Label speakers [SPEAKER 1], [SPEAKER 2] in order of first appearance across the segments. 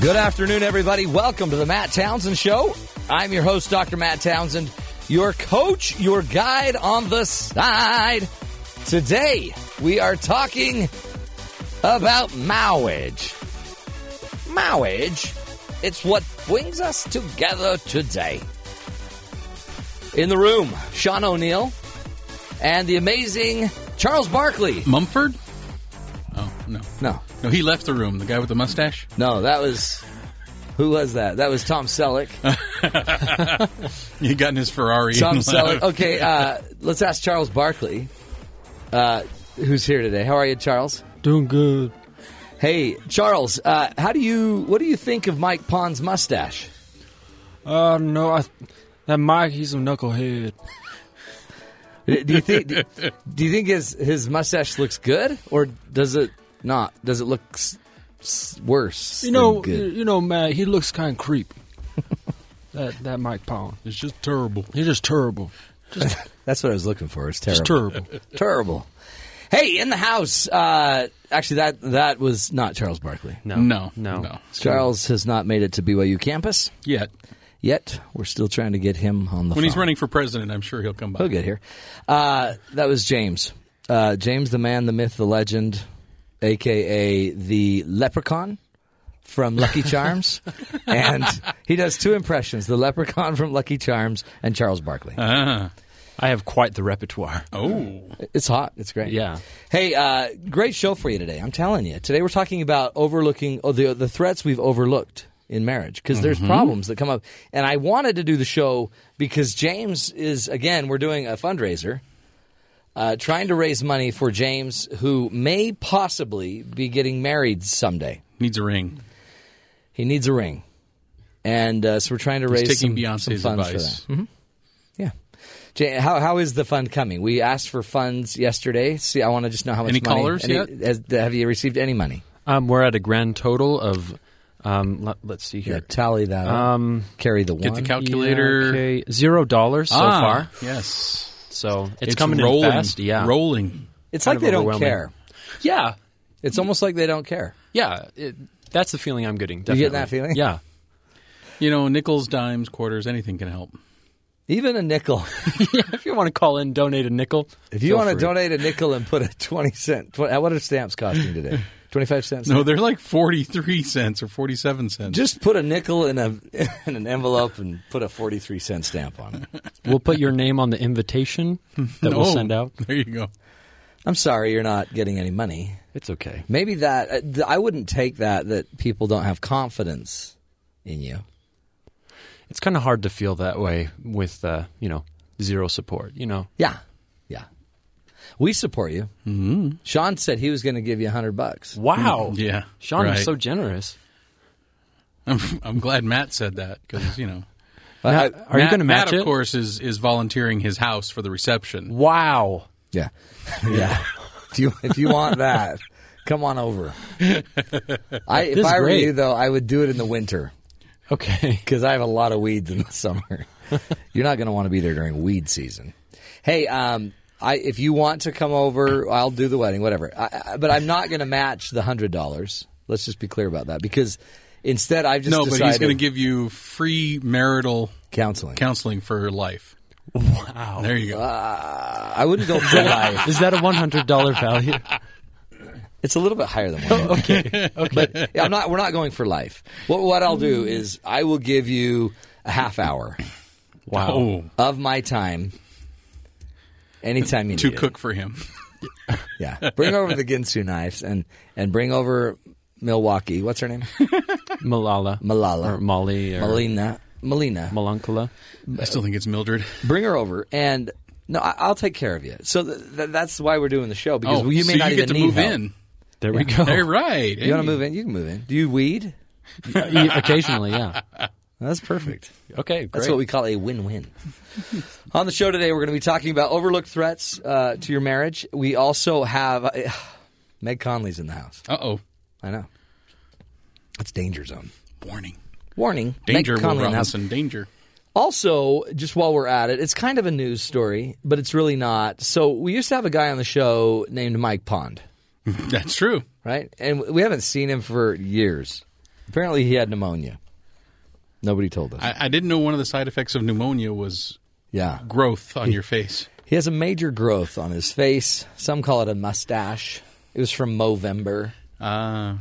[SPEAKER 1] Good afternoon, everybody. Welcome to the Matt Townsend Show. I'm your host, Dr. Matt Townsend, your coach, your guide on the side. Today, we are talking about marriage. Marriage, it's what brings us together today. In the room, Sean O'Neill and the amazing Charles Barkley.
[SPEAKER 2] Mumford? Oh, no.
[SPEAKER 1] No,
[SPEAKER 2] No, he left the room. The guy with the mustache?
[SPEAKER 1] no, that was. Who was that? That was Tom Selleck.
[SPEAKER 2] He got in his Ferrari.
[SPEAKER 1] Tom
[SPEAKER 2] and
[SPEAKER 1] Selleck.
[SPEAKER 2] left.
[SPEAKER 3] Oh.
[SPEAKER 1] Okay, uh, let's ask Charles Barkley, uh, who's here today. How are you, Charles?
[SPEAKER 4] Doing good.
[SPEAKER 1] Hey, Charles. Uh, how do you? What do you think of Mike Pond's mustache?
[SPEAKER 4] Uh, no, I, that Mike, he's a knucklehead.
[SPEAKER 1] Do you think? do, you think his his mustache looks good, or does it not? Does it look s- s- worse?
[SPEAKER 4] You know,
[SPEAKER 1] than good?
[SPEAKER 4] you know, man, he looks kind of creep. that that Mike Pond,
[SPEAKER 2] It's just terrible.
[SPEAKER 4] he's just terrible. uh,
[SPEAKER 1] that's what I was looking for. It's terrible.
[SPEAKER 4] Just terrible.
[SPEAKER 3] Uh,
[SPEAKER 1] terrible. Hey, in the house. Uh, actually, that that was not Charles Barkley.
[SPEAKER 3] No.
[SPEAKER 2] No.
[SPEAKER 3] No.
[SPEAKER 2] No.
[SPEAKER 1] Charles has not made it to BYU campus.
[SPEAKER 2] Yet.
[SPEAKER 1] yet. We're still trying to get him on the
[SPEAKER 2] When he's
[SPEAKER 1] phone.
[SPEAKER 2] running for president, I'm sure he'll come by.
[SPEAKER 1] He'll get here. Uh, that was James. Uh, James, the man, the myth, the legend, aka the leprechaun from Lucky Charms. and he does two impressions the leprechaun from Lucky Charms and Charles Barkley.
[SPEAKER 2] Ah.
[SPEAKER 3] I have quite the repertoire.
[SPEAKER 2] Oh.
[SPEAKER 1] It's hot. It's great.
[SPEAKER 3] Yeah.
[SPEAKER 1] Hey, uh, great show for you today. I'm telling you. Today we're talking about overlooking oh, the the threats we've overlooked in marriage because there's problems that come up. And I wanted to do the show because James is again. We're doing a fundraiser, uh, trying to raise money for James, who may possibly be getting married someday.
[SPEAKER 2] Needs a ring.
[SPEAKER 1] He needs a ring, and uh, so we're trying to raise
[SPEAKER 2] He's taking
[SPEAKER 1] some, some
[SPEAKER 2] Beyonce's
[SPEAKER 1] funds for that. Mm-hmm.
[SPEAKER 2] advice.
[SPEAKER 1] Yeah. Jay, how how is the fund coming? We asked for funds yesterday. See, I want to just know how much
[SPEAKER 2] Any
[SPEAKER 1] money.
[SPEAKER 2] callers yet?
[SPEAKER 1] Has, have you received any money?
[SPEAKER 3] Um, we're at a grand total of, um, let, us see
[SPEAKER 1] Yeah,
[SPEAKER 3] here.
[SPEAKER 1] tally that.
[SPEAKER 3] Um,
[SPEAKER 1] carry the
[SPEAKER 2] Get
[SPEAKER 1] one.
[SPEAKER 2] the calculator.
[SPEAKER 3] Yeah, okay, zero dollars so
[SPEAKER 2] Ah,
[SPEAKER 3] far.
[SPEAKER 2] Yes.
[SPEAKER 3] So it's, coming
[SPEAKER 2] rolling.
[SPEAKER 3] in fast. Yeah.
[SPEAKER 2] Rolling.
[SPEAKER 1] it's
[SPEAKER 3] kind
[SPEAKER 1] like
[SPEAKER 3] of
[SPEAKER 1] they don't
[SPEAKER 3] overwhelming.
[SPEAKER 1] care.
[SPEAKER 3] Yeah.
[SPEAKER 1] It's almost like they don't care.
[SPEAKER 3] Yeah. It, that's the feeling I'm getting.
[SPEAKER 1] You
[SPEAKER 3] Definitely.
[SPEAKER 1] get that feeling?
[SPEAKER 3] Yeah.
[SPEAKER 2] You know, nickels, dimes, quarters, anything can help.
[SPEAKER 1] Even a nickel.
[SPEAKER 3] if you want to call in, donate a nickel.
[SPEAKER 1] If you
[SPEAKER 3] feel
[SPEAKER 1] want to
[SPEAKER 3] free.
[SPEAKER 1] donate a nickel and put a twenty cent, tw- uh, what are stamps costing today? Twenty five cents.
[SPEAKER 2] No, they're like 43 cents or 47 cents.
[SPEAKER 1] Just put a nickel in a in an envelope and put a forty three cent stamp on it.
[SPEAKER 3] we'll put your name on the invitation that
[SPEAKER 2] no.
[SPEAKER 3] we'll send out.
[SPEAKER 2] There you go.
[SPEAKER 1] I'm sorry, you're not getting any money.
[SPEAKER 3] It's okay.
[SPEAKER 1] Maybe that uh, th- I wouldn't take that that people don't have confidence in you.
[SPEAKER 3] It's kind of hard to feel that way with, uh, you know, zero support. You know,
[SPEAKER 1] Yeah, yeah. We support you. Mm-hmm. Sean said he was going to give you a hundred bucks.
[SPEAKER 3] wow.
[SPEAKER 2] Mm, Yeah.
[SPEAKER 3] Sean,
[SPEAKER 2] right.
[SPEAKER 3] you're so generous.
[SPEAKER 2] I'm, I'm glad Matt said that because, you know.
[SPEAKER 1] Uh,
[SPEAKER 3] Are you
[SPEAKER 2] Matt-
[SPEAKER 3] going to match
[SPEAKER 2] Matt, of
[SPEAKER 3] it?
[SPEAKER 2] course, is is volunteering his house for the reception.
[SPEAKER 3] Wow.
[SPEAKER 1] yeah, yeah. if you if you want that, come on over. I if
[SPEAKER 3] This is
[SPEAKER 1] I were
[SPEAKER 3] great.
[SPEAKER 1] you though, I would do it in the winter
[SPEAKER 3] Okay.
[SPEAKER 1] because I have a lot of weeds in the summer. you're not going to want to be there during weed season. Hey, um. I, if you want to come over, I'll do the wedding, whatever. I, I, but I'm not going to match the hundred dollars. Let's just be clear about that, because instead I've just
[SPEAKER 2] No, but he's
[SPEAKER 1] decided-
[SPEAKER 2] going to give you free marital
[SPEAKER 1] counseling.
[SPEAKER 2] counseling for life. Wow. There you go.
[SPEAKER 1] I wouldn't go full life.
[SPEAKER 3] Is that a one hundred dollar value?
[SPEAKER 1] It's a little bit higher than one.
[SPEAKER 3] okay.
[SPEAKER 1] But I'm not. We're not going for life. What what I'll do is I will give you a half hour
[SPEAKER 3] Wow.
[SPEAKER 2] oh,
[SPEAKER 1] of my time. Anytime you
[SPEAKER 2] to
[SPEAKER 1] need
[SPEAKER 2] cook for him.
[SPEAKER 1] It. Yeah, bring over the Ginsu knives and and bring over Milwaukee. What's her name?
[SPEAKER 3] Malala.
[SPEAKER 1] Malala.
[SPEAKER 3] Or Molly. Or
[SPEAKER 1] Melina. Melina.
[SPEAKER 3] Malankala.
[SPEAKER 2] I still think it's Mildred.
[SPEAKER 1] bring her over and. No, I- I'll take care of you. So th- th- that's why we're doing the show because
[SPEAKER 2] Oh,
[SPEAKER 1] you may
[SPEAKER 2] so
[SPEAKER 1] not even
[SPEAKER 2] you get to
[SPEAKER 1] need
[SPEAKER 2] move
[SPEAKER 1] help.
[SPEAKER 2] in.
[SPEAKER 3] There we go.
[SPEAKER 2] Hey, right.
[SPEAKER 1] You want to move in? You can move in. Do you weed?
[SPEAKER 3] Yeah, Occasionally, yeah.
[SPEAKER 1] That's perfect.
[SPEAKER 3] Okay, great.
[SPEAKER 1] That's what we call a win-win. On the show today, we're going to be talking about overlooked threats uh, to your marriage. We also have Meg uh, Conley's in the house.
[SPEAKER 2] Uh oh.
[SPEAKER 1] I know. It's danger zone.
[SPEAKER 2] Warning.
[SPEAKER 1] Warning.
[SPEAKER 2] Danger,
[SPEAKER 1] Meg
[SPEAKER 2] Will
[SPEAKER 1] Conley announced-
[SPEAKER 2] Robinson. Danger.
[SPEAKER 1] Also, just while we're at it, it's kind of a news story, but it's really not. So we used to have a guy on the show named Mike Pond,
[SPEAKER 2] That's true.
[SPEAKER 1] right? And we haven't seen him for years. Apparently, he had pneumonia. Nobody told us.
[SPEAKER 2] I, I didn't know one of the side effects of pneumonia was
[SPEAKER 1] yeah,
[SPEAKER 2] growth on your face.
[SPEAKER 1] he has a major growth on his face. Some call it a mustache. It was from Movember.
[SPEAKER 2] Uh,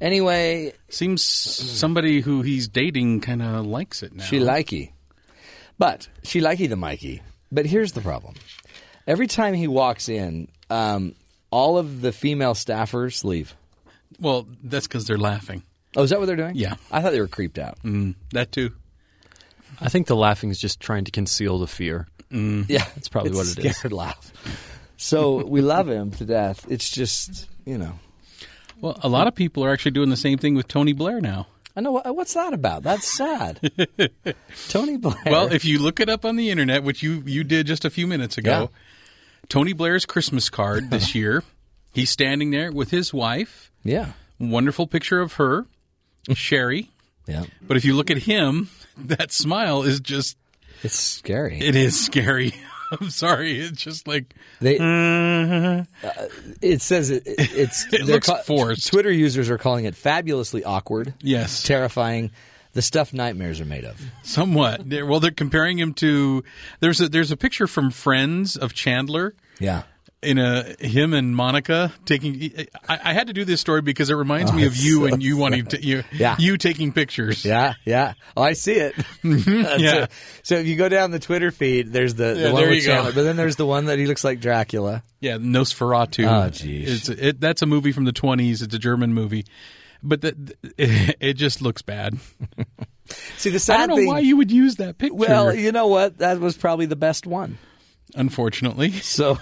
[SPEAKER 1] Anyway,
[SPEAKER 2] seems somebody who he's dating kind of likes it now.
[SPEAKER 1] She likey. But she likey the Mikey. But here's the problem. Every time he walks in, um, all of the female staffers leave.
[SPEAKER 2] well, that's because they're laughing.
[SPEAKER 1] Oh, is that what they're doing?
[SPEAKER 2] Yeah.
[SPEAKER 1] I thought they were creeped out.
[SPEAKER 2] Mm, that too.
[SPEAKER 3] I think the laughing is just trying to conceal the fear.
[SPEAKER 1] Yeah.
[SPEAKER 3] That's probably
[SPEAKER 1] it's
[SPEAKER 3] what it is.
[SPEAKER 1] Scared laugh. So we love him to death. It's just, you know.
[SPEAKER 2] Well, a lot of people are actually doing the same thing with Tony Blair now.
[SPEAKER 1] I know what- what's that about? That's sad. Tony Blair.
[SPEAKER 2] Well, if you look it up on the internet, which you you did just a few minutes ago, Tony Blair's Christmas card this year. He's standing there with his wife.
[SPEAKER 1] yeah.
[SPEAKER 2] Wonderful picture of her, Sherry.
[SPEAKER 1] Yeah.
[SPEAKER 2] But if you look at him, that smile is just
[SPEAKER 1] It's scary.
[SPEAKER 2] it is scary. I'm sorry. It's just like
[SPEAKER 1] They, Uh, it says it, it- it's.
[SPEAKER 2] It
[SPEAKER 1] they're
[SPEAKER 2] looks forced.
[SPEAKER 1] Twitter users are calling it fabulously awkward,
[SPEAKER 2] yes,
[SPEAKER 1] terrifying, the stuff nightmares are made of.
[SPEAKER 2] somewhat. They're, well, they're comparing him to there's a there's a picture from Friends of Chandler.
[SPEAKER 1] Yeah,
[SPEAKER 2] in a him and Monica taking. I, I had to do this story because it reminds me of
[SPEAKER 1] Oh, it's
[SPEAKER 2] you
[SPEAKER 1] so
[SPEAKER 2] and you wanting to you
[SPEAKER 1] Yeah.
[SPEAKER 2] you taking pictures.
[SPEAKER 1] yeah, yeah. Oh, I see it. That's
[SPEAKER 2] Yeah.
[SPEAKER 1] it. So if you go down the Twitter feed, there's the, the
[SPEAKER 2] Yeah,
[SPEAKER 1] one
[SPEAKER 2] there
[SPEAKER 1] with
[SPEAKER 2] you go.
[SPEAKER 1] Chandler, but then there's the one that he looks like Dracula.
[SPEAKER 2] Yeah, Nosferatu.
[SPEAKER 1] Oh, geez.
[SPEAKER 2] It's it, that's a movie from the twenties. It's a German movie, but the, it, it just looks bad.
[SPEAKER 1] See the
[SPEAKER 2] I
[SPEAKER 1] sad
[SPEAKER 2] don't know
[SPEAKER 1] thing.
[SPEAKER 2] why you would use that picture.
[SPEAKER 1] well, you know what? That was probably the best one.
[SPEAKER 2] unfortunately,
[SPEAKER 1] So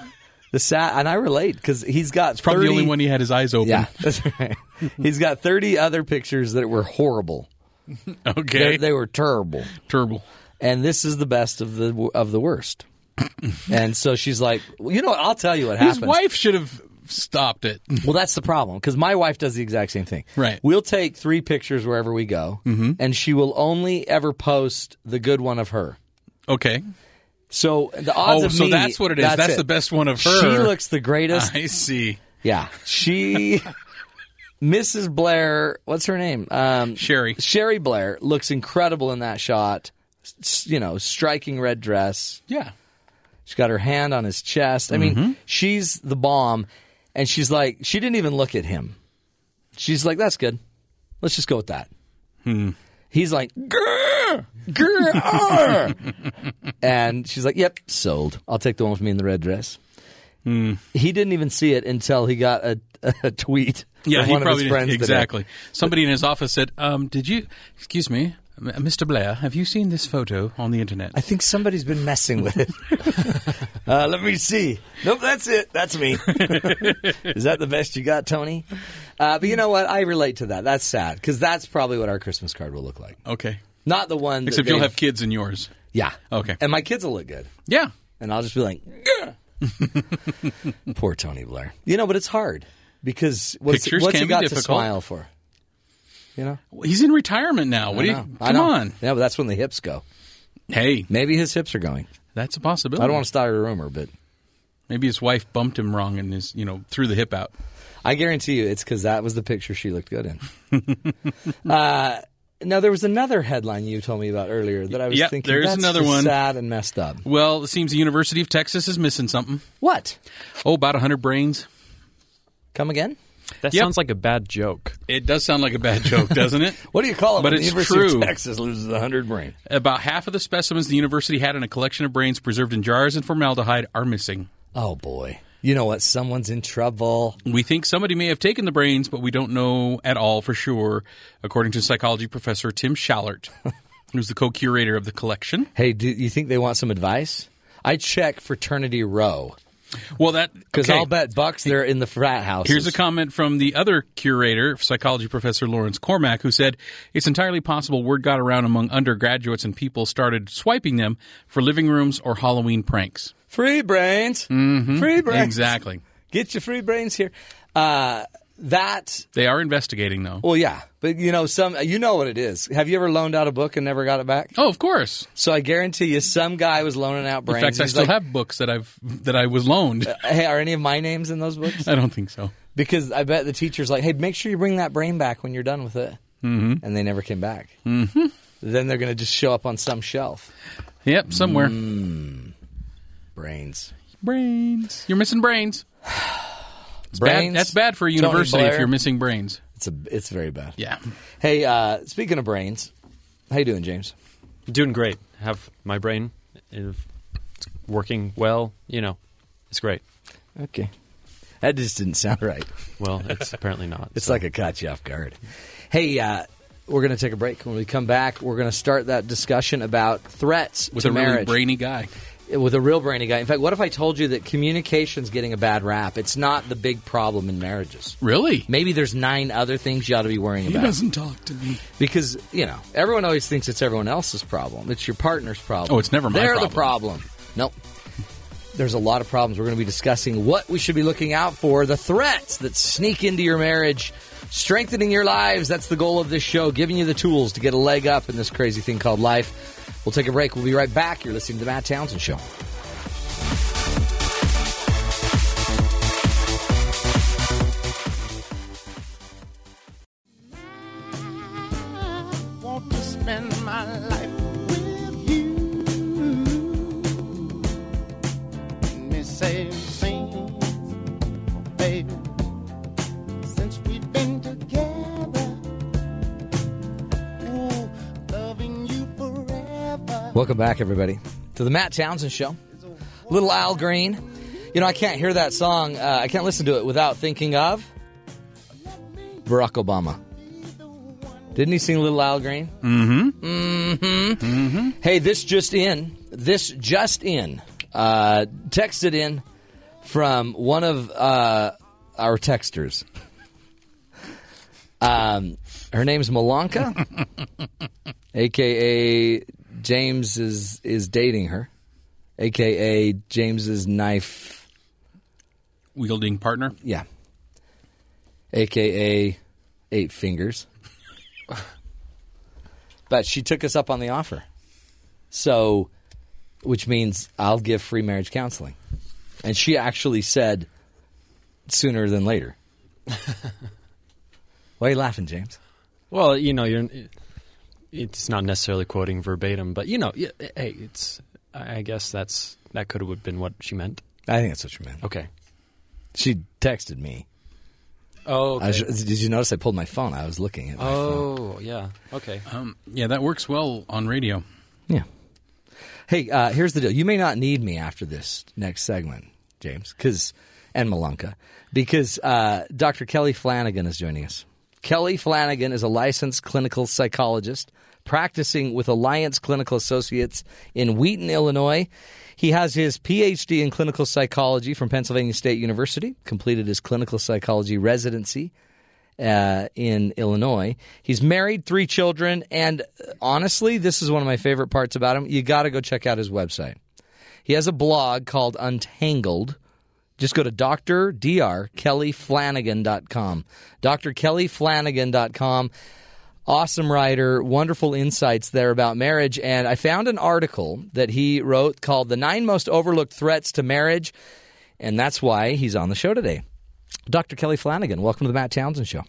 [SPEAKER 1] the sad, and I relate because he's got 30,
[SPEAKER 2] probably the only one he had his eyes open.
[SPEAKER 1] Yeah, that's right. he's got 30 other pictures that were horrible.
[SPEAKER 2] Okay,
[SPEAKER 1] They- they were terrible.
[SPEAKER 2] terrible.
[SPEAKER 1] and this is the best of the of the worst. and so she's like, well, you know, what? I'll tell you what
[SPEAKER 2] His
[SPEAKER 1] happens.
[SPEAKER 2] wife should have stopped it.
[SPEAKER 1] well, that's the problem because my wife does the exact same thing.
[SPEAKER 2] Right. Mm-hmm.
[SPEAKER 1] We'll take three pictures wherever we go, and she will only ever post the good one of her.
[SPEAKER 2] Okay.
[SPEAKER 1] So the odds
[SPEAKER 2] oh,
[SPEAKER 1] of
[SPEAKER 2] so
[SPEAKER 1] me-
[SPEAKER 2] that's what it is. That's,
[SPEAKER 1] it.
[SPEAKER 2] the best one of her.
[SPEAKER 1] She looks the greatest.
[SPEAKER 2] I see.
[SPEAKER 1] yeah, she. Mrs. Blair, what's her name? Um,
[SPEAKER 2] Sherry.
[SPEAKER 1] Sherry Blair looks incredible in that shot. S- you know, striking red dress.
[SPEAKER 2] Yeah.
[SPEAKER 1] She's got her hand on his chest. I mean,
[SPEAKER 2] Mm-hmm.
[SPEAKER 1] she's the bomb. And she's like, she didn't even look at him. She's like, that's good. Let's just go with that.
[SPEAKER 2] Hmm.
[SPEAKER 1] He's like, grr, grr, arr." and she's like, yep, sold. I'll take the one with me in the red dress.
[SPEAKER 2] Hmm.
[SPEAKER 1] He didn't even see it until he got a, a tweet.
[SPEAKER 2] Yeah,
[SPEAKER 1] from
[SPEAKER 2] he
[SPEAKER 1] one of
[SPEAKER 2] probably
[SPEAKER 1] his
[SPEAKER 2] didn't-
[SPEAKER 1] friends today.
[SPEAKER 2] exactly. Somebody in his office said, um, "Did you? Excuse me, M- Mr. Blair, have you seen this photo on the internet?"
[SPEAKER 1] I think somebody's been messing with it. uh, let me see. Nope, that's it. That's me. Is that the best you got, Tony? Uh, but you know what? I relate to that. That's sad because that's probably what our Christmas card will look like.
[SPEAKER 2] okay,
[SPEAKER 1] Not the one. that
[SPEAKER 2] except you'll
[SPEAKER 1] they-
[SPEAKER 2] have kids in yours.
[SPEAKER 1] Yeah.
[SPEAKER 2] Okay.
[SPEAKER 1] And my kids will look good,
[SPEAKER 2] Yeah,
[SPEAKER 1] and I'll just be like, "Gah." poor Tony Blair. You know, but it's hard because what's,
[SPEAKER 2] Pictures
[SPEAKER 1] what's
[SPEAKER 2] can
[SPEAKER 1] he
[SPEAKER 2] be
[SPEAKER 1] got to
[SPEAKER 2] difficult.
[SPEAKER 1] smile for? You know.
[SPEAKER 2] he's in retirement now. What
[SPEAKER 1] I
[SPEAKER 2] do you?
[SPEAKER 1] know.
[SPEAKER 2] Come
[SPEAKER 1] I know.
[SPEAKER 2] on.
[SPEAKER 1] Yeah, but that's when the hips go.
[SPEAKER 2] Hey,
[SPEAKER 1] Maybe his hips are going.
[SPEAKER 2] that's a possibility.
[SPEAKER 1] I don't want to start a rumor, but
[SPEAKER 2] Maybe his wife bumped him wrong and is you know threw the hip out.
[SPEAKER 1] I guarantee you it's because that was the picture she looked good in. uh, now, there was another headline you told me about earlier that I was
[SPEAKER 2] Yep,
[SPEAKER 1] thinking
[SPEAKER 2] there's
[SPEAKER 1] that's
[SPEAKER 2] another
[SPEAKER 1] just
[SPEAKER 2] one.
[SPEAKER 1] sad and messed up.
[SPEAKER 2] Well, it seems the University of Texas is missing something.
[SPEAKER 1] What?
[SPEAKER 2] Oh, about hundred brains.
[SPEAKER 1] Come again?
[SPEAKER 3] That
[SPEAKER 2] Yep.
[SPEAKER 3] sounds like a bad joke.
[SPEAKER 2] It does sound like a bad joke, doesn't it?
[SPEAKER 1] What do you call it
[SPEAKER 2] But
[SPEAKER 1] when the
[SPEAKER 2] it's
[SPEAKER 1] University
[SPEAKER 2] true.
[SPEAKER 1] of Texas loses the 100 brain?
[SPEAKER 2] About half of the specimens the university had in a collection of brains preserved in jars and formaldehyde are missing.
[SPEAKER 1] Oh, boy. You know what? Someone's in trouble.
[SPEAKER 2] We think somebody may have taken the brains, but we don't know at all for sure, according to psychology professor Tim Schallert, who's the co curator of the collection.
[SPEAKER 1] Hey, do you think they want some advice? I check Fraternity Row
[SPEAKER 2] Well, that.
[SPEAKER 1] because
[SPEAKER 2] okay.
[SPEAKER 1] I'll bet bucks they're in the frat house.
[SPEAKER 2] Here's a comment from the other curator, psychology professor Lawrence Cormack, who said, It's entirely possible word got around among undergraduates and people started swiping them for living rooms or Halloween pranks. Mm-hmm.
[SPEAKER 1] free brains. Free brains.
[SPEAKER 2] Exactly.
[SPEAKER 1] Get your free brains here. Uh, that
[SPEAKER 2] They are investigating, though.
[SPEAKER 1] well, yeah, but you know some you know what it is. Have you ever loaned out a book and never got it back?
[SPEAKER 2] Oh, of course.
[SPEAKER 1] So I guarantee you, some guy was loaning out
[SPEAKER 2] In
[SPEAKER 1] brains.
[SPEAKER 2] fact, I
[SPEAKER 1] He's
[SPEAKER 2] still
[SPEAKER 1] like,
[SPEAKER 2] have books that I've that I was loaned.
[SPEAKER 1] Hey, are any of my names in those books?
[SPEAKER 2] I don't think so.
[SPEAKER 1] Because I bet the teacher's like, hey, make sure you bring that brain back when you're done with it. Mm-hmm. And they never came back. Mm-hmm. Then they're going to just show up on some shelf.
[SPEAKER 2] Yep, somewhere.
[SPEAKER 1] Hmm. Brains.
[SPEAKER 2] Brains. You're missing brains. It's bad-
[SPEAKER 1] brains.
[SPEAKER 2] that's bad for a university
[SPEAKER 1] Tony
[SPEAKER 2] if
[SPEAKER 1] Blair.
[SPEAKER 2] you're missing brains.
[SPEAKER 1] It's, a, it's very bad.
[SPEAKER 2] Yeah.
[SPEAKER 1] Hey, uh, speaking of brains, how you doing, James?
[SPEAKER 3] Doing great. Have my brain is working well. You know, it's great.
[SPEAKER 1] Okay. That just didn't sound right.
[SPEAKER 3] Well, it's apparently not.
[SPEAKER 1] It's like it caught you off guard. Hey, uh, we're going to take a break. When we come back, we're going to start that discussion about threats
[SPEAKER 2] With
[SPEAKER 1] to
[SPEAKER 2] a really
[SPEAKER 1] marriage.
[SPEAKER 2] brainy guy.
[SPEAKER 1] with a real brainy guy. In fact, what if I told you that communication's getting a bad rap? It's not the big problem in marriages.
[SPEAKER 2] Really?
[SPEAKER 1] Maybe there's nine other things you ought to be worrying
[SPEAKER 2] He
[SPEAKER 1] about.
[SPEAKER 2] doesn't talk to me.
[SPEAKER 1] Because, you know, everyone always thinks it's everyone else's problem. It's your partner's problem.
[SPEAKER 2] Oh, it's never my
[SPEAKER 1] They're the
[SPEAKER 2] problem.
[SPEAKER 1] problem. Nope. There's a lot of problems. We're going to be discussing what we should be looking out for, the threats that sneak into your marriage, strengthening your lives. That's the goal of this show, giving you the tools to get a leg up in this crazy thing called life. We'll take a break. We'll be right back. You're listening to The Matt Townsend Show.
[SPEAKER 5] want to spend my life with you. Let me say the same, baby. Since we've been together, ooh, loving you forever.
[SPEAKER 1] Welcome back, everybody, to the Matt Townsend Show. Little Al Green. You know, I can't hear that song, uh, I can't listen to it without thinking of Barack Obama. Didn't he sing Little Al Green? Mm hmm. Mm hmm. Mm-hmm. Hey, this just in. This just in. Uh, texted in from one of uh, our texters. Um, her name's Milanka aka James is is dating her, aka James's knife,
[SPEAKER 2] Wielding partner.
[SPEAKER 1] yeah, aka eight fingers. but she took us up on the offer, so which means I'll give free marriage counseling, and she actually said sooner than later. Why are you laughing, James?
[SPEAKER 3] well, you know, you're. It's not necessarily quoting verbatim, but you know, yeah, hey, it's. I I guess that's that could have been what she meant.
[SPEAKER 1] I think that's what you meant.
[SPEAKER 3] Okay.
[SPEAKER 1] She texted me.
[SPEAKER 3] Oh.
[SPEAKER 1] I was- did you notice I pulled my phone? I was looking at my phone.
[SPEAKER 3] oh yeah. Okay.
[SPEAKER 2] Um, yeah, that works well on radio.
[SPEAKER 1] Yeah. Hey, uh, here's the deal. You may not need me after this next segment, James, because and Malunka, because uh, Dr. Kelly Flanagan is joining us. Kelly Flanagan is a licensed clinical psychologist practicing with Alliance Clinical Associates in Wheaton, Illinois. He has his PhD in clinical psychology from Pennsylvania State University, completed his clinical psychology residency uh, in Illinois. He's married, three children, and uh, honestly, this is one of my favorite parts about him. You got to go check out his website. He has a blog called Untangled. Just go to Dr. Dr. KellyFlanagan.com. DrKellyFlanagan.com. Awesome writer, wonderful insights there about marriage. And I found an article that he wrote called The Nine Most Overlooked Threats to Marriage. And that's why he's on the show today. Dr. Kelly Flanagan, welcome to the Matt Townsend Show.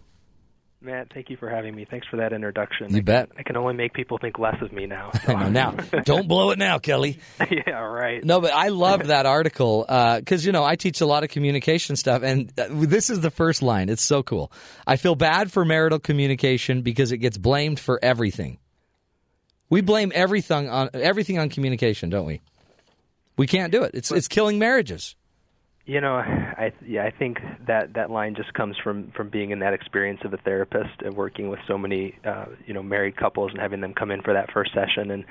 [SPEAKER 6] Matt, thank you for having me. Thanks for that introduction.
[SPEAKER 1] You
[SPEAKER 6] I-
[SPEAKER 1] bet.
[SPEAKER 6] I can only make people think less of me now. so-
[SPEAKER 1] I know now. Don't blow it now, Kelly.
[SPEAKER 6] yeah, right.
[SPEAKER 1] No, but I love that article because, you know, I teach a lot of communication stuff, and uh, this is the first line. It's so cool. I feel bad for marital communication because it gets blamed for everything. We blame everything on everything on communication, don't we? We can't do it. It's it's killing marriages.
[SPEAKER 6] You know, I yeah, I think that that line just comes from from being in that experience of a therapist and working with so many uh, you know married couples and having them come in for that first session and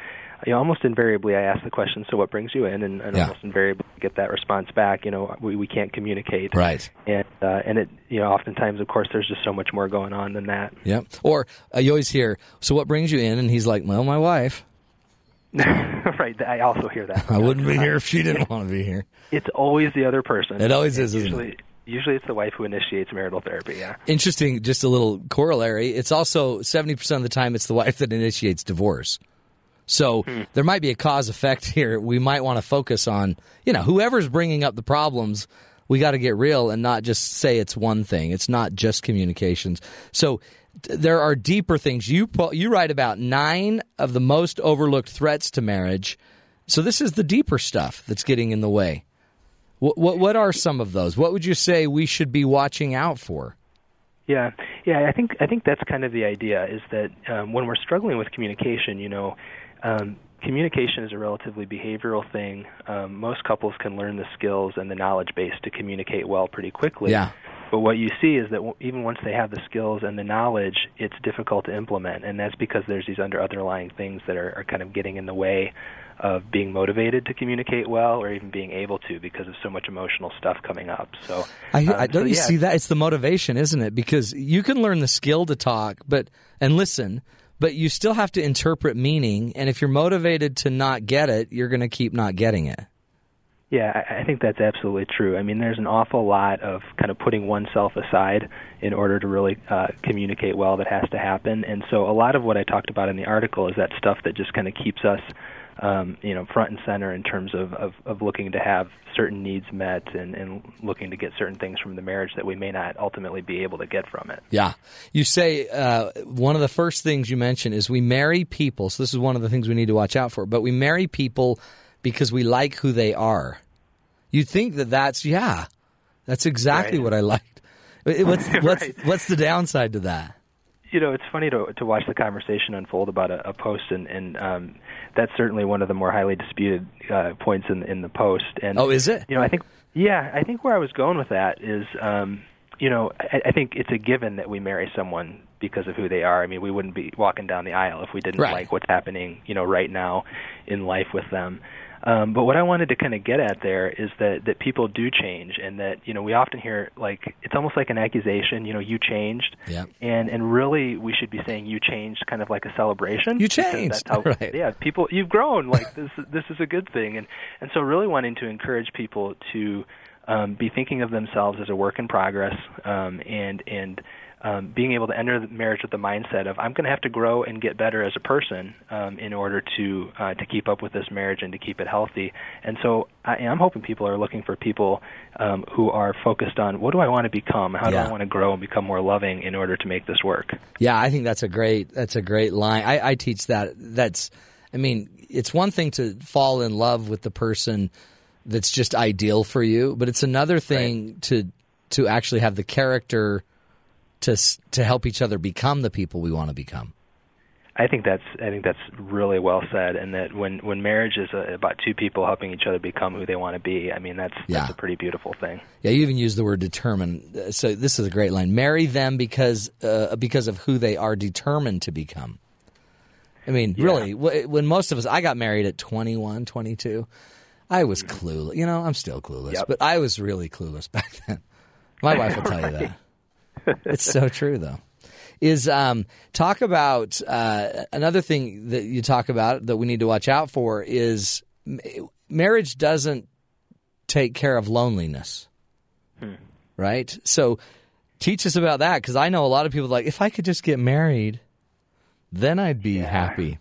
[SPEAKER 6] you know almost invariably I ask the question, so what brings you in, and, and
[SPEAKER 1] Yeah.
[SPEAKER 6] almost invariably get that response back. You know, we we can't communicate,
[SPEAKER 1] Right.
[SPEAKER 6] And uh, and it you know oftentimes of course there's just so much more going on than that.
[SPEAKER 1] Yep. Or uh, you always hear, so what brings you in? And he's like, well, my wife.
[SPEAKER 6] right. I also hear that.
[SPEAKER 1] I wouldn't be here if she didn't want to be here.
[SPEAKER 6] It's always the other person.
[SPEAKER 1] It always
[SPEAKER 6] And
[SPEAKER 1] is, isn't it?
[SPEAKER 6] Usually, Usually it's the wife who initiates marital therapy. Yeah.
[SPEAKER 1] Interesting, just a little corollary. It's also 70% of the time it's the wife that initiates divorce. So there might be a cause effect here. We might want to focus on, you know, whoever's bringing up the problems, we got to get real and not just say it's one thing. It's not just communications. So t- there are deeper things. You po- you write about 9 of the most overlooked threats to marriage. So this is the deeper stuff that's getting in the way. What what, what are some of those? What would you say we should be watching out for?
[SPEAKER 6] Yeah, yeah. I think I think that's kind of the idea is that um, when we're struggling with communication, you know, um, communication is a relatively behavioral thing. Um, most couples can learn the skills and the knowledge base to communicate well pretty quickly.
[SPEAKER 1] Yeah.
[SPEAKER 6] But what you see is that w- even once they have the skills and the knowledge, it's difficult to implement, and that's because there's these under underlying things that are, are kind of getting in the way of being motivated to communicate well, or even being able to because of so much emotional stuff coming up. So
[SPEAKER 1] I,
[SPEAKER 6] um,
[SPEAKER 1] I don't
[SPEAKER 6] so
[SPEAKER 1] you
[SPEAKER 6] yeah,
[SPEAKER 1] see that it's the motivation, isn't it? Because you can learn the skill to talk, but and listen, but you still have to interpret meaning. And if you're motivated to not get it, you're going to keep not getting it.
[SPEAKER 6] Yeah, I I think that's absolutely true. I mean, there's an awful lot of kind of putting oneself aside in order to really uh, communicate well that has to happen. And so, a lot of what I talked about in the article is that stuff that just kind of keeps us, um, you know, front and center in terms of, of, of looking to have certain needs met and, and looking to get certain things from the marriage that we may not ultimately be able to get from it.
[SPEAKER 1] Yeah. You say uh, one of the first things you mention is we marry people. So this is one of the things we need to watch out for. But we marry people because we like who they are. You think that that's yeah, that's exactly
[SPEAKER 6] Right.
[SPEAKER 1] what I liked. What's what's what's the downside to that?
[SPEAKER 6] you know, it's funny to to watch the conversation unfold about a, a post, and and um, that's certainly one of the more highly disputed uh, points in in the post. And
[SPEAKER 1] Oh, is it?
[SPEAKER 6] You know, I think yeah, I think where I was going with that is, um, you know, I, I think it's a given that we marry someone because of who they are. I mean, we wouldn't be walking down the aisle if we didn't
[SPEAKER 1] Right.
[SPEAKER 6] like what's happening, you know, right now in life with them. Um, but what I wanted to kind of get at there is that that people do change, and that you know we often hear like it's almost like an accusation. You know, you changed
[SPEAKER 1] Yep.
[SPEAKER 6] and and really we should be saying you changed kind of like a celebration
[SPEAKER 1] You
[SPEAKER 6] because
[SPEAKER 1] changed,
[SPEAKER 6] that's how,
[SPEAKER 1] right.
[SPEAKER 6] yeah people you've grown like this this is a good thing and and so really wanting to encourage people to um, be thinking of themselves as a work in progress um, and and um, being able to enter the marriage with the mindset of I'm going to have to grow and get better as a person um, in order to uh, to keep up with this marriage and to keep it healthy. And so I, I'm hoping people are looking for people um, who are focused on what do I want to become? How do
[SPEAKER 1] Yeah.
[SPEAKER 6] I want to grow and become more loving in order to make this work?
[SPEAKER 1] Yeah, I think that's a great that's a great line. I, I teach that. That's, I mean, it's one thing to fall in love with the person that's just ideal for you, but it's another thing to to actually have the character to s- to help each other become the people we want to become.
[SPEAKER 6] I think that's I think that's really well said, and that when when marriage is uh about two people helping each other become who they want to be, I mean that's
[SPEAKER 1] Yeah.
[SPEAKER 6] that's a pretty beautiful thing.
[SPEAKER 1] Yeah, you even use the word determine. Uh, So this is a great line. Marry them because uh, because of who they are determined to become. I mean, really, wh- when most of us, I got married at 21, 22. I was clueless. You know, I'm still clueless,
[SPEAKER 6] Yep.
[SPEAKER 1] but I was really clueless back then. My wife will tell you that. It's so true, though. Is um, talk about uh, another thing that you talk about that we need to watch out for is m- marriage doesn't take care of loneliness, right? So teach us about that because I know a lot of people like if I could just get married, then I'd be happy.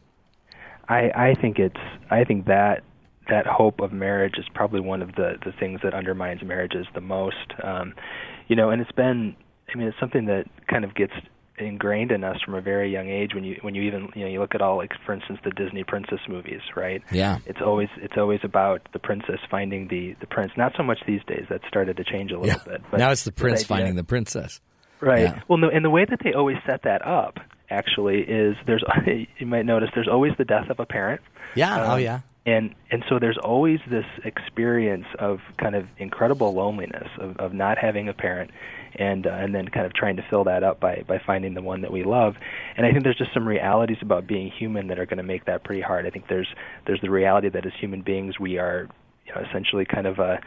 [SPEAKER 6] I I think it's I think that that hope of marriage is probably one of the the things that undermines marriages the most. Um, you know, and it's been I mean it's something that kind of gets ingrained in us from a very young age when you when you even you know you look at all like for instance the Disney princess movies, right?
[SPEAKER 1] Yeah.
[SPEAKER 6] It's always it's always about the princess finding the the prince. Not so much these days. That started to change a little bit. But
[SPEAKER 1] now it's the
[SPEAKER 6] this
[SPEAKER 1] prince
[SPEAKER 6] idea-
[SPEAKER 1] finding the princess.
[SPEAKER 6] Right.
[SPEAKER 1] Yeah.
[SPEAKER 6] Well, no, and the way that they always set that up actually is there's you might notice there's always the death of a parent.
[SPEAKER 1] Yeah. oh
[SPEAKER 6] Um,
[SPEAKER 1] yeah.
[SPEAKER 6] And and so there's always this experience of kind of incredible loneliness of, of not having a parent, and uh, and then kind of trying to fill that up by by finding the one that we love. And I think there's just some realities about being human that are going to make that pretty hard. I think there's there's the reality that as human beings we are you know, essentially kind of a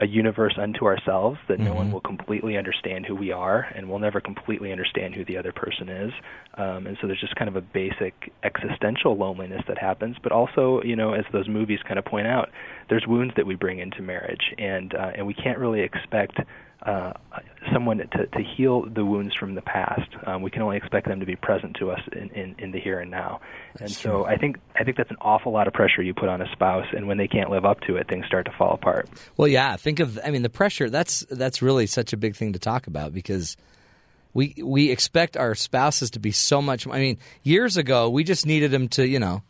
[SPEAKER 6] a universe unto ourselves that no one will completely understand who we are and we'll never completely understand who the other person is um, and so there's just kind of a basic existential loneliness that happens but also you know as those movies kind of point out there's wounds that we bring into marriage and uh, and we can't really expect uh, someone to, to heal the wounds from the past. Um, we can only expect them to be present to us in, in, in the here and now. and so I think I think that's an awful lot of pressure you put on a spouse, and when they can't live up to it, things start to fall apart.
[SPEAKER 1] Well, yeah. Think of, I mean, the pressure. That's that's really such a big thing to talk about because we we expect our spouses to be so much. I mean, years ago we just needed them to, you know,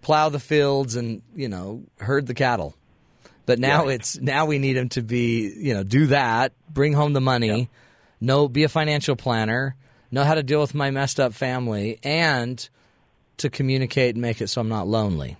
[SPEAKER 1] plow the fields and you know herd the cattle, but now it's now we need them to be, you know, do that, bring home the money, know, be a financial planner, know how to deal with my messed up family, and to communicate and make it so I'm not lonely.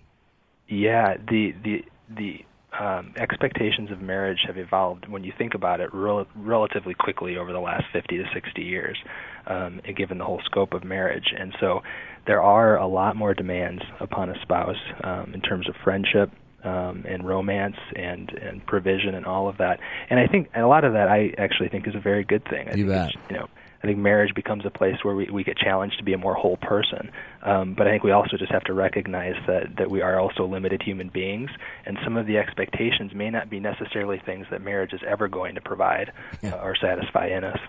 [SPEAKER 6] Yeah, the the the um, expectations of marriage have evolved when you think about it rel- relatively quickly over the last 50 to 60 years, um, and given the whole scope of marriage. And so, there are a lot more demands upon a spouse um, in terms of friendship. Um, and romance and and provision and all of that and I think and a lot of that I actually think is a very good thing. I
[SPEAKER 1] You
[SPEAKER 6] think
[SPEAKER 1] bet.
[SPEAKER 6] it's, you know, I think marriage becomes a place where we, we get challenged to be a more whole person. Um, but I think we also just have to recognize that, that we are also limited human beings, and some of the expectations may not be necessarily things that marriage is ever going to provide uh, or satisfy in us.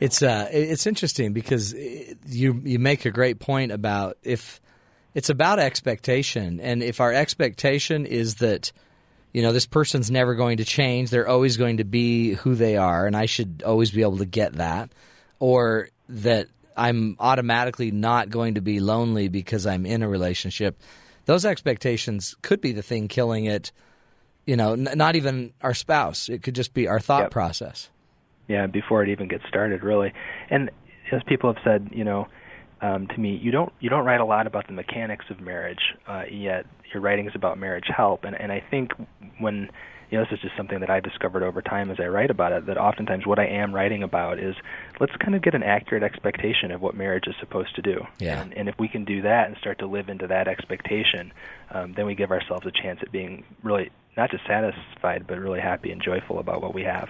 [SPEAKER 1] It's uh, it- it's interesting because it, you you make a great point about if it's about expectation, and if our expectation is that you know this person's never going to change, they're always going to be who they are, and I should always be able to get that, or that I'm automatically not going to be lonely because I'm in a relationship. Those expectations could be the thing killing it. You know, n- not even our spouse; it could just be our thought
[SPEAKER 6] Yep.
[SPEAKER 1] process.
[SPEAKER 6] yeah, before it even gets started, really. And as people have said, you know, um, to me, you don't you don't write a lot about the mechanics of marriage, uh, yet your writings about marriage help. And and I think when you know, this is just something that I've discovered over time as I write about it. That oftentimes what I am writing about is let's kind of get an accurate expectation of what marriage is supposed to do.
[SPEAKER 1] Yeah.
[SPEAKER 6] And, and if we can do that and start to live into that expectation, um, then we give ourselves a chance at being really not just satisfied, but really happy and joyful about what we have.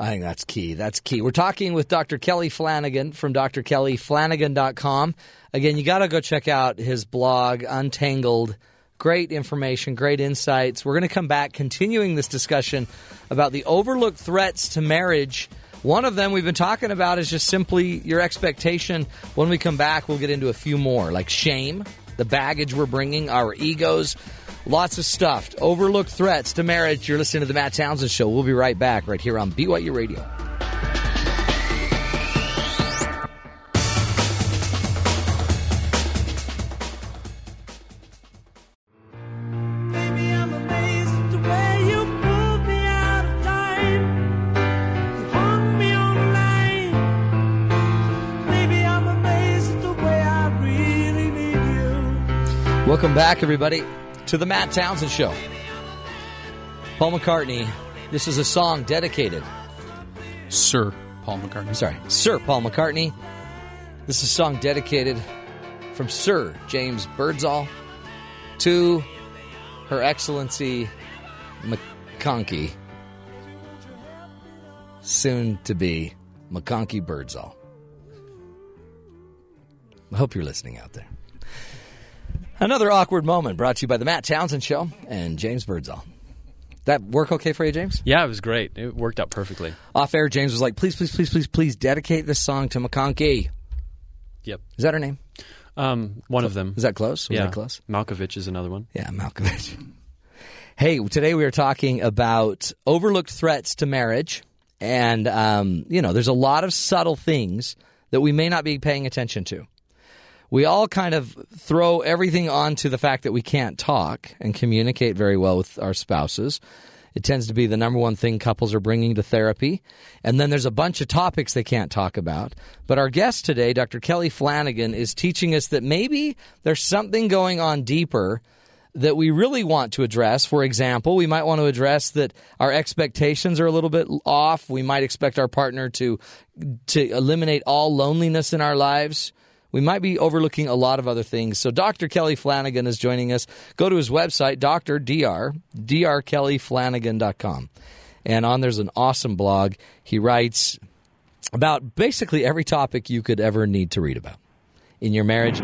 [SPEAKER 1] I think that's key. That's key. We're talking with Dr. Kelly Flanagan from drkellyflanagan.com. Again, you got to go check out his blog, Untangled. Great information, great insights. We're going to come back continuing this discussion about the overlooked threats to marriage. One of them we've been talking about is just simply your expectation. When we come back, we'll get into a few more like shame, the baggage we're bringing, our egos, lots of stuff, overlooked threats to marriage. You're listening to The Matt Townsend Show. We'll be right back right here on BYU Radio.
[SPEAKER 7] Baby, I'm amazed at the way you pulled me out of time. You hung me online. Baby, I'm amazed at the way I really need you.
[SPEAKER 1] Welcome back, everybody, to the Matt Townsend Show. Paul McCartney, this is a song dedicated,
[SPEAKER 2] Sir Paul McCartney.
[SPEAKER 1] sorry, Sir Paul McCartney. This is a song dedicated from Sir James Birdsall to Her Excellency McConkie, soon to be McConkie Birdsall. I hope you're listening out there. Another awkward moment brought to you by the Matt Townsend Show and James Birdsall. That work okay for you, James?
[SPEAKER 3] Yeah, it was great. It worked out perfectly.
[SPEAKER 1] Off air, James was like, please, please, please, please, please dedicate this song to McConkie.
[SPEAKER 3] Yep.
[SPEAKER 1] Is that her name?
[SPEAKER 3] Um, one of them.
[SPEAKER 1] Is that close? Was
[SPEAKER 3] yeah.
[SPEAKER 1] that close?
[SPEAKER 3] Malkovich is another one.
[SPEAKER 1] Yeah, Malkovich. hey, today we are talking about overlooked threats to marriage. And, um, you know, there's a lot of subtle things that we may not be paying attention to. We all kind of throw everything onto the fact that we can't talk and communicate very well with our spouses. It tends to be the number one thing couples are bringing to therapy. And then there's a bunch of topics they can't talk about. But our guest today, Dr. Kelly Flanagan, is teaching us that maybe there's something going on deeper that we really want to address. For example, we might want to address that our expectations are a little bit off. We might expect our partner to to eliminate all loneliness in our lives. We might be overlooking a lot of other things. So Dr. Kelly Flanagan is joining us. Go to his website, Dr. Dr. drkellyflanagan.com. And on there's an awesome blog. He writes about basically every topic you could ever need to read about in your marriage.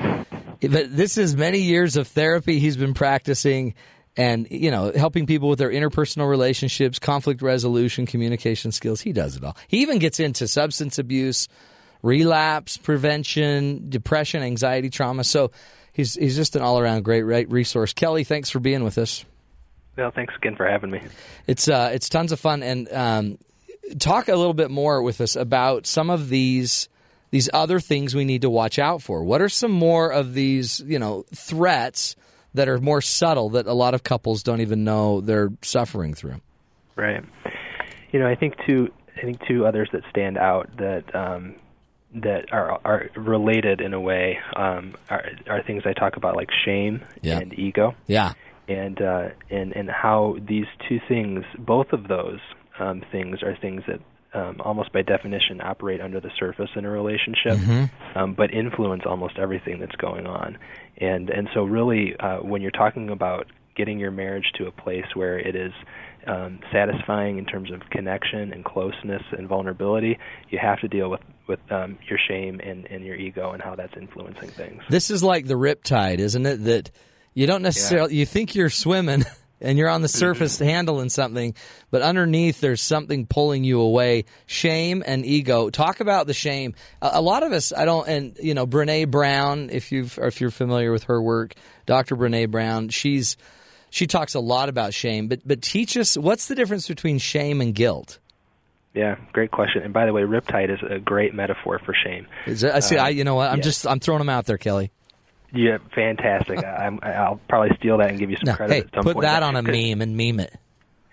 [SPEAKER 1] But this is many years of therapy he's been practicing. and you know helping people with their interpersonal relationships conflict resolution communication skills he does it all he even gets into substance abuse relapse prevention depression anxiety trauma so he's he's just an all-around great re- resource kelly thanks for being with us
[SPEAKER 6] No, thanks again for having me.
[SPEAKER 1] it's uh, it's tons of fun, and um, talk a little bit more with us about some of these these other things we need to watch out for. What are some more of these you know threats that are more subtle that a lot of couples don't even know they're suffering through?
[SPEAKER 6] Right. You know, I think two. I think two others that stand out that um, that are are related in a way um, are are things I talk about like shame
[SPEAKER 1] Yeah.
[SPEAKER 6] and ego,
[SPEAKER 1] Yeah,
[SPEAKER 6] and uh, and and how these two things, both of those um, things, are things that. Um, almost by definition, operate under the surface in a relationship, um, but influence almost everything that's going on. And and so, really, uh, when you're talking about getting your marriage to a place where it is um, satisfying in terms of connection and closeness and vulnerability, you have to deal with with um, your shame and, and your ego and how that's influencing things.
[SPEAKER 1] this is like the riptide, isn't it? That you don't necessarily you think you're swimming and you're on the surface
[SPEAKER 6] Mm-hmm.
[SPEAKER 1] handling something, but underneath there's something pulling you away. Shame and ego. Talk about the shame. A, a lot of us, I don't, and you know, Brene Brown, if you've or if you're familiar with her work, Dr. Brene Brown, she's she talks a lot about shame, but but teach us what's the difference between shame and guilt.
[SPEAKER 6] Yeah, great question. And by the way, riptide is a great metaphor for shame.
[SPEAKER 1] Is it, I see.
[SPEAKER 6] Uh,
[SPEAKER 1] I you know what? I'm just I'm throwing them out there, Kelly.
[SPEAKER 6] Yeah, fantastic. I, I'm, I'll probably steal that and give you some
[SPEAKER 1] No,
[SPEAKER 6] credit
[SPEAKER 1] hey,
[SPEAKER 6] at some
[SPEAKER 1] put
[SPEAKER 6] point.
[SPEAKER 1] that on a
[SPEAKER 6] 'Cause-
[SPEAKER 1] meme and meme it.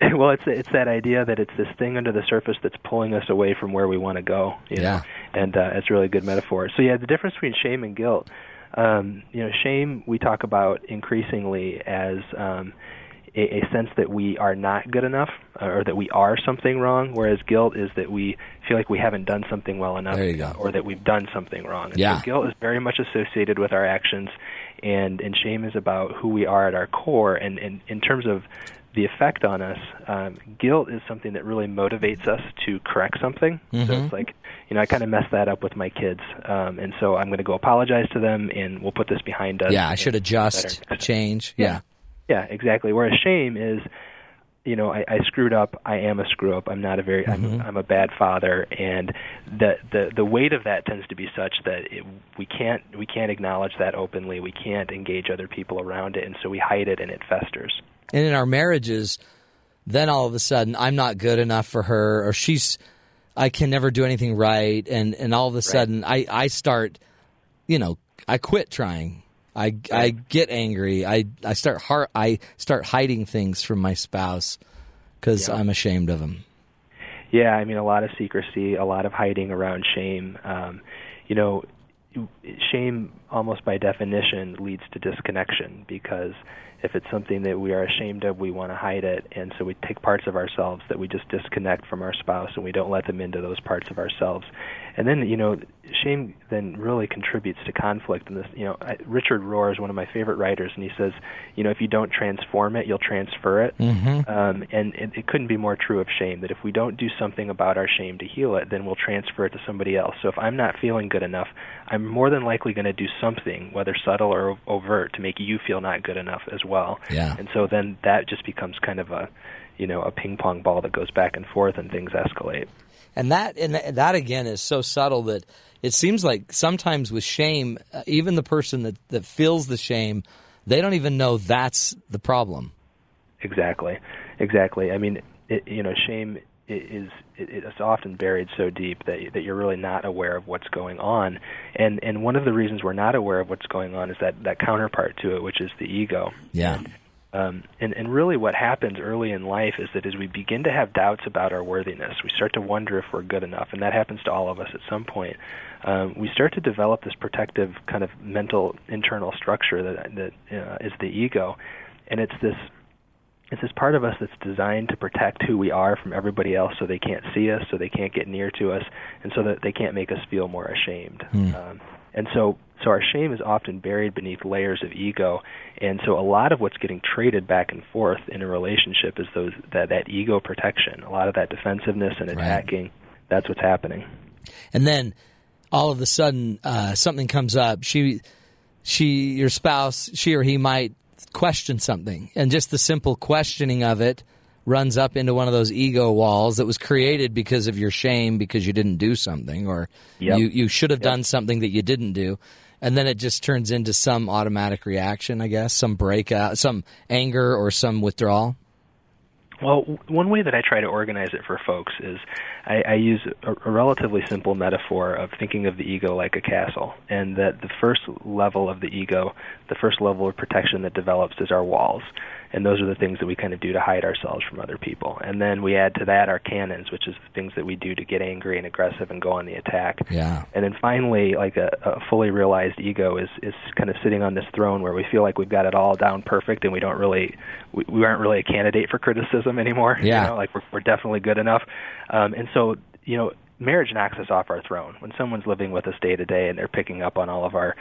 [SPEAKER 6] well it's it's that idea that it's this thing under the surface that's pulling us away from where we want to go you know?
[SPEAKER 1] Yeah.
[SPEAKER 6] and uh, it's really a good metaphor so yeah the difference between shame and guilt um, you know shame we talk about increasingly as um, a, a sense that we are not good enough uh, or that we are something wrong whereas guilt is that we feel like we haven't done something well enough
[SPEAKER 1] There you go.
[SPEAKER 6] or that we've done something wrong And
[SPEAKER 1] Yeah.
[SPEAKER 6] so guilt is very much associated with our actions and and shame is about who we are at our core and, and in terms of the effect on us um, guilt is something that really motivates us to correct something so it's like you know i kind of messed that up with my kids um, and so i'm going to go apologize to them and we'll put this behind us
[SPEAKER 1] Yeah, I should
[SPEAKER 6] and-
[SPEAKER 1] adjust, change. yeah.
[SPEAKER 6] yeah, exactly. Whereas shame is, you know, I, I screwed up. I am a screw up. I'm not a very. I'm, I'm a bad father, and the the the weight of that tends to be such that it, we can't we can't acknowledge that openly. We can't engage other people around it, and so we hide it, and it festers.
[SPEAKER 1] and in our marriages then all of a sudden i'm not good enough for her or she's i can never do anything right and and all of a sudden i i start you know i quit trying i i get angry i i start har- i start hiding things from my spouse cuz i'm ashamed of them
[SPEAKER 6] Yeah, I mean, a lot of secrecy, a lot of hiding around shame. Um, you know, shame almost by definition leads to disconnection because if it's something that we are ashamed of, we want to hide it, and so we take parts of ourselves that we just disconnect from our spouse and we don't let them into those parts of ourselves. And then, you know, shame then really contributes to conflict. And this, you know, I, Richard Rohr is one of my favorite writers, and he says, you know, if you don't transform it, you'll transfer it. Um, and it, it couldn't be more true of shame that if we don't do something about our shame to heal it, then we'll transfer it to somebody else. So if I'm not feeling good enough, I'm more than likely going to do something, whether subtle or overt, to make you feel not good enough as well.
[SPEAKER 1] Yeah.
[SPEAKER 6] And so then that just becomes kind of a, you know, a ping pong ball that goes back and forth and things escalate.
[SPEAKER 1] And that and th- that again is so subtle that it seems like sometimes with shame, uh, even the person that, that feels the shame, they don't even know that's the problem.
[SPEAKER 6] Exactly, exactly. I mean, it, you know, shame i- is it, it's often buried so deep that that you're really not aware of what's going on. And and one of the reasons we're not aware of what's going on is that that counterpart to it, which is the ego.
[SPEAKER 1] Yeah.
[SPEAKER 6] Um, and, and really, what happens early in life is that as we begin to have doubts about our worthiness, we start to wonder if we're good enough, and that happens to all of us at some point. Um, we start to develop this protective kind of mental internal structure that that uh, is the ego, and it's this it's this part of us that's designed to protect who we are from everybody else so they can't see us, so they can't get near to us, and so that they can't make us feel more ashamed. Um, and so, so our shame is often buried beneath layers of ego, and so a lot of what's getting traded back and forth in a relationship is those that that ego protection, a lot of that defensiveness and attacking. That's what's happening.
[SPEAKER 1] and then all of a sudden uh, something comes up. She, she, your spouse, she or he might question something, and just the simple questioning of it runs up into one of those ego walls that was created because of your shame because you didn't do something or
[SPEAKER 6] Yep.
[SPEAKER 1] you you should have done something that you didn't do, and then it just turns into some automatic reaction, I guess, some breakout, some anger or some withdrawal.
[SPEAKER 6] Well, w- one way that I try to organize it for folks is I, I use a, a relatively simple metaphor of thinking of the ego like a castle, and that the first level of the ego, the first level of protection that develops is our walls. And those are the things that we kind of do to hide ourselves from other people. And then we add to that our cannons, which is the things that we do to get angry and aggressive and go on the attack.
[SPEAKER 1] Yeah.
[SPEAKER 6] And then finally, like a, a fully realized ego is is kind of sitting on this throne where we feel like we've got it all down perfect, and we don't really we, we aren't really a candidate for criticism anymore.
[SPEAKER 1] Yeah.
[SPEAKER 6] you know? like we're we're definitely good enough. Um, and so you know, marriage knocks us off our throne when someone's living with us day to day and they're picking up on all of our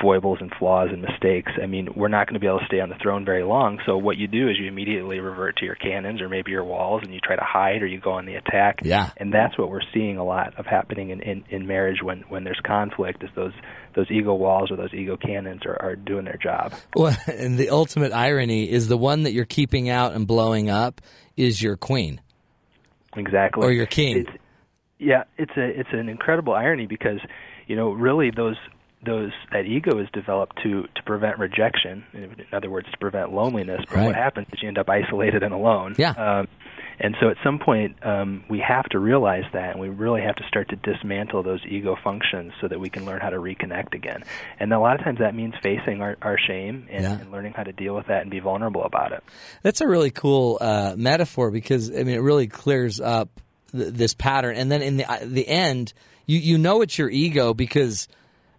[SPEAKER 6] foibles and flaws and mistakes. I mean, we're not going to be able to stay on the throne very long. So what you do is you immediately revert to your cannons or maybe your walls, and you try to hide or you go on the attack
[SPEAKER 1] Yeah.
[SPEAKER 6] and that's what we're seeing a lot of happening in, in, in marriage when, when there's conflict is those those ego walls or those ego cannons are, are doing their job.
[SPEAKER 1] Well, and the ultimate irony is the one that you're keeping out and blowing up is your queen.
[SPEAKER 6] Exactly.
[SPEAKER 1] Or your king.
[SPEAKER 6] It's, yeah, it's a it's an incredible irony because you know really those those that ego is developed to to prevent rejection. In other words, to prevent loneliness. But
[SPEAKER 1] Right.
[SPEAKER 6] what happens is you end up isolated and alone.
[SPEAKER 1] Yeah.
[SPEAKER 6] Um, and so at some point um, we have to realize that, and we really have to start to dismantle those ego functions so that we can learn how to reconnect again. And a lot of times that means facing our, our shame and,
[SPEAKER 1] Yeah.
[SPEAKER 6] and learning how to deal with that and be vulnerable about it.
[SPEAKER 1] That's a really cool uh, metaphor because I mean it really clears up th- this pattern, and then in the uh, the end, you you know it's your ego because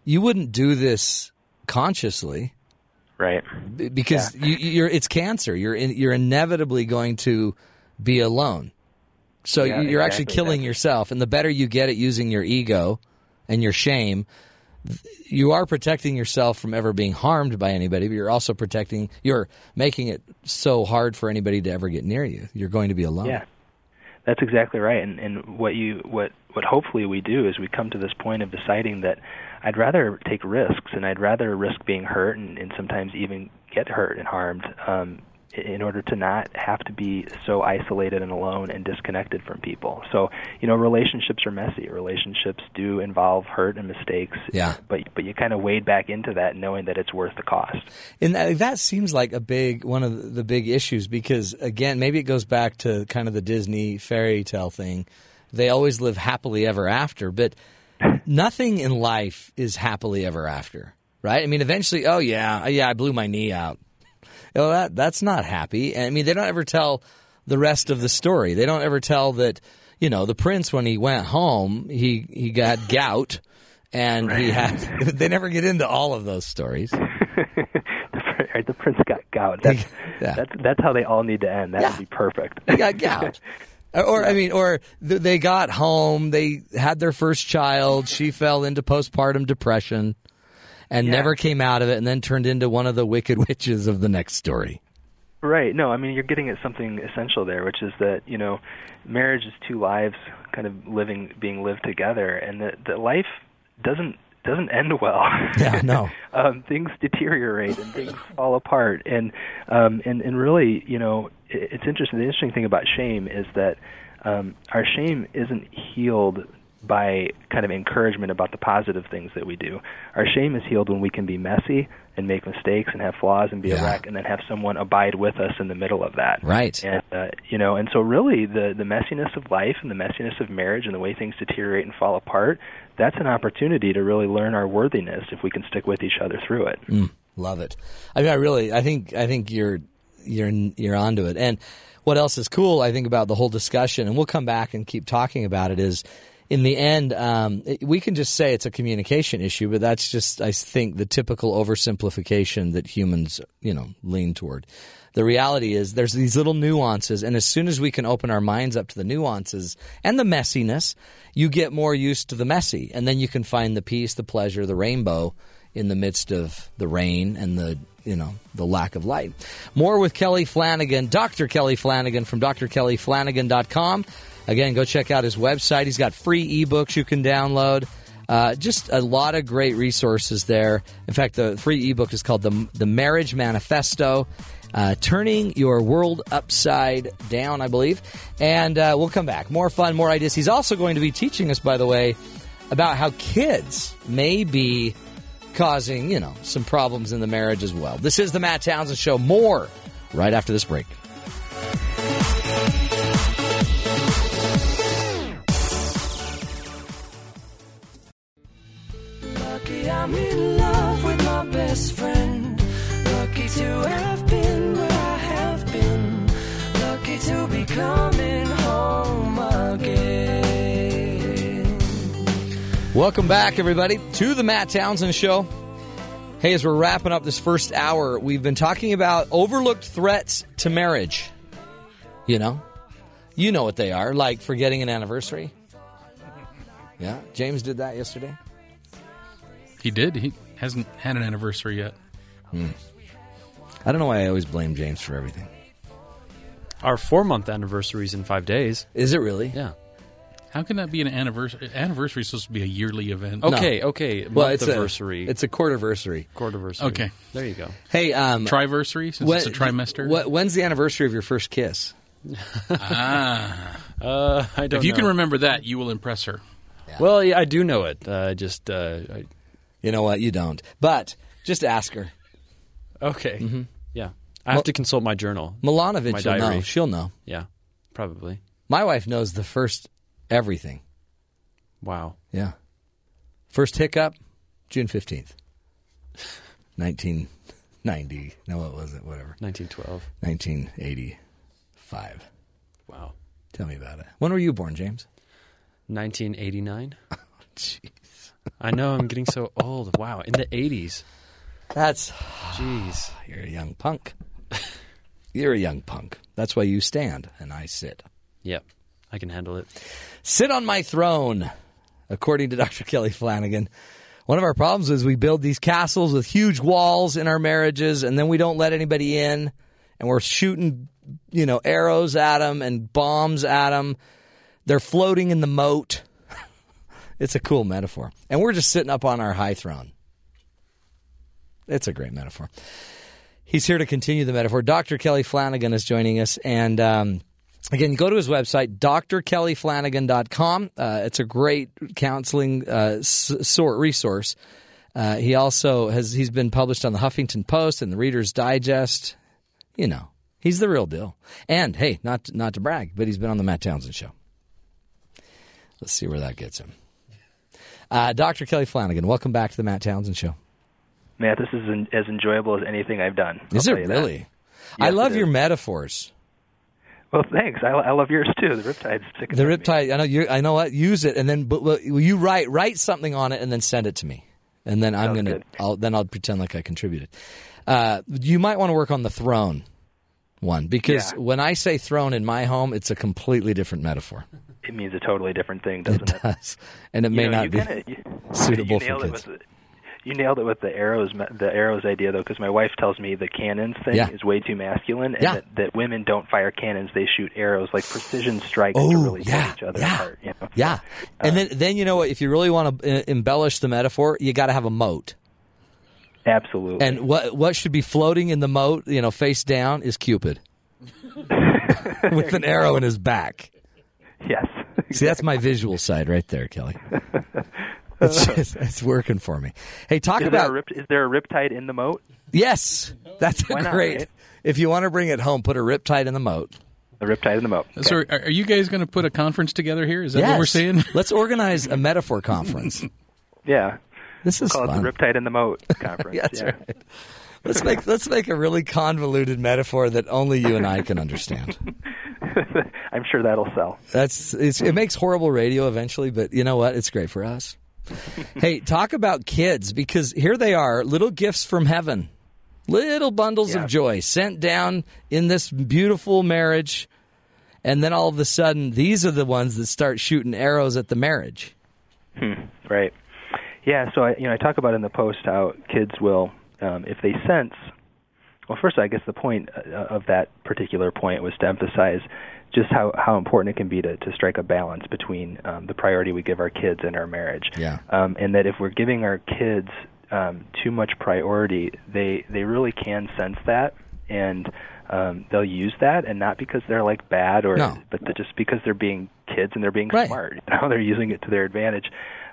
[SPEAKER 1] you wouldn't do this consciously
[SPEAKER 6] Right.
[SPEAKER 1] b- because you, you're it's cancer. You're in, you're inevitably going to be alone, so
[SPEAKER 6] Yeah,
[SPEAKER 1] you- you're actually
[SPEAKER 6] exactly,
[SPEAKER 1] killing
[SPEAKER 6] exactly.
[SPEAKER 1] yourself. And the better you get at using your ego and your shame. th- You are protecting yourself from ever being harmed by anybody, but you're also protecting. You're making it so hard for anybody to ever get near you. You're going to be alone.
[SPEAKER 6] Yeah, that's exactly right. And and what you what what hopefully we do is we come to this point of deciding that I'd rather take risks and I'd rather risk being hurt and, and sometimes even get hurt and harmed um, i- in order to not have to be so isolated and alone and disconnected from people. So you know, relationships are messy. Relationships do involve hurt and mistakes.
[SPEAKER 1] Yeah.
[SPEAKER 6] But but you kind of wade back into that knowing that it's worth the cost.
[SPEAKER 1] And that, that seems like a big one of the big issues because again, maybe it goes back to kind of the Disney fairy tale thing. They always live happily ever after, but nothing in life is happily ever after, right? I mean, eventually, oh yeah, yeah, I blew my knee out. Well, that that's not happy. I mean, they don't ever tell the rest of the story. They don't ever tell that you know the prince when he went home, he he got gout, and he had. They never get into all of those stories.
[SPEAKER 6] The, pr- the prince got gout. That's,
[SPEAKER 1] Yeah.
[SPEAKER 6] that's that's how they all need to end. That
[SPEAKER 1] Yeah.
[SPEAKER 6] would be perfect.
[SPEAKER 1] They got gout. Or, or, I mean, or th- they got home. They had their first child. She fell into postpartum depression, and never came out of it. And then turned into one of the wicked witches of the next story.
[SPEAKER 6] Right. No, I mean you're getting at something essential there, which is that you know, marriage is two lives kind of living, being lived together, and that that life doesn't doesn't end well.
[SPEAKER 1] Yeah, no.
[SPEAKER 6] um, things deteriorate and things fall apart, and um, and and really, you know, it, it's interesting. The interesting thing about shame is that um, our shame isn't healed by kind of encouragement about the positive things that we do. Our shame is healed when we can be messy and make mistakes and have flaws and be
[SPEAKER 1] Yeah.
[SPEAKER 6] a wreck and then have someone abide with us in the middle of that.
[SPEAKER 1] Right.
[SPEAKER 6] And uh, you know, and so really the the messiness of life and the messiness of marriage and the way things deteriorate and fall apart, that's an opportunity to really learn our worthiness if we can stick with each other through it.
[SPEAKER 1] Mm. Love it. I mean, I really, I think, I think you're, you're, you're onto it. And what else is cool, I think, about the whole discussion, and we'll come back and keep talking about it, is in the end, um, it- we can just say it's a communication issue, but that's just, I think, the typical oversimplification that humans, you know, lean toward. The reality is there's these little nuances, and as soon as we can open our minds up to the nuances and the messiness, you get more used to the messy, and then you can find the peace, the pleasure, the rainbow in the midst of the rain and the you know the lack of light. More with Kelly Flanagan, Dr. Kelly Flanagan from drkellyflanagan.com. Again, go check out his website. He's got free ebooks you can download. Uh, just a lot of great resources there. In fact, the free ebook is called The, the Marriage Manifesto uh, Turning Your World Upside Down, I believe. And uh, we'll come back. More fun, more ideas. He's also going to be teaching us, by the way, about how kids may be causing, you know, some problems in the marriage as well. This is The Matt Townsend Show. More right after this break.
[SPEAKER 7] Lucky I'm in love with my best friend. Lucky to have been where I have been. Lucky to be coming home again.
[SPEAKER 1] Welcome back, everybody, to the Matt Townsend Show. Hey, as we're wrapping up this first hour, we've been talking about overlooked threats to marriage. You know, you know what they are, like forgetting an anniversary. Yeah, James did that yesterday.
[SPEAKER 2] He did. He hasn't had an anniversary yet.
[SPEAKER 1] I don't know why I always blame James for everything.
[SPEAKER 3] Our four month anniversary is in five days.
[SPEAKER 1] Is it really?
[SPEAKER 3] Yeah.
[SPEAKER 2] How can that be an anniversary? Anniversary is supposed to be a yearly event.
[SPEAKER 3] Okay, okay.
[SPEAKER 1] Well,
[SPEAKER 3] month
[SPEAKER 1] it's
[SPEAKER 3] anniversary.
[SPEAKER 1] a it's a quarterversary.
[SPEAKER 3] quarterversary.
[SPEAKER 2] Okay.
[SPEAKER 3] There you go.
[SPEAKER 1] Hey, um,
[SPEAKER 2] Triversary, since it's a
[SPEAKER 1] when-
[SPEAKER 2] trimester.
[SPEAKER 1] wh- when's the anniversary of your first kiss?
[SPEAKER 3] Uh, I don't
[SPEAKER 2] If you
[SPEAKER 1] Oh,
[SPEAKER 3] know.
[SPEAKER 2] can remember that, you will impress her.
[SPEAKER 3] Well, yeah, I do know it. Uh, I just uh, I,
[SPEAKER 1] You know what? You don't. But just ask her.
[SPEAKER 3] okay. Yeah. I have to consult my journal. My
[SPEAKER 1] Milanovic will know.
[SPEAKER 3] diary.
[SPEAKER 1] She'll know.
[SPEAKER 3] Yeah. Probably.
[SPEAKER 1] My wife knows the first everything.
[SPEAKER 3] Wow.
[SPEAKER 1] Yeah. First hiccup, June 15th, 1990. No, what was it? Whatever.
[SPEAKER 3] 1912.
[SPEAKER 1] 1985.
[SPEAKER 3] Wow.
[SPEAKER 1] Tell me about it. When were you born, James?
[SPEAKER 3] 1989. I know I'm getting so old. Wow, in the 80s.
[SPEAKER 1] That's.
[SPEAKER 3] Jeez.
[SPEAKER 1] You're a young punk. You're a young punk. That's why you stand and I sit.
[SPEAKER 3] Yep. I can handle it.
[SPEAKER 1] Sit on my throne, according to Dr. Kelly Flanagan. One of our problems is we build these castles with huge walls in our marriages and then we don't let anybody in and we're shooting, you know, arrows at them and bombs at them. They're floating in the moat. it's a cool metaphor. And we're just sitting up on our high throne. It's a great metaphor. He's here to continue the metaphor. Dr. Kelly Flanagan is joining us. And um, again, go to his website, drkellyflanagan.com. Uh, it's a great counseling uh, s- sort resource. Uh, he also has he's been published on the Huffington Post and the Reader's Digest. You know, he's the real deal. And hey, not not to brag, but he's been on the Matt Townsend show. Let's see where that gets him. Uh, Dr. Kelly Flanagan, welcome back to the Matt Townsend show.
[SPEAKER 6] Matt, this is en- as enjoyable as anything I've done. I'll
[SPEAKER 1] Is it
[SPEAKER 6] tell you that.
[SPEAKER 1] really? I
[SPEAKER 6] Yes,
[SPEAKER 1] love
[SPEAKER 6] it is.
[SPEAKER 1] your metaphors.
[SPEAKER 6] Well, thanks. I, I love yours too. The Riptide's sticking.
[SPEAKER 1] The
[SPEAKER 6] with me.
[SPEAKER 1] riptide. I know you. I know what. Use it, and then but, but you write write something on it, and then send it to me, and then I'm
[SPEAKER 6] Sounds
[SPEAKER 1] gonna.
[SPEAKER 6] good.
[SPEAKER 1] I'll, then I'll pretend like I contributed. Uh, you might want to work on the throne one because
[SPEAKER 6] Yeah.
[SPEAKER 1] when I say throne in my home, it's a completely different metaphor,
[SPEAKER 6] It means a totally different thing, doesn't it?
[SPEAKER 1] and it may
[SPEAKER 6] You know,
[SPEAKER 1] not
[SPEAKER 6] you
[SPEAKER 1] be.
[SPEAKER 6] kinda- you-
[SPEAKER 1] suitable
[SPEAKER 6] you
[SPEAKER 1] for
[SPEAKER 6] nailed it
[SPEAKER 1] kids.
[SPEAKER 6] with the- You nailed it with the arrows, me- the arrows idea though, because my wife tells me the cannons thing
[SPEAKER 1] Yeah.
[SPEAKER 6] is way too masculine, and
[SPEAKER 1] Yeah.
[SPEAKER 6] that, that women don't fire cannons; they shoot arrows, like precision strikes to
[SPEAKER 1] Oh,
[SPEAKER 6] really
[SPEAKER 1] yeah,
[SPEAKER 6] set each other
[SPEAKER 1] yeah,
[SPEAKER 6] apart. You know?
[SPEAKER 1] yeah. And then then you know what? If you really want to uh, embellish the metaphor, you got to have a moat,
[SPEAKER 6] absolutely.
[SPEAKER 1] and what what should be floating in the moat, you know, face down, is Cupid with an arrow in his back.
[SPEAKER 6] yes,
[SPEAKER 1] See, that's my visual side right there, Kelly. It's, just- it's working for me. Hey, talk
[SPEAKER 6] is there,
[SPEAKER 1] about
[SPEAKER 6] a rip, is there a riptide in the moat?
[SPEAKER 1] yes. That's a
[SPEAKER 6] Why not,
[SPEAKER 1] great.
[SPEAKER 6] right?
[SPEAKER 1] If you want to bring it home, put a riptide in the moat.
[SPEAKER 6] The riptide in the moat.
[SPEAKER 2] So, are, are you guys going to put a conference together here? Is that what we're saying?
[SPEAKER 1] Let's organize a metaphor conference.
[SPEAKER 6] Yeah,
[SPEAKER 1] This is
[SPEAKER 6] call it
[SPEAKER 1] fun.
[SPEAKER 6] the riptide in the moat conference.
[SPEAKER 1] That's
[SPEAKER 6] yeah.
[SPEAKER 1] right. Let's make let's make a really convoluted metaphor that only you and I can understand.
[SPEAKER 6] I'm sure that'll sell.
[SPEAKER 1] That's it's, it makes horrible radio eventually, but you know what? It's great for us. hey, talk about kids because here they are, little gifts from heaven, little bundles
[SPEAKER 6] Yeah.
[SPEAKER 1] of joy sent down in this beautiful marriage, and then all of a sudden, these are the ones that start shooting arrows at the marriage.
[SPEAKER 6] Right. Yeah. So I, you know, I talk about in the post how kids will, um, if they sense Well, first, I guess the point uh, of that particular point was to emphasize just how, how important it can be to, to strike a balance between um, the priority we give our kids and our marriage.
[SPEAKER 1] Yeah.
[SPEAKER 6] Um, and that if we're giving our kids um, too much priority, they, they really can sense that and um, they'll use that, and not because they're like bad or,
[SPEAKER 1] No.
[SPEAKER 6] but they're just because they're being kids and they're being
[SPEAKER 1] Right.
[SPEAKER 6] smart. You know, they're using it to their advantage.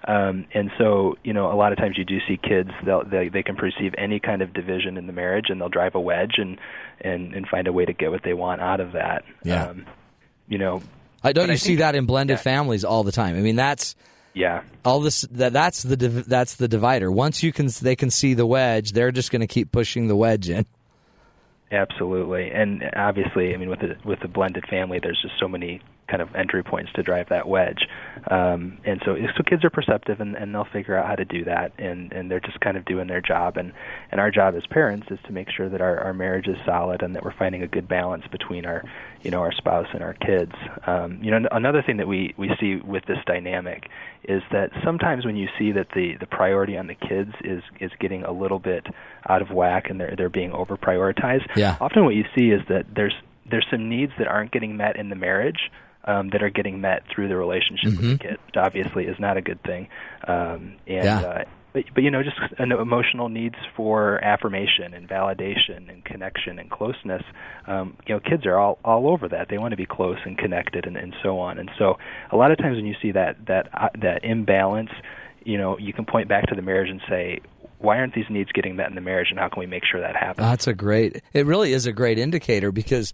[SPEAKER 6] Um, and so, you know, a lot of times you do see kids they'll, they they can perceive any kind of division in the marriage, and they'll drive a wedge and and and find a way to get what they want out of that.
[SPEAKER 1] Yeah.
[SPEAKER 6] Um, you know,
[SPEAKER 1] I don't
[SPEAKER 6] But
[SPEAKER 1] you
[SPEAKER 6] I
[SPEAKER 1] see
[SPEAKER 6] think-
[SPEAKER 1] that in blended families all the time. I mean, that's
[SPEAKER 6] yeah,
[SPEAKER 1] all this that, that's the div- that's the divider. Once you can they can see the wedge, they're just going to keep pushing the wedge in.
[SPEAKER 6] absolutely. And obviously, I mean, with the with the blended family, there's just so many kind of entry points to drive that wedge. Um, and so, so kids are perceptive, and, and they'll figure out how to do that. And and they're just kind of doing their job. And and our job as parents is to make sure that our our marriage is solid and that we're finding a good balance between our you know our spouse and our kids. Um, you know, an- another thing that we we see with this dynamic is that sometimes when you see that the the priority on the kids is is getting a little bit out of whack and they're they're being over prioritized.
[SPEAKER 1] Yeah.
[SPEAKER 6] Often what you see is that there's there's some needs that aren't getting met in the marriage. Um, that are getting met through the relationship with the kid, which obviously is not a good thing. Um, and
[SPEAKER 1] Mm-hmm. Yeah.
[SPEAKER 6] uh, but, but you know, just an emotional needs for affirmation and validation and connection and closeness. Um, you know, kids are all all over that. They want to be close and connected and, and so on. And so, a lot of times when you see that that uh, that imbalance, you know, you can point back to the marriage and say, why aren't these needs getting met in the marriage, and how can we make sure that happens?
[SPEAKER 1] That's a great. It really is a great indicator because,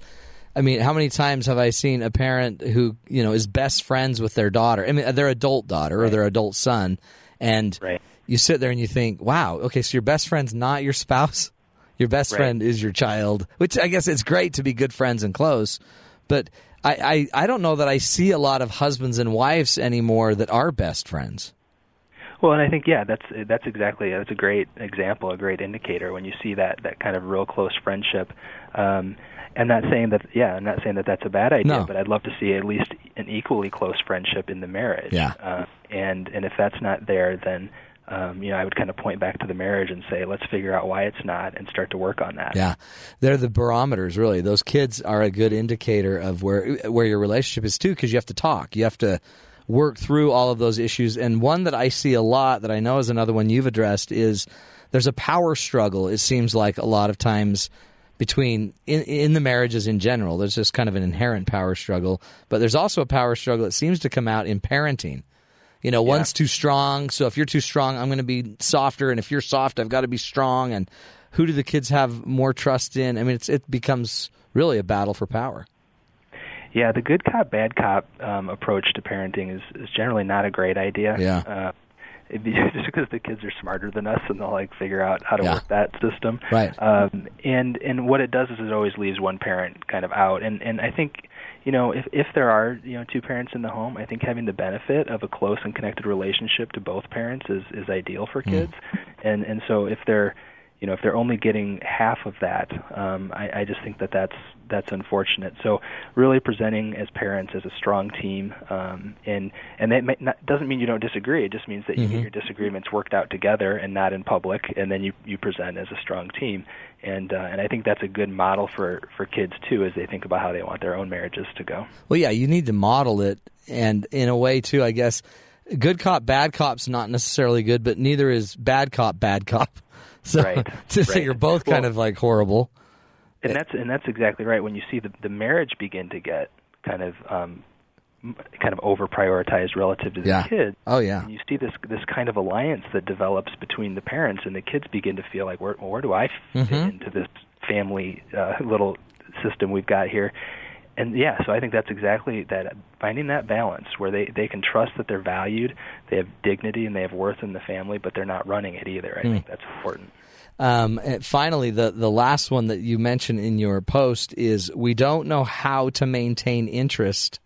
[SPEAKER 1] I mean, how many times have I seen a parent who you know is best friends with their daughter? I mean, uh, their adult daughter or their adult son, and
[SPEAKER 6] Right.
[SPEAKER 1] you sit there and you think, "Wow, okay, so your best friend's not your spouse. Your best
[SPEAKER 6] Right.
[SPEAKER 1] friend is your child." Which I guess it's great to be good friends and close, but I I, I don't know that I see a lot of husbands and wives anymore that are best friends.
[SPEAKER 6] Well, and I think yeah, that's that's exactly that's a great example, a great indicator when you see that that kind of real close friendship. Um, and not saying that yeah, I'm not saying that that's a bad idea,
[SPEAKER 1] No.
[SPEAKER 6] but I'd love to see at least an equally close friendship in the marriage.
[SPEAKER 1] Yeah.
[SPEAKER 6] Uh, and and if that's not there, then um, you know I would kind of point back to the marriage and say let's figure out why it's not and start to work on that.
[SPEAKER 1] Yeah, they're the barometers. Really, those kids are a good indicator of where where your relationship is too, because you have to talk, you have to work through all of those issues. And one that I see a lot, that I know is another one you've addressed, is there's a power struggle. It seems like a lot of times between in, in the marriages in general, there's just kind of an inherent power struggle, but there's also a power struggle that seems to come out in parenting. You know, one's too strong. So if you're too strong, I'm going to be softer, and if you're soft, I've got to be strong. And who do the kids have more trust in? I mean, it's, it becomes really a battle for power.
[SPEAKER 6] Yeah, the good cop bad cop um, approach to parenting is, is generally not a great idea.
[SPEAKER 1] Yeah.
[SPEAKER 6] Uh, it'd be just because the kids are smarter than us and they'll like figure out how to
[SPEAKER 1] Yeah.
[SPEAKER 6] work that system.
[SPEAKER 1] Right.
[SPEAKER 6] Um, and and what it does is it always leaves one parent kind of out. And and I think you know if if there are you know two parents in the home, I think having the benefit of a close and connected relationship to both parents is is ideal
[SPEAKER 1] Hmm.
[SPEAKER 6] for kids. And and so if they're you know if they're only getting half of that um, I, I just think that that's that's unfortunate so really presenting as parents as a strong team um, and and that may not, doesn't mean you don't disagree it just means that you get your disagreements worked out together and not in public and then you you present as a strong team and uh, and I think that's a good model for for kids too as they think about how they want their own marriages to go
[SPEAKER 1] Well, yeah, you need to model it, and in a way too, I guess, good cop, bad cop's not necessarily good, but neither is bad cop, bad cop. So,
[SPEAKER 6] Right,
[SPEAKER 1] so
[SPEAKER 6] right.
[SPEAKER 1] you're both kind
[SPEAKER 6] Well-
[SPEAKER 1] of like horrible.
[SPEAKER 6] and that's and that's exactly right. When you see the the marriage begin to get kind of um, m- kind of over prioritized relative to the
[SPEAKER 1] Yeah.
[SPEAKER 6] kids.
[SPEAKER 1] Oh, yeah.
[SPEAKER 6] and you see this this kind of alliance that develops between the parents and the kids begin to feel like where well, where do I fit into this family uh, little system we've got here. And yeah, so I think that's exactly that finding that balance where they they can trust that they're valued, they have dignity and they have worth in the family, but they're not running it either. I think that's important.
[SPEAKER 1] Um, and finally, the, the last one that you mentioned in your post is we don't know how to maintain interest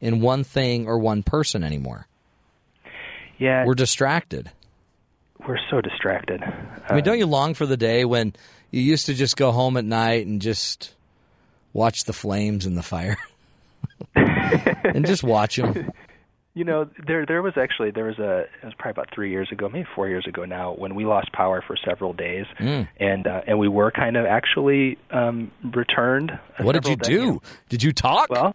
[SPEAKER 1] in one thing or one person anymore.
[SPEAKER 6] Yeah,
[SPEAKER 1] We're distracted.
[SPEAKER 6] we're so distracted.
[SPEAKER 1] I mean, don't you long for the day when you used to just go home at night and just watch the flames and the fire? and just watch them.
[SPEAKER 6] You know, there there was actually there was a it was probably about three years ago, maybe four years ago now, when we lost power for several days,
[SPEAKER 1] Hmm.
[SPEAKER 6] and uh, and we were kind of actually um, returned. uh,
[SPEAKER 1] What did you
[SPEAKER 6] several days.
[SPEAKER 1] do? Did you talk?
[SPEAKER 6] Well,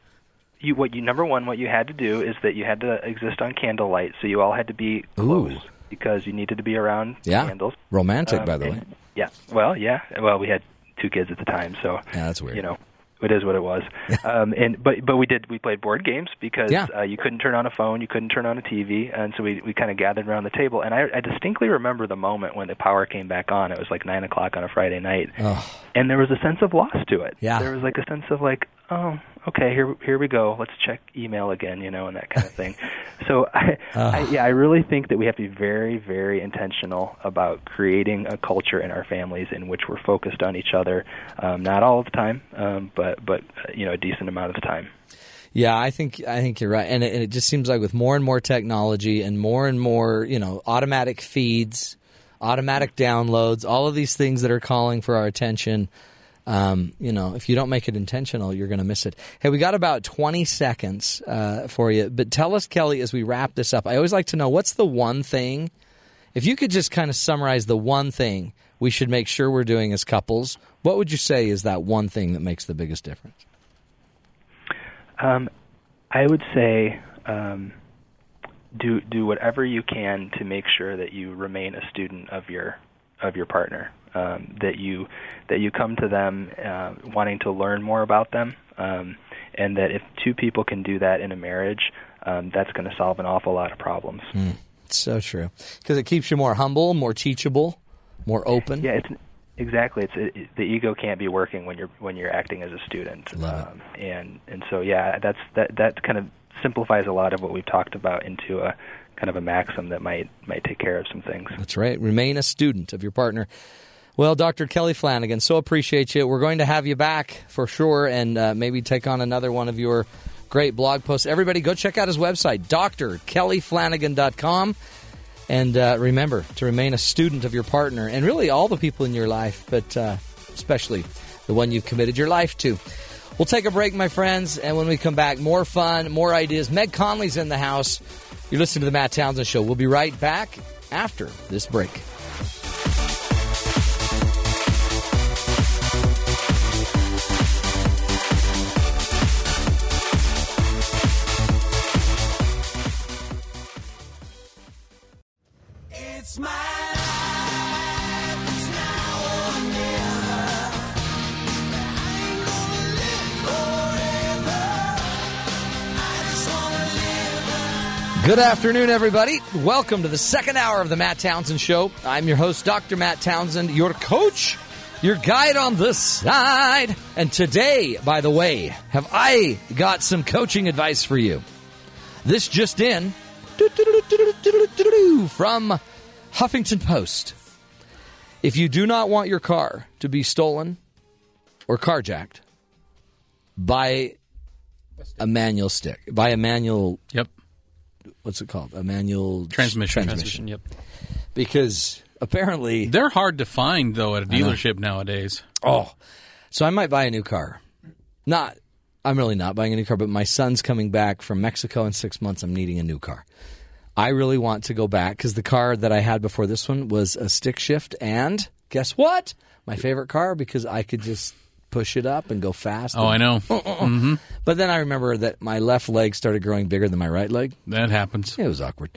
[SPEAKER 6] you what you number one what you had to do is that you had to exist on candlelight, so you all had to be close
[SPEAKER 1] Ooh.
[SPEAKER 6] because you needed to be around
[SPEAKER 1] yeah.
[SPEAKER 6] candles.
[SPEAKER 1] Romantic,
[SPEAKER 6] Um,
[SPEAKER 1] by the way.
[SPEAKER 6] and- Yeah. Well, yeah. Well, we had two kids at the time, so
[SPEAKER 1] Yeah, that's weird.
[SPEAKER 6] You know, it is what it was. um, and but but we did we played board games because
[SPEAKER 1] Yeah.
[SPEAKER 6] uh, you couldn't turn on a phone, you couldn't turn on a TV, and so we we kind of gathered around the table. And I, I distinctly remember the moment when the power came back on. It was like nine o'clock on a Friday night, and there was a sense of loss to it.
[SPEAKER 1] Yeah.
[SPEAKER 6] There was like a sense of like, oh, okay, here here we go. Let's check email again, you know, and that kind of thing. so I, I yeah, I really think that we have to be very very intentional about creating a culture in our families in which we're focused on each other, um, not all of the time, um, but but uh, you know, a decent amount of the time.
[SPEAKER 1] Yeah, I think I think you're right, and it, and it just seems like with more and more technology and more and more, you know, automatic feeds, automatic downloads, all of these things that are calling for our attention. Um, you know, if you don't make it intentional, you're going to miss it. Hey, we got about 20 seconds uh, for you, but tell us, Kelly, as we wrap this up. I always like to know what's the one thing, if you could just kind of summarize the one thing we should make sure we're doing as couples. What would you say is that one thing that makes the biggest difference?
[SPEAKER 6] Um, I would say um, do do whatever you can to make sure that you remain a student of your of your partner. Um, that you that you come to them uh, wanting to learn more about them, um, and that if two people can do that in a marriage, um, that's going to solve an awful lot of problems.
[SPEAKER 1] So true. Because it keeps you more humble, more teachable, more open.
[SPEAKER 6] Yeah, it's exactly. It's it, it- the ego can't be working when you're when you're acting as a student.
[SPEAKER 1] Love it.
[SPEAKER 6] um, and and so yeah, that's that that kind of simplifies a lot of what we've talked about into a kind of a maxim that might might take care of some things.
[SPEAKER 1] That's right. Remain a student of your partner. Well, Dr. Kelly Flanagan, so appreciate you. We're going to have you back for sure and uh, maybe take on another one of your great blog posts. Everybody, go check out his website, drkellyflanagan.com. And uh, remember to remain a student of your partner and really all the people in your life, but uh, especially the one you've committed your life to. We'll take a break, my friends, and when we come back, more fun, more ideas. Meg Conley's in the house. You're listening to The Matt Townsend Show. We'll be right back after this break.
[SPEAKER 7] It's my life, it's now or never. I ain't gonna live forever. I just wanna live.
[SPEAKER 1] Good afternoon, everybody. Welcome to the second hour of the Matt Townsend Show. I'm your host, Dr. Matt Townsend, your coach, your guide on the side. And today, by the way, have I got some coaching advice for you? This just in from Huffington Post. If you do not want your car to be stolen or carjacked, buy a manual stick, buy a manual
[SPEAKER 2] Yep.
[SPEAKER 1] what's it called? A manual
[SPEAKER 2] Transmission.
[SPEAKER 1] Transmission.
[SPEAKER 3] Yep.
[SPEAKER 1] Because apparently,
[SPEAKER 2] They're hard to find though at a dealership nowadays.
[SPEAKER 1] oh, so I might buy a new car. Not, I'm really not buying a new car, but my son's coming back from Mexico in six months. I'm needing a new car. I really want to go back because the car that I had before this one was a stick shift, and guess what? My favorite car because I could just push it up and go fast.
[SPEAKER 2] Oh, I know
[SPEAKER 1] But then I remember that my left leg started growing bigger than my right leg.
[SPEAKER 2] that happens.
[SPEAKER 1] It was awkward.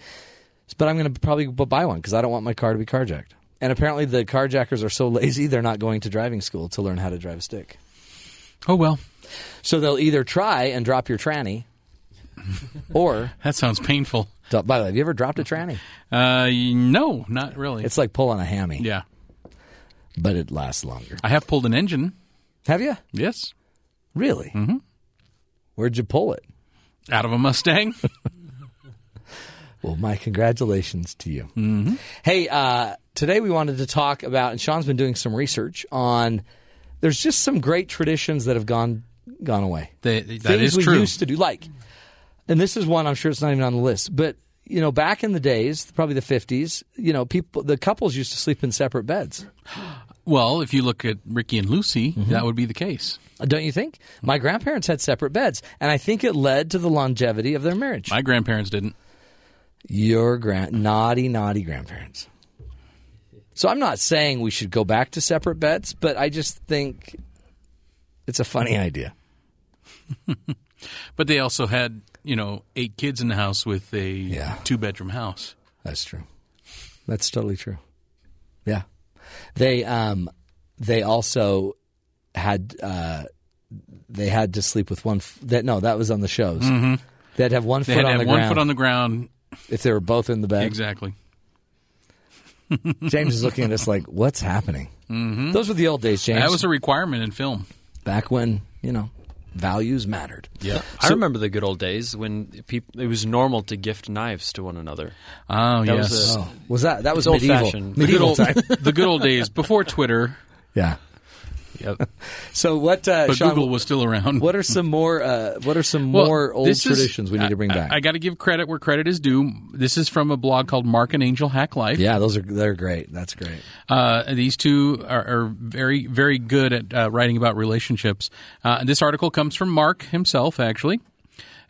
[SPEAKER 1] But I'm going to probably bu- buy one because I don't want my car to be carjacked. And apparently, the carjackers are so lazy, they're not going to driving school to learn how to drive a stick.
[SPEAKER 2] Oh well,
[SPEAKER 1] So they'll either try and drop your tranny or.
[SPEAKER 2] that sounds painful.
[SPEAKER 1] By the way, have you ever dropped a tranny?
[SPEAKER 2] Uh, y- no, not really.
[SPEAKER 1] It's like pulling a hammy,
[SPEAKER 2] yeah,
[SPEAKER 1] but it lasts longer.
[SPEAKER 2] I have pulled an engine.
[SPEAKER 1] Have you?
[SPEAKER 2] Yes,
[SPEAKER 1] Really? Mm-hmm. Where'd you pull it?
[SPEAKER 2] out of a Mustang.
[SPEAKER 1] Well, my congratulations to you. Hey, uh, today we wanted to talk about, and Sean's been doing some research on. There's just some great traditions that have gone gone away.
[SPEAKER 2] They- that
[SPEAKER 1] Things
[SPEAKER 2] is
[SPEAKER 1] we
[SPEAKER 2] true.
[SPEAKER 1] used to do, like, and this is one I'm sure it's not even on the list, but you know, back in the days, probably the 50s, you know, people the couples used to sleep in separate beds.
[SPEAKER 2] Well, if you look at Ricky and Lucy,
[SPEAKER 1] Mm-hmm.
[SPEAKER 2] that would be the case.
[SPEAKER 1] Don't you think? My grandparents had separate beds, and I think it led to the longevity of their marriage.
[SPEAKER 2] My grandparents didn't.
[SPEAKER 1] Your grand naughty, naughty grandparents. So I'm not saying we should go back to separate beds, but I just think it's a funny idea.
[SPEAKER 2] But they also had, you know, eight kids in the house with a two bedroom house.
[SPEAKER 1] That's true. That's totally true. Yeah. They um they also had uh they had to sleep with one f- that no, that was on the shows. Mm-hmm. They'd have one
[SPEAKER 2] They
[SPEAKER 1] foot
[SPEAKER 2] had to
[SPEAKER 1] on
[SPEAKER 2] have
[SPEAKER 1] the
[SPEAKER 2] one
[SPEAKER 1] ground
[SPEAKER 2] foot on the ground.
[SPEAKER 1] if they were both in the bed.
[SPEAKER 2] Exactly.
[SPEAKER 1] James is looking at us like, "What's happening?" Mm-hmm. Those were the old days, James.
[SPEAKER 2] That was a requirement in film.
[SPEAKER 1] back when you know values mattered.
[SPEAKER 2] Yeah.
[SPEAKER 3] I remember the good old days when peop it was normal to gift knives to one another.
[SPEAKER 2] Oh,
[SPEAKER 3] That
[SPEAKER 2] yes.
[SPEAKER 3] was a-
[SPEAKER 1] Oh, was that that was
[SPEAKER 3] It's
[SPEAKER 1] medieval
[SPEAKER 3] old-fashioned.
[SPEAKER 2] the, good
[SPEAKER 1] medieval
[SPEAKER 2] old,
[SPEAKER 1] time?
[SPEAKER 2] the good old days before Twitter,
[SPEAKER 1] yeah.
[SPEAKER 3] Yep.
[SPEAKER 1] So what, uh,
[SPEAKER 2] but
[SPEAKER 1] Sean?
[SPEAKER 2] Google was still around.
[SPEAKER 1] what are some more? Uh, what are some
[SPEAKER 2] Well,
[SPEAKER 1] more old
[SPEAKER 2] this is-
[SPEAKER 1] traditions we need to bring
[SPEAKER 2] I-
[SPEAKER 1] back?
[SPEAKER 2] I, got to give credit where credit is due. This is from a blog called Mark and Angel Hack Life.
[SPEAKER 1] yeah, those are they're great. That's great.
[SPEAKER 2] Uh, these two are, are very, very good at uh, writing about relationships. Uh, and this article comes from Mark himself, actually.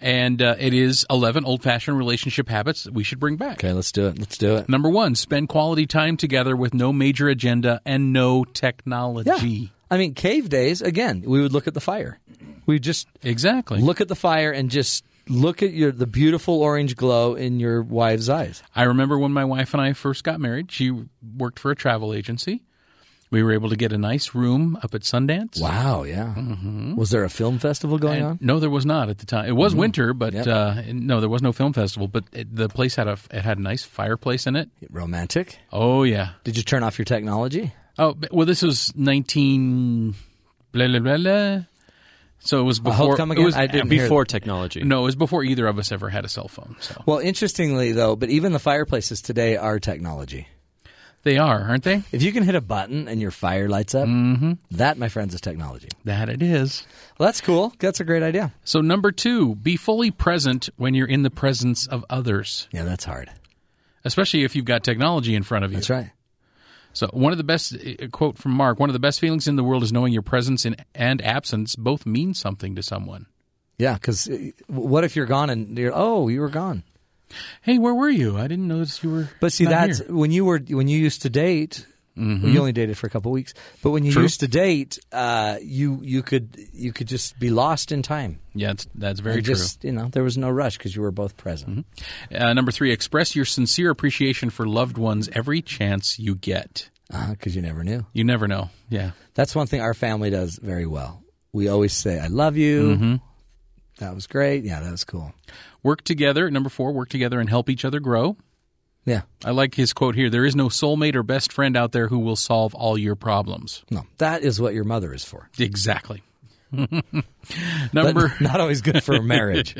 [SPEAKER 2] And uh, it is 11 old fashioned relationship habits that we should bring back.
[SPEAKER 1] Okay, let's do it. Let's do it.
[SPEAKER 2] Number one, spend quality time together with no major agenda and no technology.
[SPEAKER 1] I mean, cave days again. We would look at the fire. We just
[SPEAKER 2] Exactly.
[SPEAKER 1] look at the fire and just look at your the beautiful orange glow in your wife's eyes.
[SPEAKER 2] I remember when my wife and I first got married, she worked for a travel agency. We were able to get a nice room up at Sundance.
[SPEAKER 1] Wow. Yeah. Was there a film festival going
[SPEAKER 2] And-
[SPEAKER 1] on?
[SPEAKER 2] no, there was not at the time. It was
[SPEAKER 1] Mm-hmm.
[SPEAKER 2] winter, but uh, no, there was no film festival. But it, the place had a it had a nice fireplace in it.
[SPEAKER 1] Romantic.
[SPEAKER 2] Oh yeah.
[SPEAKER 1] Did you turn off your technology?
[SPEAKER 2] Oh but- well, this was nineteen blah blah blah. blah. So it was
[SPEAKER 1] hope
[SPEAKER 2] before.
[SPEAKER 1] come
[SPEAKER 2] it
[SPEAKER 1] again?
[SPEAKER 2] was-
[SPEAKER 1] I didn't hear
[SPEAKER 3] Before technology.
[SPEAKER 2] no, it was before either of us ever had a cell phone. So
[SPEAKER 1] Well, interestingly though, but even the fireplaces today are technology.
[SPEAKER 2] they are, aren't they?
[SPEAKER 1] If you can hit a button and your fire lights up, that, my friends, is technology.
[SPEAKER 2] That it is.
[SPEAKER 1] Well, that's cool. That's a great idea.
[SPEAKER 2] So number two, be fully present when you're in the presence of others.
[SPEAKER 1] Yeah, that's hard.
[SPEAKER 2] especially if you've got technology in front of you.
[SPEAKER 1] That's right.
[SPEAKER 2] So, one of the best a quote from Mark: "One of the best feelings in the world is knowing your presence in, and absence both mean something to someone."
[SPEAKER 1] Yeah, because what if you're gone and you're oh you were gone?
[SPEAKER 2] Hey, where were you? I didn't notice you were.
[SPEAKER 1] But see,
[SPEAKER 2] not
[SPEAKER 1] that's
[SPEAKER 2] here. Mm-hmm.
[SPEAKER 1] when you were when you used to date. You only dated for a couple weeks, but when you
[SPEAKER 2] True.
[SPEAKER 1] used to date, uh, you you could you could just be lost in time.
[SPEAKER 2] yeah, it's, that's very
[SPEAKER 1] And
[SPEAKER 2] true.
[SPEAKER 1] just you know there was no rush because you were both present.
[SPEAKER 2] Uh, number three: express your sincere appreciation for loved ones every chance you get.
[SPEAKER 1] Uh, Because you never knew.
[SPEAKER 2] You never know. Yeah,
[SPEAKER 1] That's one thing our family does very well. We always say, I love you.
[SPEAKER 2] Mm-hmm.
[SPEAKER 1] That was great. Yeah, that was cool.
[SPEAKER 2] work together. Number four: work together and help each other grow.
[SPEAKER 1] Yeah.
[SPEAKER 2] I like his quote here: "There is no soulmate or best friend out there who will solve all your problems."
[SPEAKER 1] No, that is what your mother is for.
[SPEAKER 2] Exactly.
[SPEAKER 1] But
[SPEAKER 2] number
[SPEAKER 1] not always good for a marriage.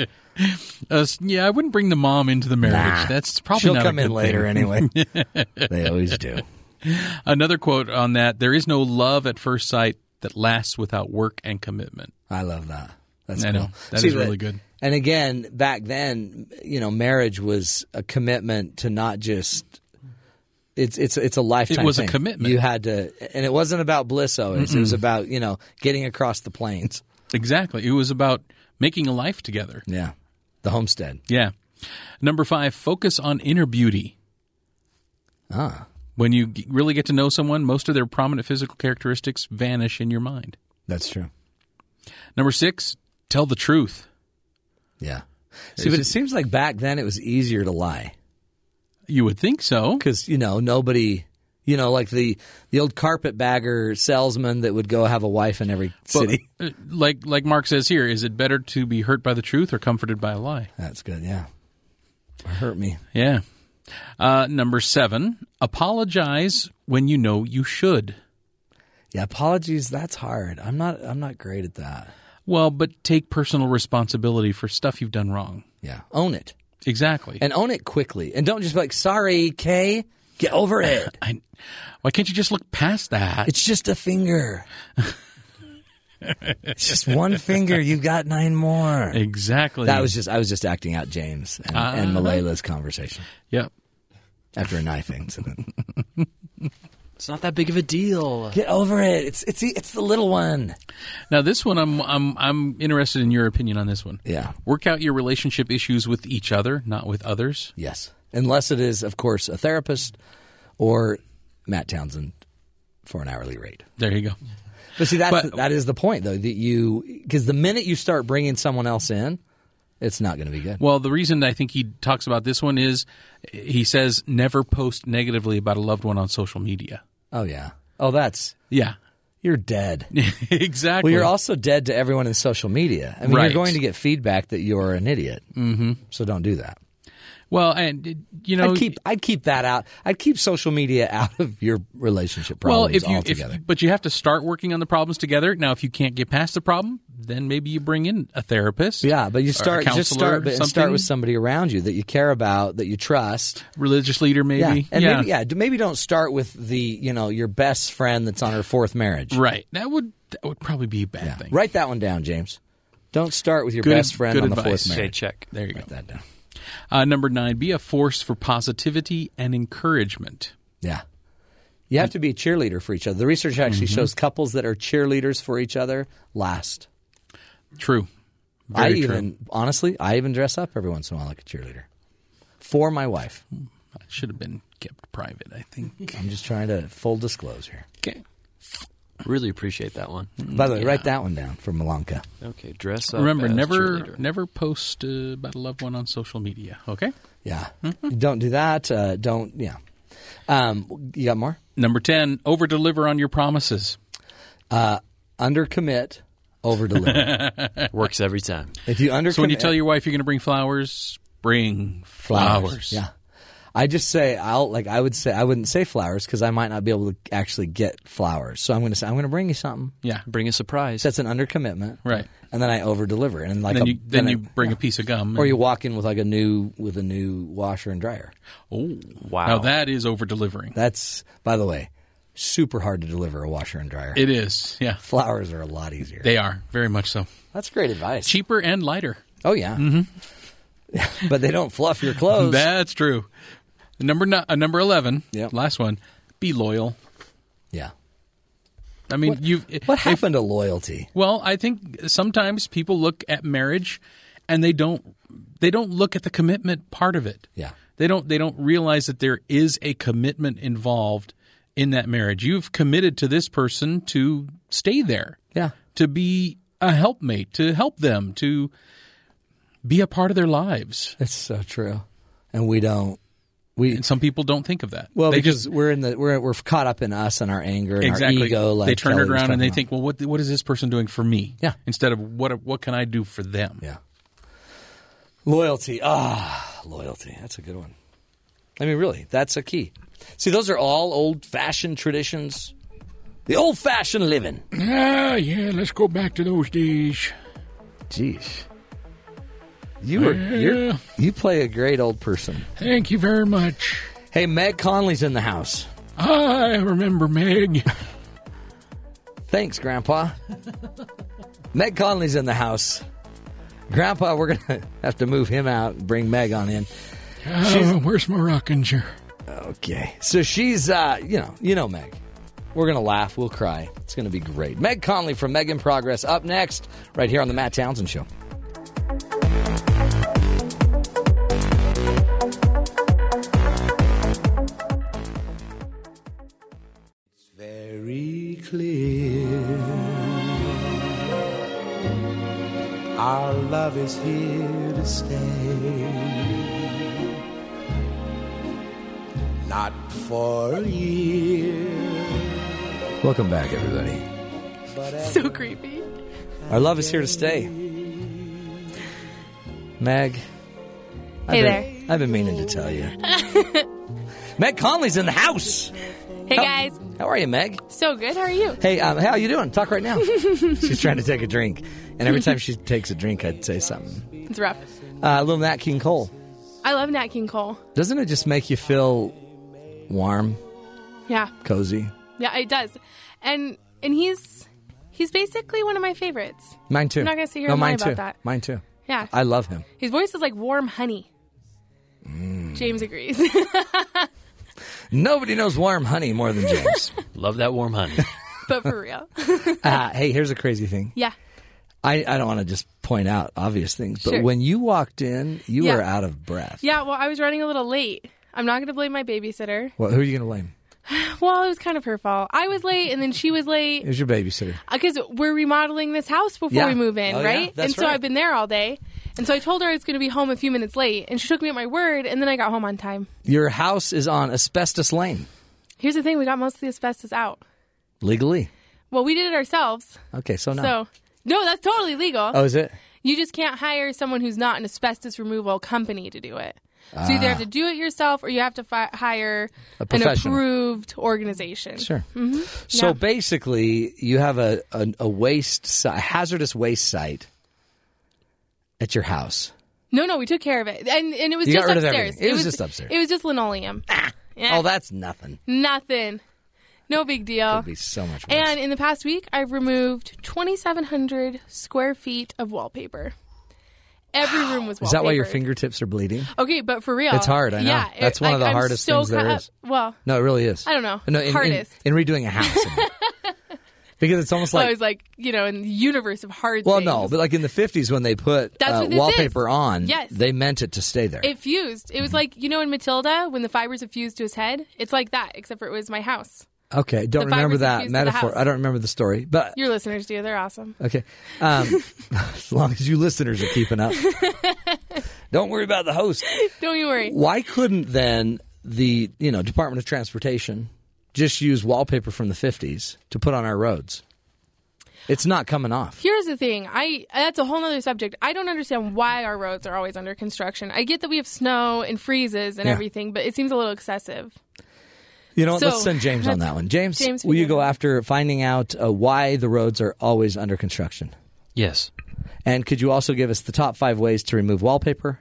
[SPEAKER 2] Uh, yeah, I wouldn't bring the mom into the marriage.
[SPEAKER 1] Nah.
[SPEAKER 2] That's probably
[SPEAKER 1] She'll
[SPEAKER 2] not
[SPEAKER 1] come
[SPEAKER 2] a good
[SPEAKER 1] in later
[SPEAKER 2] thing.
[SPEAKER 1] anyway. they always do.
[SPEAKER 2] Another quote on that: "There is no love at first sight that lasts without work and commitment."
[SPEAKER 1] I love that. That's
[SPEAKER 2] I
[SPEAKER 1] cool.
[SPEAKER 2] know. That is really good.
[SPEAKER 1] And again, back then, you know, marriage was a commitment to not just it's it's it's a lifetime.
[SPEAKER 2] was a
[SPEAKER 1] thing.
[SPEAKER 2] commitment.
[SPEAKER 1] You had to, and it wasn't about bliss always. It was about you know getting across the plains.
[SPEAKER 2] Exactly. It was about making a life together.
[SPEAKER 1] Yeah, the homestead.
[SPEAKER 2] Yeah. Number five: focus on inner beauty.
[SPEAKER 1] Ah,
[SPEAKER 2] When you g- really get to know someone, most of their prominent physical characteristics vanish in your mind.
[SPEAKER 1] that's true.
[SPEAKER 2] Number six: tell the truth.
[SPEAKER 1] Yeah. See, but it seems like back then it was easier to lie
[SPEAKER 2] You would think so.
[SPEAKER 1] because you know nobody, you know, like the the old carpetbagger salesman that would go have a wife in every city.
[SPEAKER 2] Uh, Like like Mark says here, is it better to be hurt by the truth or comforted by a lie?
[SPEAKER 1] That's good. Yeah, hurt me.
[SPEAKER 2] Yeah. Uh, number seven, apologize when you know you should.
[SPEAKER 1] Yeah, apologies. That's hard. I'm not. I'm not great at that.
[SPEAKER 2] Well, but take personal responsibility for stuff you've done wrong.
[SPEAKER 1] Yeah, own it
[SPEAKER 2] Exactly.
[SPEAKER 1] and own it quickly, and don't just be like, "Sorry, Kay, get over it.
[SPEAKER 2] I, why can't you just look past that?
[SPEAKER 1] It's just a finger. it's just one finger. You've got nine more."
[SPEAKER 2] exactly.
[SPEAKER 1] That was just I was just acting out James and, and Malala's conversation
[SPEAKER 2] Yep.
[SPEAKER 1] after a knife incident.
[SPEAKER 3] It's not that big of a deal.
[SPEAKER 1] Get over it. It's it's it's the little one.
[SPEAKER 2] Now, this one, I'm I'm I'm interested in your opinion on this one.
[SPEAKER 1] Yeah.
[SPEAKER 2] Work out your relationship issues with each other, not with others.
[SPEAKER 1] Yes. Unless it is, of course, a therapist or Matt Townsend for an hourly rate.
[SPEAKER 2] There you go.
[SPEAKER 1] But see, that's,
[SPEAKER 2] But-
[SPEAKER 1] that is the point, though, that you, because the minute you start bringing someone else in, it's not going to be good.
[SPEAKER 2] Well, the reason I think he talks about this one is he says never post negatively about a loved one on social media.
[SPEAKER 1] Oh, yeah. Oh, that's,
[SPEAKER 2] Yeah.
[SPEAKER 1] you're dead.
[SPEAKER 2] exactly.
[SPEAKER 1] Well, you're also dead to everyone in social media. I mean,
[SPEAKER 2] Right.
[SPEAKER 1] you're going to get feedback that you're an idiot. Mm-hmm. So don't do that.
[SPEAKER 2] Well, and uh, you know,
[SPEAKER 1] I'd keep I'd keep that out. I'd keep social media out of your relationship
[SPEAKER 2] well,
[SPEAKER 1] problems
[SPEAKER 2] if you,
[SPEAKER 1] altogether.
[SPEAKER 2] if, but you have to start working on the problems together. Now, if you can't get past the problem, then maybe you bring in a therapist.
[SPEAKER 1] yeah, but
[SPEAKER 2] or
[SPEAKER 1] you
[SPEAKER 2] a
[SPEAKER 1] start just
[SPEAKER 2] counselor
[SPEAKER 1] start
[SPEAKER 2] or
[SPEAKER 1] but and start with
[SPEAKER 2] something.
[SPEAKER 1] somebody around you that you care about, that you trust.
[SPEAKER 2] religious leader, maybe.
[SPEAKER 1] Yeah, and maybe yeah, d- maybe don't start with the you know your best friend that's on her fourth marriage.
[SPEAKER 2] Right. That would that would probably be a bad
[SPEAKER 1] Yeah.
[SPEAKER 2] thing.
[SPEAKER 1] Write that one down, James. Don't start with your
[SPEAKER 2] Good-
[SPEAKER 1] best friend
[SPEAKER 2] good
[SPEAKER 1] on the
[SPEAKER 2] advice.
[SPEAKER 1] fourth
[SPEAKER 3] Okay,
[SPEAKER 1] marriage.
[SPEAKER 3] check.
[SPEAKER 2] There you go.
[SPEAKER 1] Write that down.
[SPEAKER 2] Uh, number nine, be a force for positivity and encouragement.
[SPEAKER 1] Yeah. You have to be a cheerleader for each other. The research actually
[SPEAKER 2] Mm-hmm.
[SPEAKER 1] shows couples that are cheerleaders for each other last.
[SPEAKER 2] True.
[SPEAKER 1] I
[SPEAKER 2] Very true.
[SPEAKER 1] even honestly, I even dress up every once in a while like a cheerleader for my wife.
[SPEAKER 2] That should have been kept private, I think.
[SPEAKER 1] I'm just trying to full disclose here.
[SPEAKER 3] Okay. Really appreciate that one.
[SPEAKER 1] By the way, write that one down for Milanka.
[SPEAKER 3] Okay, dress up.
[SPEAKER 2] Remember,
[SPEAKER 3] as
[SPEAKER 2] never
[SPEAKER 3] cheerleader.
[SPEAKER 2] never post uh, about a loved one on social media. Okay.
[SPEAKER 1] Yeah,
[SPEAKER 2] Mm-hmm.
[SPEAKER 1] don't do that. Uh, don't. Yeah. Um, you got more?
[SPEAKER 2] Number ten, over deliver on your promises.
[SPEAKER 1] Under commit, over deliver.
[SPEAKER 3] works every time.
[SPEAKER 1] if you under
[SPEAKER 2] So when you tell your wife you're going to bring flowers, bring flowers.
[SPEAKER 1] Yeah. I just say I'll like I would say I wouldn't say flowers because I might not be able to actually get flowers. So I'm going to say I'm going to bring you something.
[SPEAKER 2] Yeah.
[SPEAKER 3] Bring a surprise.
[SPEAKER 1] So that's an undercommitment,
[SPEAKER 2] Right.
[SPEAKER 1] And then I over deliver, and like
[SPEAKER 2] Then
[SPEAKER 1] a-
[SPEAKER 2] you then
[SPEAKER 1] I-
[SPEAKER 2] you bring a piece of gum.
[SPEAKER 1] or
[SPEAKER 2] and-
[SPEAKER 1] you walk in with like a new with a new washer and dryer.
[SPEAKER 2] Oh,
[SPEAKER 3] Wow.
[SPEAKER 2] Now that is over delivering.
[SPEAKER 1] That's by the way, super hard to deliver a washer and dryer.
[SPEAKER 2] It is. Yeah.
[SPEAKER 1] Flowers are a lot easier.
[SPEAKER 2] They are very much so.
[SPEAKER 1] That's great advice.
[SPEAKER 2] Cheaper and lighter.
[SPEAKER 1] Oh yeah,
[SPEAKER 2] Mm-hmm.
[SPEAKER 1] but they don't fluff your clothes.
[SPEAKER 2] That's true. Number ni- uh, number eleven.
[SPEAKER 1] Yep.
[SPEAKER 2] Last one. Be loyal.
[SPEAKER 1] yeah.
[SPEAKER 2] I mean, you've
[SPEAKER 1] What
[SPEAKER 2] if-
[SPEAKER 1] happened to loyalty?
[SPEAKER 2] well, I think sometimes people look at marriage, and they don't they don't look at the commitment part of it.
[SPEAKER 1] Yeah.
[SPEAKER 2] They don't they don't realize that there is a commitment involved in that marriage. You've committed to this person to stay there.
[SPEAKER 1] Yeah.
[SPEAKER 2] To be a helpmate, to help them, to be a part of their lives.
[SPEAKER 1] That's so true. And we don't. We
[SPEAKER 2] And some people don't think of that.
[SPEAKER 1] well
[SPEAKER 2] they
[SPEAKER 1] because we're in the we're we're caught up in us and our anger and
[SPEAKER 2] exactly.
[SPEAKER 1] our ego. Like
[SPEAKER 2] they turn
[SPEAKER 1] Kelly
[SPEAKER 2] it
[SPEAKER 1] was
[SPEAKER 2] around and
[SPEAKER 1] talking
[SPEAKER 2] they
[SPEAKER 1] about.
[SPEAKER 2] think, well, what what is this person doing for me?
[SPEAKER 1] Yeah.
[SPEAKER 2] Instead of what what can I do for them?
[SPEAKER 1] yeah, loyalty. Ah, loyalty. That's a good one. I mean, really, that's a key. See, those are all old-fashioned traditions. The old-fashioned living.
[SPEAKER 4] Ah, yeah, let's go back to those days.
[SPEAKER 1] Jeez. You are
[SPEAKER 4] Yeah.
[SPEAKER 1] you you play a great old person.
[SPEAKER 4] Thank you very much.
[SPEAKER 1] Hey, Meg Conley's in the house.
[SPEAKER 4] I remember Meg.
[SPEAKER 1] Thanks, Grandpa. Meg Conley's in the house. Grandpa, we're gonna have to move him out and bring Meg on in.
[SPEAKER 4] Oh, where's my rocking chair?
[SPEAKER 1] Okay. So she's uh, you know, you know Meg. We're gonna laugh, we'll cry. It's gonna be great. Meg Conley from Meg in Progress up next, right here on the Matt Townsend Show.
[SPEAKER 5] very clear. Our love is here to stay. Not for a year,
[SPEAKER 1] Welcome back, everybody.
[SPEAKER 5] but
[SPEAKER 8] So creepy.
[SPEAKER 1] Our love is here to stay. Meg.
[SPEAKER 8] Hey
[SPEAKER 1] been, I've been meaning to tell you. Meg Conley's in the house.
[SPEAKER 8] Hey guys.
[SPEAKER 1] How are you, Meg?
[SPEAKER 8] So good. How are you?
[SPEAKER 1] Hey, um, how you doing? Talk right now. She's trying to take a drink, and every time she takes a drink, I'd say something.
[SPEAKER 8] It's rough.
[SPEAKER 1] Uh, little Nat King Cole.
[SPEAKER 8] I love Nat King Cole.
[SPEAKER 1] Doesn't it just make you feel warm,
[SPEAKER 8] Yeah.
[SPEAKER 1] cozy?
[SPEAKER 8] Yeah, it does. And and he's he's basically one of my favorites.
[SPEAKER 1] Mine too.
[SPEAKER 8] I'm not gonna sit here
[SPEAKER 1] no,
[SPEAKER 8] and lie
[SPEAKER 1] mine
[SPEAKER 8] about
[SPEAKER 1] too.
[SPEAKER 8] that.
[SPEAKER 1] Mine too.
[SPEAKER 8] Yeah.
[SPEAKER 1] I love him.
[SPEAKER 4] Mm.
[SPEAKER 8] His voice is like warm honey. James agrees.
[SPEAKER 1] Nobody knows warm honey more than James.
[SPEAKER 3] Love that warm honey.
[SPEAKER 8] but for real.
[SPEAKER 1] uh, hey, here's a crazy thing.
[SPEAKER 8] yeah.
[SPEAKER 1] I, I don't want to just point out obvious things, but
[SPEAKER 8] Sure.
[SPEAKER 1] when you walked in, you
[SPEAKER 8] Yeah.
[SPEAKER 1] were out of breath.
[SPEAKER 8] Yeah, well, I was running a little late. I'm not going to blame my babysitter.
[SPEAKER 1] Well, who are you going to blame?
[SPEAKER 8] Well, it was kind of her fault. I was late and then she was
[SPEAKER 1] It
[SPEAKER 8] late
[SPEAKER 1] was your babysitter.
[SPEAKER 8] because Uh, we're remodeling this house before
[SPEAKER 1] Yeah.
[SPEAKER 8] we move in,
[SPEAKER 1] Oh, yeah,
[SPEAKER 8] right?
[SPEAKER 1] that's
[SPEAKER 8] and so
[SPEAKER 1] right.
[SPEAKER 8] I've been there all day. And so I told her I was going to be home a few minutes late and she took me at my word and then I got home on time.
[SPEAKER 1] Your house is on asbestos lane
[SPEAKER 8] Here's the thing, we got most of the asbestos out.
[SPEAKER 1] legally.
[SPEAKER 8] Well, we did it ourselves.
[SPEAKER 1] Okay, so Oh, no.
[SPEAKER 8] So, no, that's totally legal.
[SPEAKER 1] oh, is it?
[SPEAKER 8] You just can't hire someone who's not an asbestos removal company to do it. So you either have to do it yourself or you have to fi- hire
[SPEAKER 1] Ah.
[SPEAKER 8] an
[SPEAKER 1] professional.
[SPEAKER 8] approved organization.
[SPEAKER 1] Sure. So
[SPEAKER 8] Mm-hmm. Yeah.
[SPEAKER 1] basically, you have a, a, a waste si- hazardous waste site at your house.
[SPEAKER 8] No, no, we took care of it, and and it was
[SPEAKER 1] You got
[SPEAKER 8] just
[SPEAKER 1] rid of
[SPEAKER 8] upstairs.
[SPEAKER 1] everything. It was just upstairs.
[SPEAKER 8] It was just linoleum. Yeah,
[SPEAKER 1] Oh, that's nothing.
[SPEAKER 8] nothing, no big deal.
[SPEAKER 1] It'd be so much worse.
[SPEAKER 8] And in the past week, I've removed 2,700 square feet of wallpaper. Every room was wallpaper.
[SPEAKER 1] is that why your fingertips are bleeding?
[SPEAKER 8] Okay, but for real,
[SPEAKER 1] It's hard, I know.
[SPEAKER 8] Yeah,
[SPEAKER 1] That's one of the
[SPEAKER 8] I'm
[SPEAKER 1] hardest
[SPEAKER 8] so
[SPEAKER 1] things there
[SPEAKER 8] caught up-
[SPEAKER 1] is.
[SPEAKER 8] Well,
[SPEAKER 1] No, it really is.
[SPEAKER 8] I don't know.
[SPEAKER 1] No, in, in-
[SPEAKER 8] Hardest.
[SPEAKER 1] in, redoing a house. I mean. because it's almost
[SPEAKER 8] well,
[SPEAKER 1] like
[SPEAKER 8] I was like, you know, in the universe of hard.
[SPEAKER 1] Well,
[SPEAKER 8] things.
[SPEAKER 1] no, but like in the fifties when they put
[SPEAKER 8] That's
[SPEAKER 1] uh,
[SPEAKER 8] what this
[SPEAKER 1] wallpaper
[SPEAKER 8] is.
[SPEAKER 1] on,
[SPEAKER 8] Yes.
[SPEAKER 1] they meant it to stay there.
[SPEAKER 8] it fused.
[SPEAKER 1] Mm-hmm.
[SPEAKER 8] It was like you know in Matilda when the fibers have fused to his head. It's like that, except for it was my house.
[SPEAKER 1] okay, don't
[SPEAKER 8] the
[SPEAKER 1] remember
[SPEAKER 8] fibers
[SPEAKER 1] that
[SPEAKER 8] infused to the
[SPEAKER 1] metaphor.
[SPEAKER 8] house.
[SPEAKER 1] I don't remember the story, but
[SPEAKER 8] Your listeners do. They're awesome.
[SPEAKER 1] okay. Um, as long as you listeners are keeping up, don't worry about the host.
[SPEAKER 8] Don't you worry.
[SPEAKER 1] Why couldn't then the you know Department of Transportation just use wallpaper from the fifties to put on our roads? It's not coming off.
[SPEAKER 8] Here's the thing. I that's a whole other subject. I don't understand why our roads are always under construction. I get that we have snow and freezes and
[SPEAKER 1] Yeah.
[SPEAKER 8] everything, but it seems a little excessive.
[SPEAKER 1] You know, what? let's
[SPEAKER 8] So-
[SPEAKER 1] send James on that one. James,
[SPEAKER 8] James,
[SPEAKER 1] will you
[SPEAKER 8] forgive
[SPEAKER 1] go
[SPEAKER 8] me.
[SPEAKER 1] after finding out uh, why the roads are always under construction?
[SPEAKER 3] yes.
[SPEAKER 1] And could you also give us the top five ways to remove wallpaper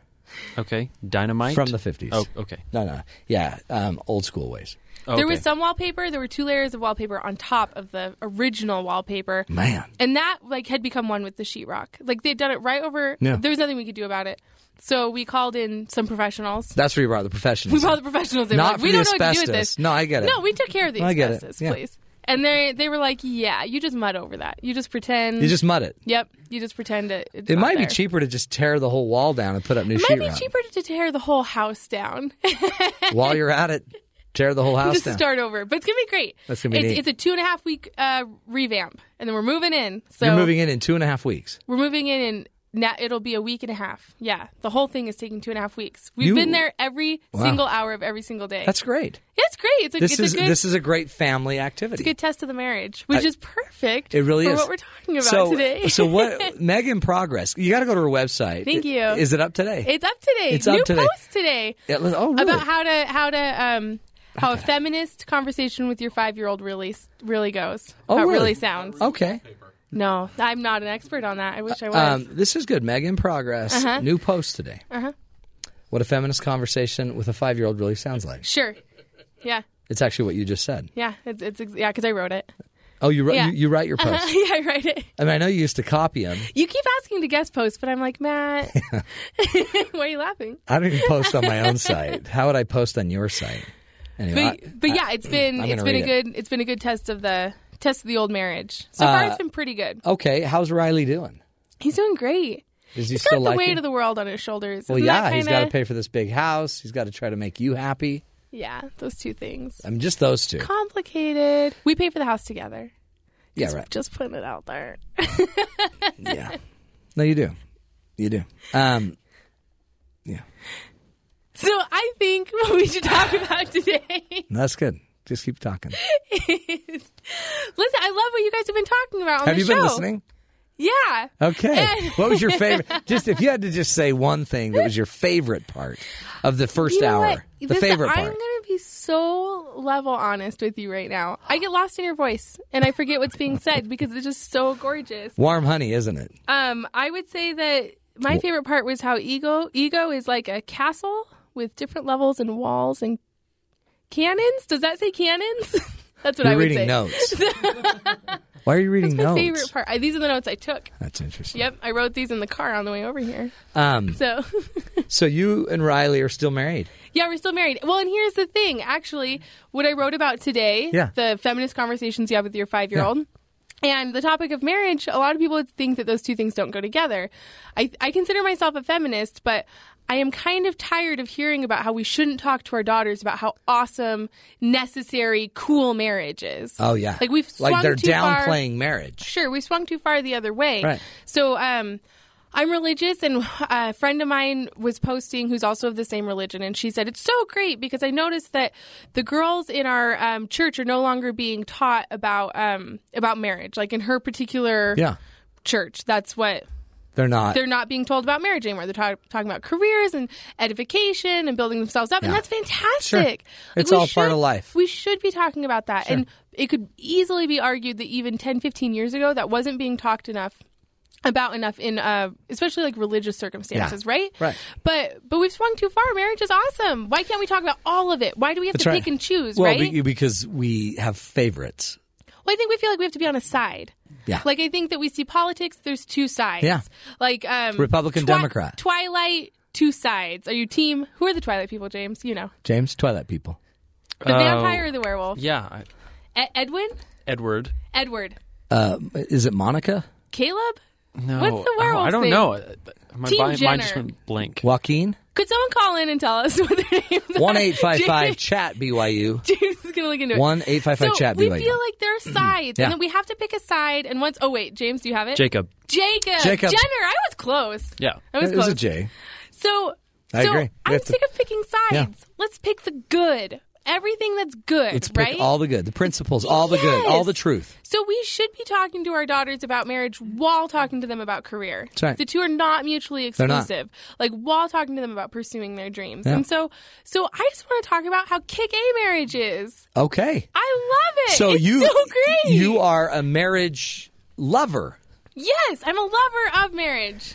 [SPEAKER 3] Okay. Dynamite
[SPEAKER 1] from the 50s?
[SPEAKER 3] Oh, okay.
[SPEAKER 1] No, no. Yeah, um, old school ways.
[SPEAKER 8] There
[SPEAKER 3] Okay.
[SPEAKER 8] was some wallpaper. There were two layers of wallpaper on top of the original wallpaper.
[SPEAKER 1] Man.
[SPEAKER 8] And that like had become one with the sheetrock. Like they'd done it right over.
[SPEAKER 1] Yeah.
[SPEAKER 8] There was nothing we could do about it. So we called in some profprofessionals.
[SPEAKER 1] That's where you brought the professionals.
[SPEAKER 8] We called the professionals. They were
[SPEAKER 1] Not
[SPEAKER 8] like,
[SPEAKER 1] for
[SPEAKER 8] we
[SPEAKER 1] the
[SPEAKER 8] don't know what to do with
[SPEAKER 1] asbestos.
[SPEAKER 8] this.
[SPEAKER 1] No, I get it.
[SPEAKER 8] No, we took care of the
[SPEAKER 1] I get it.
[SPEAKER 8] asbestos,
[SPEAKER 1] Yeah.
[SPEAKER 8] please. And they they were like, yeah, you just mud over that. You just pretend.
[SPEAKER 1] You just mud it.
[SPEAKER 8] Yep, you just pretend it. It's
[SPEAKER 1] It
[SPEAKER 8] not
[SPEAKER 1] might
[SPEAKER 8] there.
[SPEAKER 1] be cheaper to just tear the whole wall down and put up new
[SPEAKER 8] It might be
[SPEAKER 1] sheetrock.
[SPEAKER 8] cheaper to tear the whole house down,
[SPEAKER 1] While you're at it, tear the whole house
[SPEAKER 8] just to
[SPEAKER 1] down.
[SPEAKER 8] start over. But it's gonna be great.
[SPEAKER 1] That's gonna be
[SPEAKER 8] it's,
[SPEAKER 1] neat.
[SPEAKER 8] it's a two and a half week uh, revamp, and then we're moving in. So
[SPEAKER 1] You're moving in in two and a half weeks.
[SPEAKER 8] we're moving in, and now it'll be a week and a half. Yeah, the whole thing is taking two and a half weeks. We've
[SPEAKER 1] You-
[SPEAKER 8] been there every
[SPEAKER 1] Wow.
[SPEAKER 8] single hour of every single day.
[SPEAKER 1] That's great.
[SPEAKER 8] it's great. It's a,
[SPEAKER 1] This
[SPEAKER 8] it's
[SPEAKER 1] is
[SPEAKER 8] a good
[SPEAKER 1] this is a great family activity.
[SPEAKER 8] good test of the marriage, which is perfect.
[SPEAKER 1] It really
[SPEAKER 8] for
[SPEAKER 1] is
[SPEAKER 8] what we're talking about
[SPEAKER 1] so,
[SPEAKER 8] today.
[SPEAKER 1] so what? Meg in progress. You got to go to her website.
[SPEAKER 8] Thank you.
[SPEAKER 1] Is it up today?
[SPEAKER 8] it's up today.
[SPEAKER 1] It's up
[SPEAKER 8] New
[SPEAKER 1] today.
[SPEAKER 8] post today.
[SPEAKER 1] Yeah, let- oh, really?
[SPEAKER 8] about how to how to um how a feminist conversation with your five year old really s- really goes.
[SPEAKER 1] Oh,
[SPEAKER 8] how it
[SPEAKER 1] really?
[SPEAKER 8] really sounds.
[SPEAKER 1] okay.
[SPEAKER 8] No, I'm not an expert on that. I wish I was.
[SPEAKER 1] Um, this is good. Meg in progress.
[SPEAKER 8] Uh-huh.
[SPEAKER 1] New post today. What a feminist conversation with a five-year-old really sounds like.
[SPEAKER 8] sure. Yeah,
[SPEAKER 1] It's actually what you just said.
[SPEAKER 8] yeah. It's, it's ex- yeah because I wrote it.
[SPEAKER 1] Oh, you, wri-
[SPEAKER 8] Yeah. Uh-huh.
[SPEAKER 1] you you write your
[SPEAKER 8] yeah,
[SPEAKER 1] post.
[SPEAKER 8] I write it.
[SPEAKER 1] I mean, I know you used to copy them.
[SPEAKER 8] You keep asking to guest post, but I'm like Matt. why are you laughing?
[SPEAKER 1] I don't even post on my own site. How would I post on your site? Anyway,
[SPEAKER 8] But
[SPEAKER 1] I-
[SPEAKER 8] but yeah, it's been
[SPEAKER 1] I'm
[SPEAKER 8] it's
[SPEAKER 1] gonna
[SPEAKER 8] been a
[SPEAKER 1] read it.
[SPEAKER 8] good it's been a good test of the test of the old marriage. So far,
[SPEAKER 1] Uh,
[SPEAKER 8] it's been pretty good.
[SPEAKER 1] okay, how's Riley doing?
[SPEAKER 8] He's doing great.
[SPEAKER 1] Is he
[SPEAKER 8] He's
[SPEAKER 1] still
[SPEAKER 8] got the
[SPEAKER 1] like
[SPEAKER 8] weight
[SPEAKER 1] you?
[SPEAKER 8] of the world on his shoulders.
[SPEAKER 1] Well,
[SPEAKER 8] Isn't
[SPEAKER 1] yeah,
[SPEAKER 8] that
[SPEAKER 1] he's
[SPEAKER 8] kinda-
[SPEAKER 1] got to pay for this big house. He's got to try to make you happy.
[SPEAKER 8] Yeah, those two things.
[SPEAKER 1] I mean, just those two.
[SPEAKER 8] complicated. We pay for the house together.
[SPEAKER 1] Yeah, right.
[SPEAKER 8] Just putting it out there.
[SPEAKER 1] Yeah. No, you do. You do. Um, yeah.
[SPEAKER 8] So I think what we should talk about today.
[SPEAKER 1] No, that's good. Just keep talking.
[SPEAKER 8] Listen, I love what you guys have been talking about on
[SPEAKER 1] Have
[SPEAKER 8] the
[SPEAKER 1] you
[SPEAKER 8] show.
[SPEAKER 1] been listening?
[SPEAKER 8] Yeah.
[SPEAKER 1] Okay.
[SPEAKER 8] And-
[SPEAKER 1] what was your favorite? Just if you had to just say one thing that was your favorite part of the first
[SPEAKER 8] You know
[SPEAKER 1] hour,
[SPEAKER 8] what?
[SPEAKER 1] the
[SPEAKER 8] This-
[SPEAKER 1] favorite
[SPEAKER 8] I'm
[SPEAKER 1] part.
[SPEAKER 8] gonna be so level honest with you right now. I get lost in your voice and I forget what's being said because it's just so gorgeous.
[SPEAKER 1] Warm honey, isn't it?
[SPEAKER 8] Um, I would say that my favorite part was how ego ego is like a castle with different levels and walls and cannons. Does that say cannons? That's what I
[SPEAKER 1] You're
[SPEAKER 8] would
[SPEAKER 1] reading
[SPEAKER 8] say.
[SPEAKER 1] notes. Why are you reading
[SPEAKER 8] That's my
[SPEAKER 1] notes?
[SPEAKER 8] favorite part. I, these are the notes I took.
[SPEAKER 1] That's interesting.
[SPEAKER 8] Yep, I wrote these in the car on the way over here.
[SPEAKER 1] Um,
[SPEAKER 8] So,
[SPEAKER 1] so you and Riley are still married.
[SPEAKER 8] yeah, we're still married. Well, and here's the thing actually, what I wrote about today,
[SPEAKER 1] Yeah.
[SPEAKER 8] the feminist conversations you have with your five year old. And the topic of marriage, a lot of people think that those two things don't go together. I, I consider myself a feminist, but I am kind of tired of hearing about how we shouldn't talk to our daughters about how awesome, necessary, cool marriage is.
[SPEAKER 1] Oh yeah.
[SPEAKER 8] Like we've
[SPEAKER 1] like
[SPEAKER 8] swung
[SPEAKER 1] they're
[SPEAKER 8] too far.
[SPEAKER 1] downplaying marriage.
[SPEAKER 8] sure we swung too far the other way
[SPEAKER 1] Right.
[SPEAKER 8] so um I'm religious, and uh, a friend of mine was posting who's also of the same religion, and she said, It's so great because I noticed that the girls in our um, church are no longer being taught about um, about marriage. Like in her particular
[SPEAKER 1] Yeah.
[SPEAKER 8] church, that's what
[SPEAKER 1] They're not.
[SPEAKER 8] they're not being told about marriage anymore. They're ta- talking about careers and edification and building themselves up, and that's fantastic. Like,
[SPEAKER 1] It's
[SPEAKER 8] we
[SPEAKER 1] all part of life.
[SPEAKER 8] We should be talking about that, and it could easily be argued that even 10, 15 years ago, that wasn't being talked enough about enough in uh, especially like religious circumstances, right?
[SPEAKER 1] Right.
[SPEAKER 8] But but we've swung too far. Marriage is awesome. Why can't we talk about all of it? Why do we have
[SPEAKER 1] That's
[SPEAKER 8] to
[SPEAKER 1] right.
[SPEAKER 8] pick and choose?
[SPEAKER 1] well,
[SPEAKER 8] right?
[SPEAKER 1] be- because we have favorites.
[SPEAKER 8] Well, I think we feel like we have to be on a side.
[SPEAKER 1] Yeah.
[SPEAKER 8] Like I think that we see politics. There's two sides.
[SPEAKER 1] Yeah.
[SPEAKER 8] Like um,
[SPEAKER 1] Republican, Democrat.
[SPEAKER 8] Twilight. Two sides. Are you team? Who are the Twilight people, James? You know,
[SPEAKER 1] James, Twilight people.
[SPEAKER 8] the vampire or the werewolf?
[SPEAKER 3] Oh. Yeah, I-
[SPEAKER 8] E- Edwin,
[SPEAKER 3] Edward.
[SPEAKER 8] Edward,
[SPEAKER 1] Uh, is it Monica?
[SPEAKER 8] Caleb.
[SPEAKER 3] No,
[SPEAKER 8] What's the
[SPEAKER 3] I don't- I
[SPEAKER 8] werewolf's
[SPEAKER 3] don't
[SPEAKER 8] name?
[SPEAKER 3] know. Uh, My
[SPEAKER 8] Team
[SPEAKER 3] bi- mine
[SPEAKER 8] Jenner.
[SPEAKER 3] just went blank.
[SPEAKER 1] Joaquin?
[SPEAKER 8] Could someone call in and tell us what their names are?
[SPEAKER 1] One eight five five
[SPEAKER 8] James,
[SPEAKER 1] chat BYU.
[SPEAKER 8] James is gonna look into it.
[SPEAKER 1] One eight five five
[SPEAKER 8] so
[SPEAKER 1] chat
[SPEAKER 8] we
[SPEAKER 1] BYU.
[SPEAKER 8] feel like there are sides,
[SPEAKER 1] Yeah.
[SPEAKER 8] and then we have to pick a side. And once, oh wait, James, do you have it?
[SPEAKER 3] Jacob.
[SPEAKER 8] Jacob,
[SPEAKER 1] Jacob.
[SPEAKER 8] Jenner. I was close.
[SPEAKER 3] Yeah.
[SPEAKER 8] I was
[SPEAKER 1] It was
[SPEAKER 8] close.
[SPEAKER 1] a J.
[SPEAKER 8] So,
[SPEAKER 1] I
[SPEAKER 8] so
[SPEAKER 1] agree. We
[SPEAKER 8] I'm
[SPEAKER 1] have to-
[SPEAKER 8] sick of picking sides.
[SPEAKER 1] Yeah.
[SPEAKER 8] Let's pick the good. Everything that's good,
[SPEAKER 1] It's pick
[SPEAKER 8] right?
[SPEAKER 1] all the good, the principles, all the good, all the
[SPEAKER 8] Yes.
[SPEAKER 1] truth.
[SPEAKER 8] so we should be talking to our daughters about marriage while talking to them about career.
[SPEAKER 1] right.
[SPEAKER 8] The two are not mutually
[SPEAKER 1] not.
[SPEAKER 8] exclusive. Like while talking to them about pursuing their dreams.
[SPEAKER 1] Yeah.
[SPEAKER 8] And so so I just want to talk about how kick A marriage is.
[SPEAKER 1] Okay.
[SPEAKER 8] I love it.
[SPEAKER 1] So
[SPEAKER 8] It's
[SPEAKER 1] you
[SPEAKER 8] so great.
[SPEAKER 1] you are a marriage lover.
[SPEAKER 8] Yes, I'm a lover of marriage.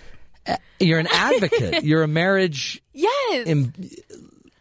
[SPEAKER 1] You're an advocate. You're a marriage
[SPEAKER 8] Yes.
[SPEAKER 1] em-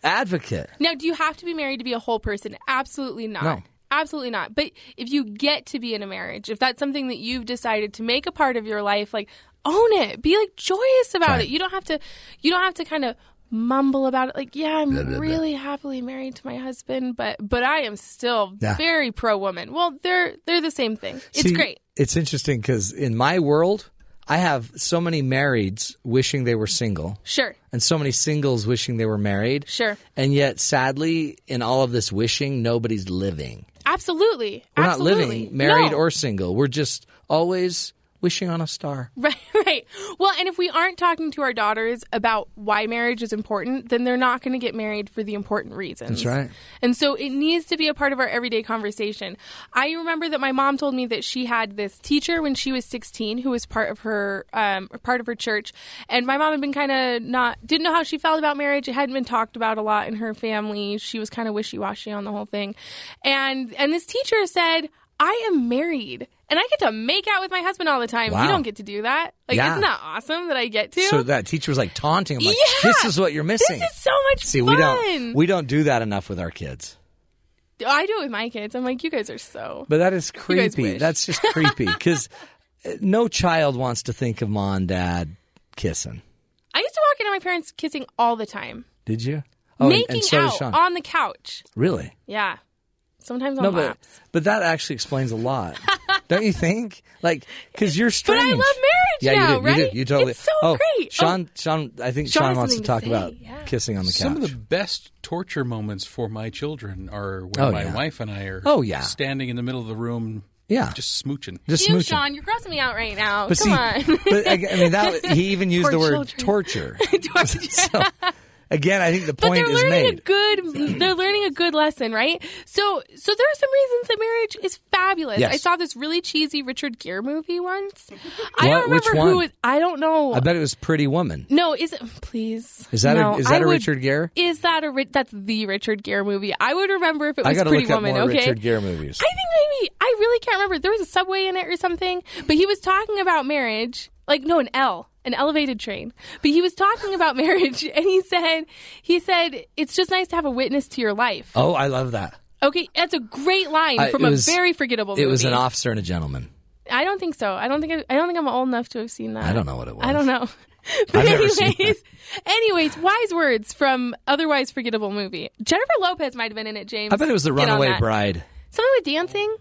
[SPEAKER 1] advocate.
[SPEAKER 8] Now, do you have to be married to be a whole person? Absolutely not.
[SPEAKER 1] No.
[SPEAKER 8] Absolutely not. But if you get to be in a marriage, if that's something that you've decided to make a part of your life, like own it. Be like joyous about it. You don't have to you don't have to kind of mumble about it like, yeah, I'm really happily married to my husband, but but I am still
[SPEAKER 1] Yeah.
[SPEAKER 8] very pro woman. Well, they're they're the same thing. It's
[SPEAKER 1] See,
[SPEAKER 8] great.
[SPEAKER 1] It's interesting because in my world, I have so many marrieds wishing they were single,
[SPEAKER 8] Sure.
[SPEAKER 1] and so many singles wishing they were married.
[SPEAKER 8] Sure.
[SPEAKER 1] And yet, sadly, in all of this wishing, nobody's living.
[SPEAKER 8] Absolutely.
[SPEAKER 1] We're
[SPEAKER 8] Absolutely.
[SPEAKER 1] not living, married
[SPEAKER 8] No.
[SPEAKER 1] or single. We're just always wishing on a star.
[SPEAKER 8] Right, right. Well, and if we aren't talking to our daughters about why marriage is important, then they're not going to get married for the important reasons.
[SPEAKER 1] That's right.
[SPEAKER 8] And so it needs to be a part of our everyday conversation. I remember that my mom told me that she had this teacher when she was 16 who was part of her um, part of her church, and my mom had been kind of not didn't know how she felt about marriage. It hadn't been talked about a lot in her family. She was kind of wishy washy on the whole thing, and and this teacher said, "I am married." And I get to make out with my husband all the time.
[SPEAKER 1] Wow.
[SPEAKER 8] You don't get to do that. Like,
[SPEAKER 1] Yeah.
[SPEAKER 8] isn't that awesome that I get to?
[SPEAKER 1] So that teacher was like taunting him, like,
[SPEAKER 8] Yeah!
[SPEAKER 1] "This is what you're
[SPEAKER 8] this
[SPEAKER 1] missing."
[SPEAKER 8] is so much
[SPEAKER 1] See,
[SPEAKER 8] fun.
[SPEAKER 1] we don't we don't do that enough with our kids.
[SPEAKER 8] I do it with my kids. I'm like, you guys are so.
[SPEAKER 1] But that is
[SPEAKER 8] guys
[SPEAKER 1] creepy.
[SPEAKER 8] wish.
[SPEAKER 1] That's just creepy because uh, no child wants to think of mom and dad kissing.
[SPEAKER 8] I used to walk into my parents kissing all the time,
[SPEAKER 1] Did you? Oh, and-
[SPEAKER 8] making
[SPEAKER 1] and, so does
[SPEAKER 8] out
[SPEAKER 1] Sean.
[SPEAKER 8] on the couch.
[SPEAKER 1] really?
[SPEAKER 8] Yeah, sometimes on
[SPEAKER 1] No, but
[SPEAKER 8] laps.
[SPEAKER 1] but that actually explains a lot, don't you think? Like, because you're
[SPEAKER 8] But,
[SPEAKER 1] strange.
[SPEAKER 8] I love marriage
[SPEAKER 1] yeah,
[SPEAKER 8] now,
[SPEAKER 1] you do.
[SPEAKER 8] right?
[SPEAKER 1] You do. You totally.
[SPEAKER 8] It's so
[SPEAKER 1] oh,
[SPEAKER 8] great.
[SPEAKER 1] Sean. Sean. I think
[SPEAKER 8] Sean
[SPEAKER 1] Sean,
[SPEAKER 8] has
[SPEAKER 1] wants to
[SPEAKER 8] something to
[SPEAKER 1] talk
[SPEAKER 8] say,
[SPEAKER 1] about
[SPEAKER 8] yeah.
[SPEAKER 1] kissing on the couch.
[SPEAKER 2] Some of the best torture moments for my children are when
[SPEAKER 1] Oh,
[SPEAKER 2] my
[SPEAKER 1] yeah.
[SPEAKER 2] wife and I are
[SPEAKER 1] Oh, yeah.
[SPEAKER 2] standing in the middle of the room
[SPEAKER 1] yeah.
[SPEAKER 2] just smooching.
[SPEAKER 8] Oh,
[SPEAKER 1] just
[SPEAKER 8] you,
[SPEAKER 1] smooching.
[SPEAKER 8] Sean, you're grossing me out right now.
[SPEAKER 1] But
[SPEAKER 8] Come
[SPEAKER 1] see,
[SPEAKER 8] on.
[SPEAKER 1] but I, I mean that he even used
[SPEAKER 8] Poor
[SPEAKER 1] the word
[SPEAKER 8] children.
[SPEAKER 1] torture.
[SPEAKER 8] Torture.
[SPEAKER 1] So again, I think the
[SPEAKER 8] but
[SPEAKER 1] point
[SPEAKER 8] they're
[SPEAKER 1] is
[SPEAKER 8] learning a
[SPEAKER 1] made.
[SPEAKER 8] good they're learning a good lesson right so so there are some reasons that marriage is fabulous
[SPEAKER 1] Yes.
[SPEAKER 8] i saw this really cheesy richard gere movie once i
[SPEAKER 1] What?
[SPEAKER 8] don't
[SPEAKER 1] Which
[SPEAKER 8] remember
[SPEAKER 1] one?
[SPEAKER 8] who it, i don't know
[SPEAKER 1] I bet it was Pretty Woman.
[SPEAKER 8] no is it please
[SPEAKER 1] Is that a-
[SPEAKER 8] no,
[SPEAKER 1] is that
[SPEAKER 8] a
[SPEAKER 1] a Richard Gere?
[SPEAKER 8] is that a Ri- that's the richard gere movie i would remember if it was
[SPEAKER 1] I got to
[SPEAKER 8] pretty
[SPEAKER 1] look up
[SPEAKER 8] woman
[SPEAKER 1] more
[SPEAKER 8] okay
[SPEAKER 1] Richard Gere movies.
[SPEAKER 8] I think maybe I really can't remember. There was a subway in it or something, but he was talking about marriage. Like no, an L, an elevated train. But he was talking about marriage, and he said, he said it's just nice to have a witness to your life.
[SPEAKER 1] oh, I love that.
[SPEAKER 8] Okay, that's a great line
[SPEAKER 1] I-
[SPEAKER 8] from
[SPEAKER 1] it
[SPEAKER 8] a
[SPEAKER 1] was-
[SPEAKER 8] very forgettable.
[SPEAKER 1] It was
[SPEAKER 8] movie.
[SPEAKER 1] an officer and a gentleman.
[SPEAKER 8] I don't think so. I don't think I, I don't think I'm old enough to have seen that.
[SPEAKER 1] I don't know what it was.
[SPEAKER 8] I don't know. But
[SPEAKER 1] I've never seen that.
[SPEAKER 8] anyways, anyways, wise words from otherwise forgettable movie. Jennifer Lopez might have been in it. James,
[SPEAKER 1] I bet it was the
[SPEAKER 8] Get on
[SPEAKER 1] Runaway
[SPEAKER 8] that.
[SPEAKER 1] Bride.
[SPEAKER 8] Something with dancing.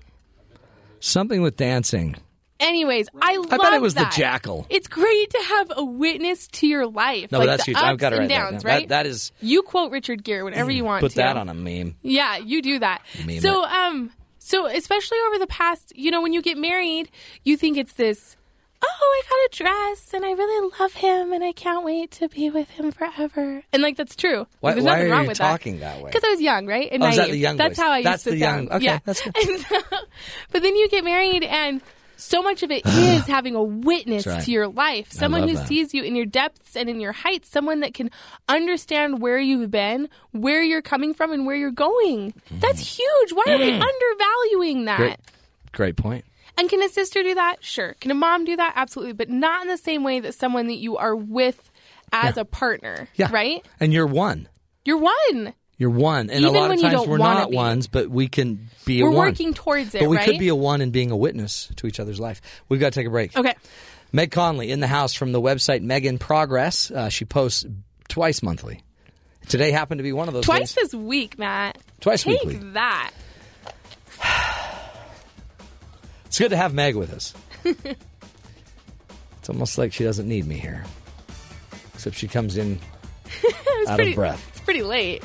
[SPEAKER 1] Something with dancing.
[SPEAKER 8] Anyways, I love.
[SPEAKER 1] I bet it was
[SPEAKER 8] that.
[SPEAKER 1] the Jackal.
[SPEAKER 8] It's great to have a witness to your life.
[SPEAKER 1] No,
[SPEAKER 8] like
[SPEAKER 1] that's
[SPEAKER 8] the
[SPEAKER 1] huge.
[SPEAKER 8] Ups
[SPEAKER 1] I've got it
[SPEAKER 8] and
[SPEAKER 1] right there.
[SPEAKER 8] downs,
[SPEAKER 1] That-
[SPEAKER 8] right?
[SPEAKER 1] that is-
[SPEAKER 8] You quote Richard Gere whenever you want
[SPEAKER 1] Put
[SPEAKER 8] to.
[SPEAKER 1] that on a meme.
[SPEAKER 8] Yeah, you do that.
[SPEAKER 1] Meme
[SPEAKER 8] so, um, so especially over the past, you know, when you get married, you think it's this. Oh, I got a dress, and I really love him, and I can't wait to be with him forever. And like that's true.
[SPEAKER 1] Why,
[SPEAKER 8] like, there's
[SPEAKER 1] why
[SPEAKER 8] nothing
[SPEAKER 1] are
[SPEAKER 8] wrong
[SPEAKER 1] you
[SPEAKER 8] with
[SPEAKER 1] talking that, way?
[SPEAKER 8] Because I was young, right? And
[SPEAKER 1] Oh, is that
[SPEAKER 8] naive.
[SPEAKER 1] the young
[SPEAKER 8] That's
[SPEAKER 1] voice?
[SPEAKER 8] how I
[SPEAKER 1] That's
[SPEAKER 8] used to
[SPEAKER 1] the
[SPEAKER 8] sound.
[SPEAKER 1] young- okay,
[SPEAKER 8] yeah.
[SPEAKER 1] that's good.
[SPEAKER 8] And so- but then you get married, and so much of it is having a witness
[SPEAKER 1] That's right.
[SPEAKER 8] to your life, someone
[SPEAKER 1] love
[SPEAKER 8] who
[SPEAKER 1] that.
[SPEAKER 8] sees you in your depths and in your heights, someone that can understand where you've been, where you're coming from, and where you're going. That's huge. Why are we undervaluing that?
[SPEAKER 1] Mm. Great, great point.
[SPEAKER 8] And can a sister do that? Sure. Can a mom do that? Absolutely, but not in the same way that someone that you are with as a partner,
[SPEAKER 1] Yeah.
[SPEAKER 8] right?
[SPEAKER 1] And you're one.
[SPEAKER 8] You're one.
[SPEAKER 1] You're one. And
[SPEAKER 8] Even
[SPEAKER 1] a lot
[SPEAKER 8] when
[SPEAKER 1] of
[SPEAKER 8] you
[SPEAKER 1] times
[SPEAKER 8] don't
[SPEAKER 1] we're
[SPEAKER 8] wanna
[SPEAKER 1] not
[SPEAKER 8] be.
[SPEAKER 1] ones, but we can be a
[SPEAKER 8] We're
[SPEAKER 1] one.
[SPEAKER 8] working towards it,
[SPEAKER 1] But we
[SPEAKER 8] right?
[SPEAKER 1] could be a one in being a witness to each other's life. We've got to take a break.
[SPEAKER 8] okay.
[SPEAKER 1] Meg Conley in the house from the website Meg in Progress. Uh, she posts twice monthly. Today happened to be one of those
[SPEAKER 8] Twice
[SPEAKER 1] days.
[SPEAKER 8] this week, Matt.
[SPEAKER 1] Twice
[SPEAKER 8] Take
[SPEAKER 1] weekly.
[SPEAKER 8] that.
[SPEAKER 1] It's good to have Meg with us. it's almost like she doesn't need me here, except she comes in out
[SPEAKER 8] pretty,
[SPEAKER 1] of breath.
[SPEAKER 8] It's pretty late.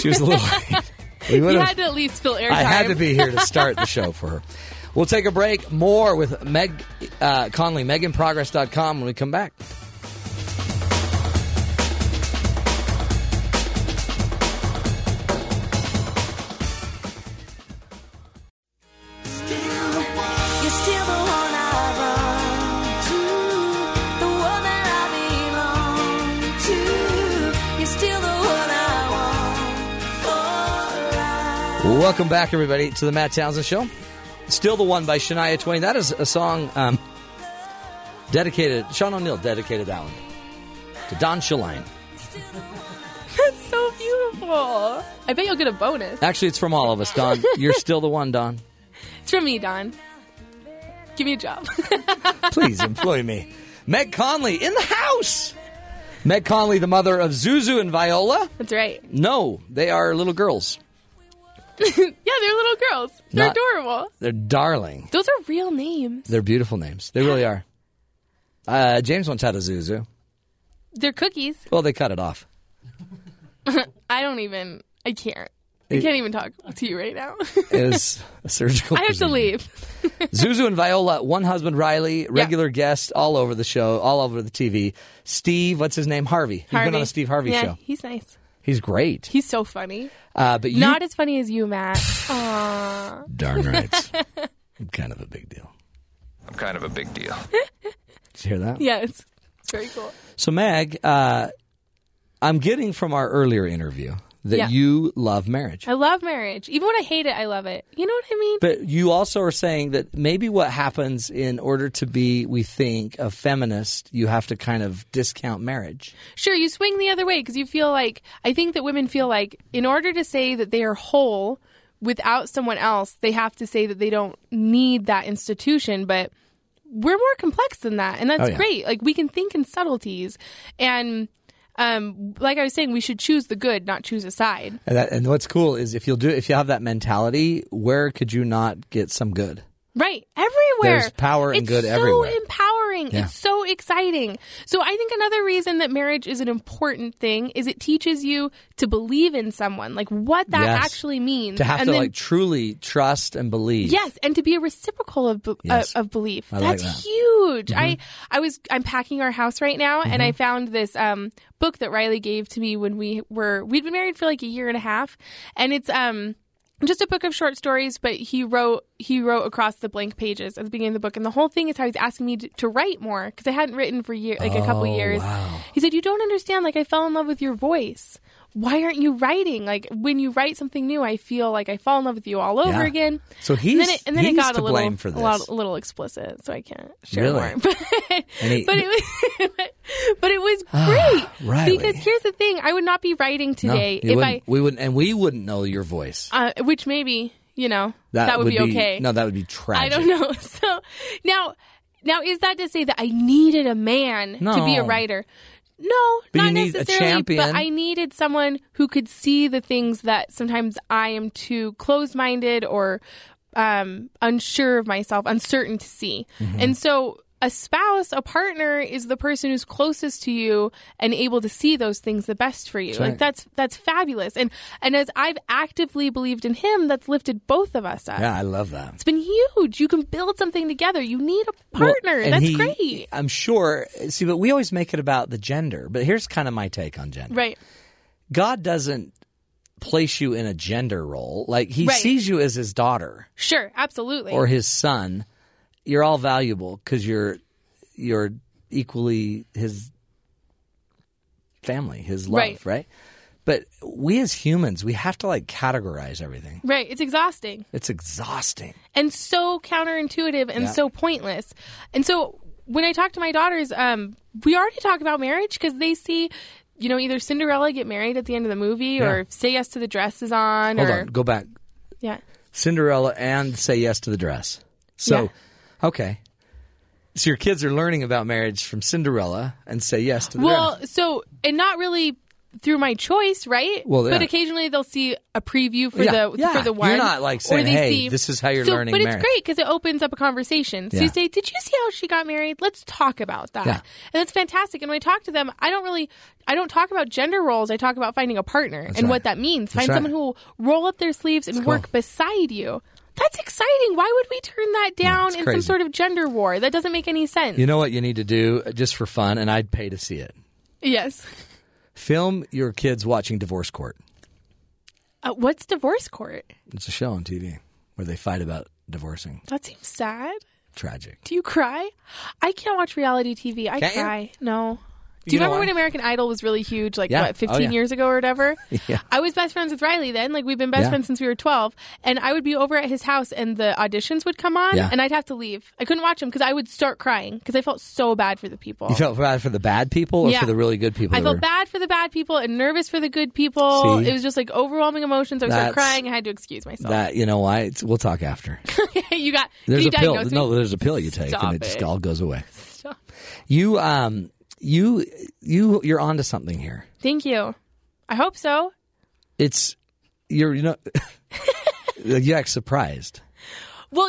[SPEAKER 1] She was a little. late. We would
[SPEAKER 8] You
[SPEAKER 1] have-
[SPEAKER 8] had to at least fill airtime.
[SPEAKER 1] I had to be here to start the show for her. We'll take a break. More with Meg uh, Conley, meganprogress.com when we come back.
[SPEAKER 7] You're still the one I run to, the one that I belong to. You're still the one I want for life.
[SPEAKER 1] Welcome back, everybody, to the Matt Townsend Show. Still the One by Shania Twain. That is a song um, dedicated, Sean O'Neill dedicated that one to Don Shaline.
[SPEAKER 8] That's so beautiful. I bet you'll get a bonus.
[SPEAKER 1] Actually, it's from all of us, Don. You're still the one, Don.
[SPEAKER 8] It's from me, Don. Give me a job.
[SPEAKER 1] Please employ me. Meg Conley in the house. Meg Conley, the mother of Zuzu and Viola.
[SPEAKER 8] That's right.
[SPEAKER 1] No, they are little girls.
[SPEAKER 8] Yeah, they're little girls. They're
[SPEAKER 1] Not-
[SPEAKER 8] adorable.
[SPEAKER 1] They're darling.
[SPEAKER 8] Those are real names.
[SPEAKER 1] They're beautiful names. They really are. Uh, James once had a Zuzu.
[SPEAKER 8] They're cookies.
[SPEAKER 1] Well, they cut it off.
[SPEAKER 8] I don't even. I can't. I can't even talk to you right now.
[SPEAKER 1] It was a surgical.
[SPEAKER 8] I have to
[SPEAKER 1] procedure.
[SPEAKER 8] leave.
[SPEAKER 1] Zuzu and Viola, one husband, Riley, regular guest all over the show, all over the TV. Steve, what's his name? Harvey. You've been on a Steve Harvey
[SPEAKER 8] yeah,
[SPEAKER 1] show.
[SPEAKER 8] He's nice.
[SPEAKER 1] He's great.
[SPEAKER 8] He's so funny.
[SPEAKER 1] Uh, but you,
[SPEAKER 8] Not as funny as you, Matt. Aww.
[SPEAKER 1] darn right. I'm kind of a big deal.
[SPEAKER 9] I'm kind of a big deal.
[SPEAKER 1] Did you hear that?
[SPEAKER 8] Yes. It's very cool.
[SPEAKER 1] So, Meg, uh, I'm getting from our earlier interview that
[SPEAKER 8] Yeah.
[SPEAKER 1] you love marriage.
[SPEAKER 8] I love marriage. Even when I hate it, I love it. You know what I mean?
[SPEAKER 1] But you also are saying that maybe what happens in order to be, we think, a feminist, you have to kind of discount marriage.
[SPEAKER 8] Sure, you swing the other way because you feel like I think that women feel like in order to say that they are whole without someone else, they have to say that they don't need that institution, but we're more complex than that and that's
[SPEAKER 1] yeah.
[SPEAKER 8] great. Like we can think in subtleties and um like I was saying we should choose the good, not choose a side.
[SPEAKER 1] And, that, and what's cool is if you'll do, if you have that mentality, where could you not get some good?
[SPEAKER 8] Right, everywhere.
[SPEAKER 1] There's power and
[SPEAKER 8] it's
[SPEAKER 1] good
[SPEAKER 8] so
[SPEAKER 1] everywhere.
[SPEAKER 8] empowering.
[SPEAKER 1] Yeah.
[SPEAKER 8] It's so exciting. So I think another reason that marriage is an important thing is it teaches you to believe in someone, like what that
[SPEAKER 1] Yes.
[SPEAKER 8] actually means,
[SPEAKER 1] To have
[SPEAKER 8] and
[SPEAKER 1] to
[SPEAKER 8] then
[SPEAKER 1] like truly trust and believe.
[SPEAKER 8] Yes, and to be a reciprocal of be-
[SPEAKER 1] Yes.
[SPEAKER 8] uh, of belief.
[SPEAKER 1] I like
[SPEAKER 8] That's
[SPEAKER 1] that. Mm-hmm.
[SPEAKER 8] huge. I I was I'm packing our house right now, and I found this um, book that Riley gave to me when we were we'd been married for like a year and a half, and it's um just a book of short stories, but he wrote he wrote across the blank pages at the beginning of the book, and the whole thing is how he's asking me to, to write more because I hadn't written for year like a couple
[SPEAKER 1] Oh,
[SPEAKER 8] years.
[SPEAKER 1] wow.
[SPEAKER 8] He said, "You don't understand. Like I fell in love with your voice." Why aren't you writing? Like when you write something new, I feel like I fall in love with you all over
[SPEAKER 1] Yeah.
[SPEAKER 8] again.
[SPEAKER 1] So
[SPEAKER 8] And then
[SPEAKER 1] he's-
[SPEAKER 8] it, and then it
[SPEAKER 1] he's
[SPEAKER 8] got
[SPEAKER 1] to
[SPEAKER 8] a little,
[SPEAKER 1] blame for
[SPEAKER 8] A, lot,
[SPEAKER 1] this.
[SPEAKER 8] a little explicit, so I can't share
[SPEAKER 1] Really?
[SPEAKER 8] more. But,
[SPEAKER 1] And he-
[SPEAKER 8] but it was, but it was great
[SPEAKER 1] Ah, Riley.
[SPEAKER 8] because here's the thing: I would not be writing
[SPEAKER 1] No,
[SPEAKER 8] today
[SPEAKER 1] you
[SPEAKER 8] if
[SPEAKER 1] wouldn't-
[SPEAKER 8] I,
[SPEAKER 1] we wouldn't, and we wouldn't know your voice.
[SPEAKER 8] uh, which maybe you know, that, would, be, okay.
[SPEAKER 1] No, that would be tragic.
[SPEAKER 8] I don't know. So now, now is that to say that I needed a man to be a
[SPEAKER 1] No.
[SPEAKER 8] writer? No,
[SPEAKER 1] But
[SPEAKER 8] not
[SPEAKER 1] you need a
[SPEAKER 8] necessarily.
[SPEAKER 1] champion.
[SPEAKER 8] But I needed someone who could see the things that sometimes I am too closed-minded or um, unsure of myself, uncertain to see.
[SPEAKER 1] Mm-hmm.
[SPEAKER 8] And so, a spouse, a partner, is the person who's closest to you and able to see those things the best for you. Like that's that's fabulous. And and as I've actively believed in him, that's lifted both of us up.
[SPEAKER 1] Yeah, I love that.
[SPEAKER 8] It's been huge. You can build something together. You need a partner.
[SPEAKER 1] Well, and
[SPEAKER 8] That's
[SPEAKER 1] he-
[SPEAKER 8] great.
[SPEAKER 1] I'm sure. See, but we always make it about the gender. But here's kind of my take on gender.
[SPEAKER 8] Right.
[SPEAKER 1] God doesn't place you in a gender role. Like He
[SPEAKER 8] Right.
[SPEAKER 1] sees you as His daughter
[SPEAKER 8] Sure. Absolutely.
[SPEAKER 1] or His son. You're all valuable because you're you're equally His family, His love,
[SPEAKER 8] Right.
[SPEAKER 1] right? But we as humans, we have to like categorize everything.
[SPEAKER 8] right. It's exhausting
[SPEAKER 1] It's exhausting.
[SPEAKER 8] and so counterintuitive and
[SPEAKER 1] Yeah.
[SPEAKER 8] so pointless. And so when I talk to my daughters, um, we already talk about marriage because they see. You know, either Cinderella get married at the end of the movie,
[SPEAKER 1] Yeah.
[SPEAKER 8] or say yes to the dress is on,
[SPEAKER 1] Hold
[SPEAKER 8] or
[SPEAKER 1] on, go back.
[SPEAKER 8] yeah,
[SPEAKER 1] Cinderella and say yes to the dress. So, okay. So your kids are learning about marriage from Cinderella and say yes to the
[SPEAKER 8] Well,
[SPEAKER 1] dress.
[SPEAKER 8] so and not really through my choice, right?
[SPEAKER 1] Well, yeah.
[SPEAKER 8] but occasionally they'll see a preview for
[SPEAKER 1] Yeah,
[SPEAKER 8] the
[SPEAKER 1] yeah.
[SPEAKER 8] for the
[SPEAKER 1] You're
[SPEAKER 8] one.
[SPEAKER 1] not, like,
[SPEAKER 8] or
[SPEAKER 1] saying,
[SPEAKER 8] they
[SPEAKER 1] "Hey, this is how you're
[SPEAKER 8] so,
[SPEAKER 1] learning
[SPEAKER 8] But
[SPEAKER 1] marriage.
[SPEAKER 8] it's great because it opens up a conversation. So
[SPEAKER 1] Yeah.
[SPEAKER 8] you say, "Did you see how she got married? Let's talk about that."
[SPEAKER 1] Yeah.
[SPEAKER 8] And that's fantastic. And when I talk to them, I don't really, I don't talk about gender roles. I talk about finding a partner and
[SPEAKER 1] right.
[SPEAKER 8] what that means. Find
[SPEAKER 1] right.
[SPEAKER 8] someone who will roll up their sleeves and work beside you. That's exciting. Why would we turn that down
[SPEAKER 1] it's
[SPEAKER 8] in
[SPEAKER 1] crazy.
[SPEAKER 8] some sort of gender war? That doesn't make any sense.
[SPEAKER 1] You know what you need to do uh, just for fun, and I'd pay to see it.
[SPEAKER 8] yes.
[SPEAKER 1] Film your kids watching Divorce Court.
[SPEAKER 8] Uh, what's divorce court?
[SPEAKER 1] It's a show on TV where they fight about divorcing.
[SPEAKER 8] That seems sad.
[SPEAKER 1] Tragic.
[SPEAKER 8] Do you cry? I can't watch reality TV. I
[SPEAKER 1] Can't you?
[SPEAKER 8] cry. No. Do
[SPEAKER 1] You
[SPEAKER 8] you
[SPEAKER 1] know
[SPEAKER 8] remember when
[SPEAKER 1] why?
[SPEAKER 8] American Idol was really huge, like
[SPEAKER 1] Yeah.
[SPEAKER 8] what, 15
[SPEAKER 1] Oh, yeah.
[SPEAKER 8] years ago or whatever?
[SPEAKER 1] Yeah.
[SPEAKER 8] I was best friends with Riley then. Like, we've been best
[SPEAKER 1] Yeah.
[SPEAKER 8] friends since we were 12. And I would be over at his house and the auditions would come on
[SPEAKER 1] Yeah.
[SPEAKER 8] and I'd have to leave. I couldn't watch them because I would start crying because I felt so bad for the people.
[SPEAKER 1] You felt bad for the bad people or
[SPEAKER 8] Yeah.
[SPEAKER 1] for the really good people?
[SPEAKER 8] I
[SPEAKER 1] that
[SPEAKER 8] felt
[SPEAKER 1] were-
[SPEAKER 8] bad for the bad people and nervous for the good people.
[SPEAKER 1] See?
[SPEAKER 8] It was just like overwhelming emotions. I started
[SPEAKER 1] That's-
[SPEAKER 8] crying. I had to excuse myself.
[SPEAKER 1] That you know why? It's, we'll talk after.
[SPEAKER 8] you got.
[SPEAKER 1] There's
[SPEAKER 8] can you
[SPEAKER 1] a pill.
[SPEAKER 8] diagnose me?
[SPEAKER 1] No, there's a pill you take,
[SPEAKER 8] Stop
[SPEAKER 1] and it, just
[SPEAKER 8] it.
[SPEAKER 1] all goes away. You um you you you're onto something here.
[SPEAKER 8] Thank you. I hope so.
[SPEAKER 1] it's you're you know you act surprised.
[SPEAKER 8] Well,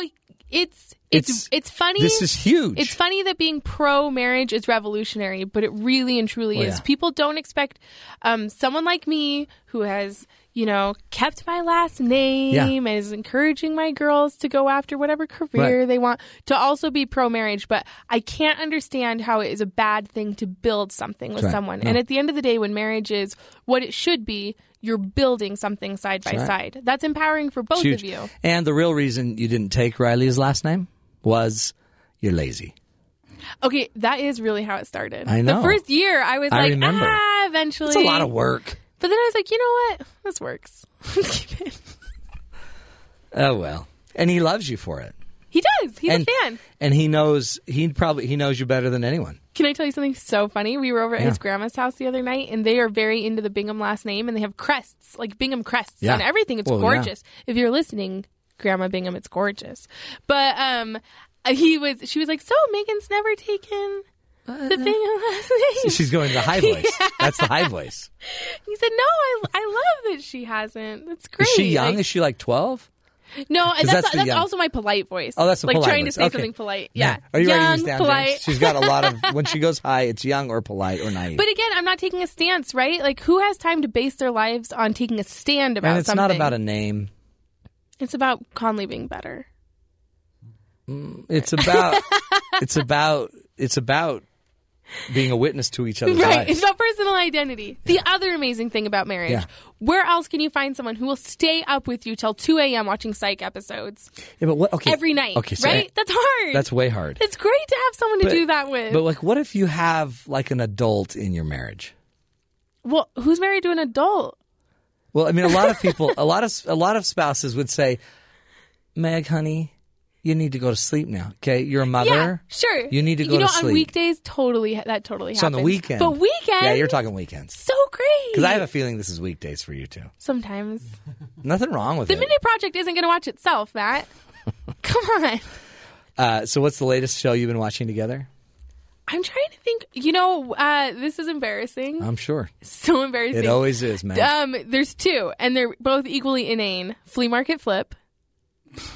[SPEAKER 8] it's it's
[SPEAKER 1] It's-
[SPEAKER 8] it's, funny.
[SPEAKER 1] This is huge.
[SPEAKER 8] it's funny that being pro marriage is revolutionary, but it really and truly
[SPEAKER 1] Well,
[SPEAKER 8] is.
[SPEAKER 1] Oh, yeah.
[SPEAKER 8] People don't expect um, someone like me who has, you know, kept my last name
[SPEAKER 1] Yeah.
[SPEAKER 8] and is encouraging my girls to go after whatever career
[SPEAKER 1] Right.
[SPEAKER 8] they want to also be pro marriage. But I can't understand how it is a bad thing to build something with
[SPEAKER 1] right.
[SPEAKER 8] someone.
[SPEAKER 1] No.
[SPEAKER 8] And at the end of the day, when marriage is what it should be, you're building something side by side. That's empowering for both
[SPEAKER 1] It's huge.
[SPEAKER 8] of you.
[SPEAKER 1] And the real reason you didn't take Riley's last name was you're lazy.
[SPEAKER 8] Okay, that is really how it started.
[SPEAKER 1] I know.
[SPEAKER 8] The first year, I was
[SPEAKER 1] I
[SPEAKER 8] like,
[SPEAKER 1] remember.
[SPEAKER 8] ah, eventually.
[SPEAKER 1] It's a lot of work.
[SPEAKER 8] But then I was like, you know what? This works. Let's keep it.
[SPEAKER 1] Oh well. And he loves you for it.
[SPEAKER 8] He does. He's
[SPEAKER 1] and,
[SPEAKER 8] a fan.
[SPEAKER 1] And he knows he probably he knows you better than anyone.
[SPEAKER 8] Can I tell you something so funny? We were over at
[SPEAKER 1] Yeah.
[SPEAKER 8] his grandma's house the other night, and they are very into the Bingham last name, and they have crests, like Bingham crests
[SPEAKER 1] Yeah.
[SPEAKER 8] on everything. It's
[SPEAKER 1] Well, yeah.
[SPEAKER 8] gorgeous. If you're listening, Grandma Bingham, it's gorgeous. But um, he was. She was like, so Megan's never taken the Bingham last name.
[SPEAKER 1] She's going to the high voice. That's the high voice.
[SPEAKER 8] He said, no, I, I love that she hasn't. That's great.
[SPEAKER 1] Is she young?
[SPEAKER 8] Like-
[SPEAKER 1] Is she like twelve?
[SPEAKER 8] No, and
[SPEAKER 1] that's
[SPEAKER 8] that's
[SPEAKER 1] the
[SPEAKER 8] that's,
[SPEAKER 1] young-
[SPEAKER 8] also my polite voice.
[SPEAKER 1] Oh, that's a
[SPEAKER 8] like
[SPEAKER 1] polite
[SPEAKER 8] trying
[SPEAKER 1] voice.
[SPEAKER 8] to say
[SPEAKER 1] Okay.
[SPEAKER 8] something polite. Yeah,
[SPEAKER 1] Are you
[SPEAKER 8] young,
[SPEAKER 1] writing these down? James?
[SPEAKER 8] polite.
[SPEAKER 1] She's got a lot of when she goes high, it's young or polite or naive.
[SPEAKER 8] But again, I'm not taking a stance, right? Like, who has time to base their lives on taking a stand about
[SPEAKER 1] and it's
[SPEAKER 8] something?
[SPEAKER 1] not about a name.
[SPEAKER 8] It's about Conley being better.
[SPEAKER 1] It's about it's about it's about being a witness to each other's
[SPEAKER 8] Right.
[SPEAKER 1] lives.
[SPEAKER 8] It's about personal identity. The other amazing thing about marriage.
[SPEAKER 1] Yeah.
[SPEAKER 8] Where else can you find someone who will stay up with you till 2 a.m. watching psych episodes
[SPEAKER 1] yeah, but what, okay,
[SPEAKER 8] every night?
[SPEAKER 1] Okay, so
[SPEAKER 8] right? That's hard.
[SPEAKER 1] that's way hard.
[SPEAKER 8] it's great to have someone to
[SPEAKER 1] But-
[SPEAKER 8] do that with.
[SPEAKER 1] But like, what if you have like an adult in your marriage?
[SPEAKER 8] well, who's married to an adult?
[SPEAKER 1] Well, I mean, a lot of people, a lot of a lot of spouses would say, "Meg, honey, you need to go to sleep now. Okay, you're a mother.
[SPEAKER 8] Yeah, sure.
[SPEAKER 1] You need to go
[SPEAKER 8] you know,
[SPEAKER 1] to sleep.
[SPEAKER 8] on weekdays, totally that totally happens.
[SPEAKER 1] so on the weekend.
[SPEAKER 8] but weekend,
[SPEAKER 1] Yeah, you're talking weekends.
[SPEAKER 8] so great.
[SPEAKER 1] Because I have a feeling this is weekdays for you too.
[SPEAKER 8] sometimes
[SPEAKER 1] Nothing wrong with
[SPEAKER 8] the
[SPEAKER 1] it.
[SPEAKER 8] mini project isn't going to watch itself, Matt. Come on.
[SPEAKER 1] uh, so what's the latest show you've been watching together?
[SPEAKER 8] I'm trying to think. You know, uh, this is embarrassing.
[SPEAKER 1] I'm sure
[SPEAKER 8] so
[SPEAKER 1] Oh.
[SPEAKER 8] embarrassing.
[SPEAKER 1] it always is, man.
[SPEAKER 8] Um, there's two, and they're both equally inane. Flea Market Flip.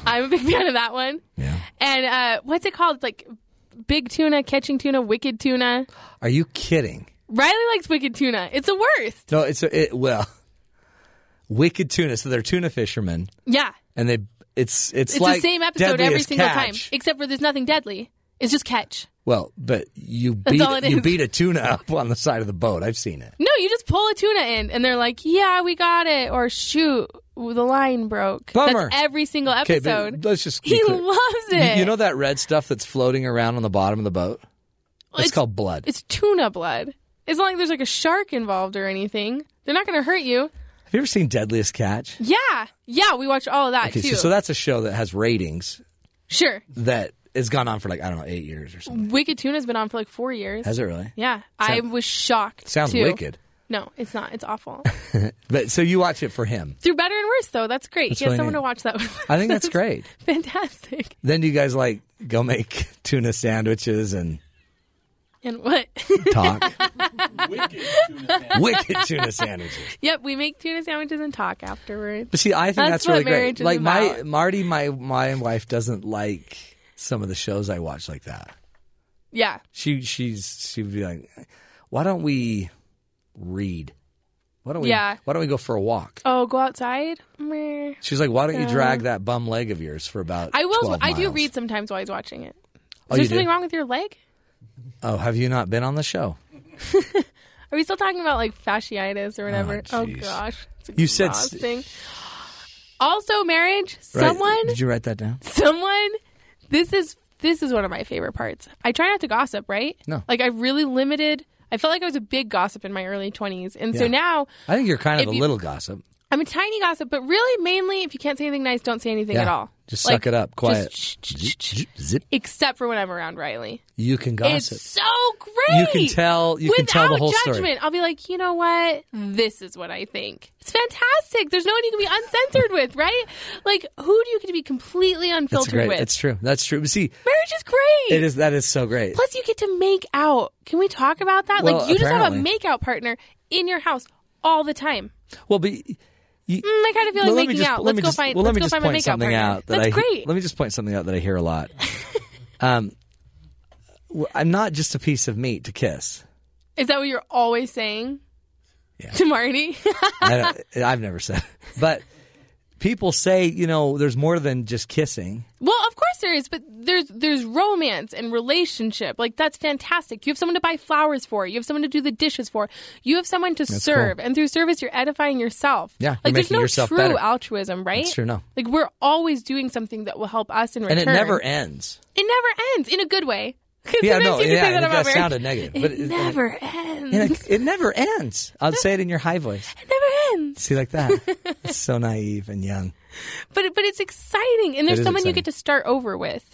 [SPEAKER 8] I'm a big fan of that one.
[SPEAKER 1] Yeah.
[SPEAKER 8] And uh, what's it called? It's like Big Tuna, Catching Tuna, Wicked Tuna.
[SPEAKER 1] Are you kidding?
[SPEAKER 8] Riley likes Wicked Tuna. It's the worst.
[SPEAKER 1] No, it's it well, wicked tuna. So they're tuna fishermen,
[SPEAKER 8] Yeah.
[SPEAKER 1] and they it's it's,
[SPEAKER 8] It's
[SPEAKER 1] like
[SPEAKER 8] the same episode
[SPEAKER 1] Deadly
[SPEAKER 8] every
[SPEAKER 1] as
[SPEAKER 8] single time,
[SPEAKER 1] catch.
[SPEAKER 8] except for there's nothing deadly. It's just catch.
[SPEAKER 1] Well, but you beat
[SPEAKER 8] all it
[SPEAKER 1] you
[SPEAKER 8] is.
[SPEAKER 1] beat a tuna up on the side of the boat. I've seen it.
[SPEAKER 8] No, you just pull a tuna in, and they're like, "Yeah, we got it," or "Shoot, the line broke."
[SPEAKER 1] Bummer.
[SPEAKER 8] That's every single
[SPEAKER 1] Okay,
[SPEAKER 8] episode.
[SPEAKER 1] but let's just be
[SPEAKER 8] he
[SPEAKER 1] clear.
[SPEAKER 8] loves
[SPEAKER 1] You-
[SPEAKER 8] it.
[SPEAKER 1] You, know that red stuff that's floating around on the bottom of the boat? It's,
[SPEAKER 8] It's-
[SPEAKER 1] called blood.
[SPEAKER 8] It's tuna blood. It's not like there's like a shark involved or anything. They're not going to hurt you.
[SPEAKER 1] Have you ever seen Deadliest Catch?
[SPEAKER 8] Yeah, yeah, we watch all of that
[SPEAKER 1] Okay,
[SPEAKER 8] too.
[SPEAKER 1] so, so that's a show that has ratings
[SPEAKER 8] sure,
[SPEAKER 1] that has gone on for like I don't know eight years or something.
[SPEAKER 8] Wicked Tuna's been on for like four years.
[SPEAKER 1] Has it really?
[SPEAKER 8] yeah, I was shocked.
[SPEAKER 1] Sounds
[SPEAKER 8] too.
[SPEAKER 1] wicked.
[SPEAKER 8] No, it's not. It's awful.
[SPEAKER 1] But so you watch it for him.
[SPEAKER 8] Through better and worse though. That's great.
[SPEAKER 1] That's
[SPEAKER 8] he has
[SPEAKER 1] really
[SPEAKER 8] someone
[SPEAKER 1] neat.
[SPEAKER 8] to watch that with.
[SPEAKER 1] I think that's great.
[SPEAKER 8] fantastic.
[SPEAKER 1] Then do you guys like go make tuna sandwiches and
[SPEAKER 8] And what?
[SPEAKER 1] talk? Wicked tuna sandwiches.
[SPEAKER 8] yep, we make tuna sandwiches and talk afterwards.
[SPEAKER 1] But see, I think that's,
[SPEAKER 8] That's
[SPEAKER 1] really
[SPEAKER 8] what
[SPEAKER 1] great.
[SPEAKER 8] marriage is
[SPEAKER 1] Like my
[SPEAKER 8] about.
[SPEAKER 1] Marty, my my wife doesn't like some of the shows I watch like that.
[SPEAKER 8] Yeah,
[SPEAKER 1] She she's she would be like, why don't we read? Why don't we?
[SPEAKER 8] Yeah.
[SPEAKER 1] Why don't we go for a walk?
[SPEAKER 8] Oh, go outside. Meh.
[SPEAKER 1] She's like, why don't you drag that bum leg of yours for about?
[SPEAKER 8] I will.
[SPEAKER 1] 12
[SPEAKER 8] I do
[SPEAKER 1] miles?"
[SPEAKER 8] read sometimes while he's watching it. Is
[SPEAKER 1] Oh,
[SPEAKER 8] there
[SPEAKER 1] you do?
[SPEAKER 8] something wrong with your leg?
[SPEAKER 1] Oh, have you not been on the show?
[SPEAKER 8] Are we still talking about like fasciitis or whatever? Oh,
[SPEAKER 1] jeez.
[SPEAKER 8] gosh, It's
[SPEAKER 1] You said s-
[SPEAKER 8] exhausting. also marriage.
[SPEAKER 1] Right.
[SPEAKER 8] Someone,
[SPEAKER 1] Did you write that down?
[SPEAKER 8] someone. This is this is one of my favorite parts. I try not to gossip, right?
[SPEAKER 1] No.
[SPEAKER 8] Like I really limited. I felt like I was a big gossip in my early twenties, and so
[SPEAKER 1] Yeah.
[SPEAKER 8] now
[SPEAKER 1] I think you're kind of
[SPEAKER 8] If
[SPEAKER 1] a
[SPEAKER 8] you-
[SPEAKER 1] little gossip.
[SPEAKER 8] I'm a tiny gossip. But really, mainly, if you can't say anything nice, don't say anything
[SPEAKER 1] Yeah.
[SPEAKER 8] at all.
[SPEAKER 1] Just
[SPEAKER 8] Like,
[SPEAKER 1] suck it up. Quiet.
[SPEAKER 8] just shh, shh,
[SPEAKER 1] Zip,
[SPEAKER 8] shh, shh.
[SPEAKER 1] zip, zip.
[SPEAKER 8] Except for when I'm around Riley.
[SPEAKER 1] You can gossip.
[SPEAKER 8] It's so great.
[SPEAKER 1] You can tell- you can
[SPEAKER 8] Without
[SPEAKER 1] tell the whole story.
[SPEAKER 8] judgment, I'll be like, you know what? This is what I think. It's fantastic. There's no one you can be uncensored with, right? Like, who do you get to be completely
[SPEAKER 1] That's
[SPEAKER 8] unfiltered
[SPEAKER 1] great.
[SPEAKER 8] with?
[SPEAKER 1] It's true. That's true. But see,
[SPEAKER 8] Marriage is great.
[SPEAKER 1] it is that is so great.
[SPEAKER 8] Plus, you get to make out. Can we talk about that?
[SPEAKER 1] Well,
[SPEAKER 8] like, you just have a
[SPEAKER 1] apparently.
[SPEAKER 8] make out partner in your house all the time.
[SPEAKER 1] Well, but you,
[SPEAKER 8] Mm, I kind of feel
[SPEAKER 1] Well,
[SPEAKER 8] like
[SPEAKER 1] let me
[SPEAKER 8] making
[SPEAKER 1] just-
[SPEAKER 8] out.
[SPEAKER 1] let
[SPEAKER 8] Let's
[SPEAKER 1] me
[SPEAKER 8] go
[SPEAKER 1] just-
[SPEAKER 8] find.
[SPEAKER 1] well, let
[SPEAKER 8] let's
[SPEAKER 1] me
[SPEAKER 8] go
[SPEAKER 1] just
[SPEAKER 8] find my
[SPEAKER 1] point
[SPEAKER 8] make out
[SPEAKER 1] something
[SPEAKER 8] partner.
[SPEAKER 1] out that
[SPEAKER 8] That's
[SPEAKER 1] I,
[SPEAKER 8] great.
[SPEAKER 1] Let me just point something out that I hear a lot. um, w- I'm not just a piece of meat to kiss.
[SPEAKER 8] is that what you're always saying
[SPEAKER 1] Yeah.
[SPEAKER 8] to Marty?
[SPEAKER 1] I don't, I've never said, but people say you know there's more than just kissing.
[SPEAKER 8] Well, of course there is, but there's there's romance and relationship. Like that's fantastic. You have someone to buy flowers for. You have someone to do the dishes for. You have someone to serve, and through service, you're edifying yourself.
[SPEAKER 1] Yeah, you're
[SPEAKER 8] like there's
[SPEAKER 1] making
[SPEAKER 8] no
[SPEAKER 1] yourself
[SPEAKER 8] true
[SPEAKER 1] better.
[SPEAKER 8] altruism, right?
[SPEAKER 1] That's true, no.
[SPEAKER 8] like we're always doing something that will help us in
[SPEAKER 1] And
[SPEAKER 8] return.
[SPEAKER 1] it never ends.
[SPEAKER 8] it never ends in a good way. 'Cause
[SPEAKER 1] Yeah,
[SPEAKER 8] sometimes
[SPEAKER 1] no,
[SPEAKER 8] you can
[SPEAKER 1] yeah,
[SPEAKER 8] say that
[SPEAKER 1] that
[SPEAKER 8] about marriage.
[SPEAKER 1] sounded negative, but
[SPEAKER 8] it,
[SPEAKER 1] it-
[SPEAKER 8] never ends.
[SPEAKER 1] And it, it never ends. I'll say it in your high voice.
[SPEAKER 8] it never ends.
[SPEAKER 1] See, like that. It's so naive and young.
[SPEAKER 8] But it- but it's exciting, and there's
[SPEAKER 1] is
[SPEAKER 8] someone you
[SPEAKER 1] exciting.
[SPEAKER 8] get to start over with.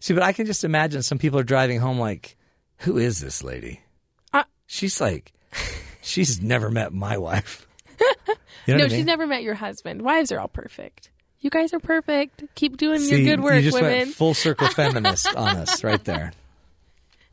[SPEAKER 1] See, but I can just imagine some people are driving home like, who is this lady?
[SPEAKER 8] Uh,
[SPEAKER 1] she's like, she's never met my wife. You know
[SPEAKER 8] no,
[SPEAKER 1] what I
[SPEAKER 8] she's
[SPEAKER 1] mean?
[SPEAKER 8] never met your husband. Wives are all perfect. You guys are perfect. Keep doing
[SPEAKER 1] See,
[SPEAKER 8] your good work,
[SPEAKER 1] You just
[SPEAKER 8] women.
[SPEAKER 1] went full circle feminist on us right there.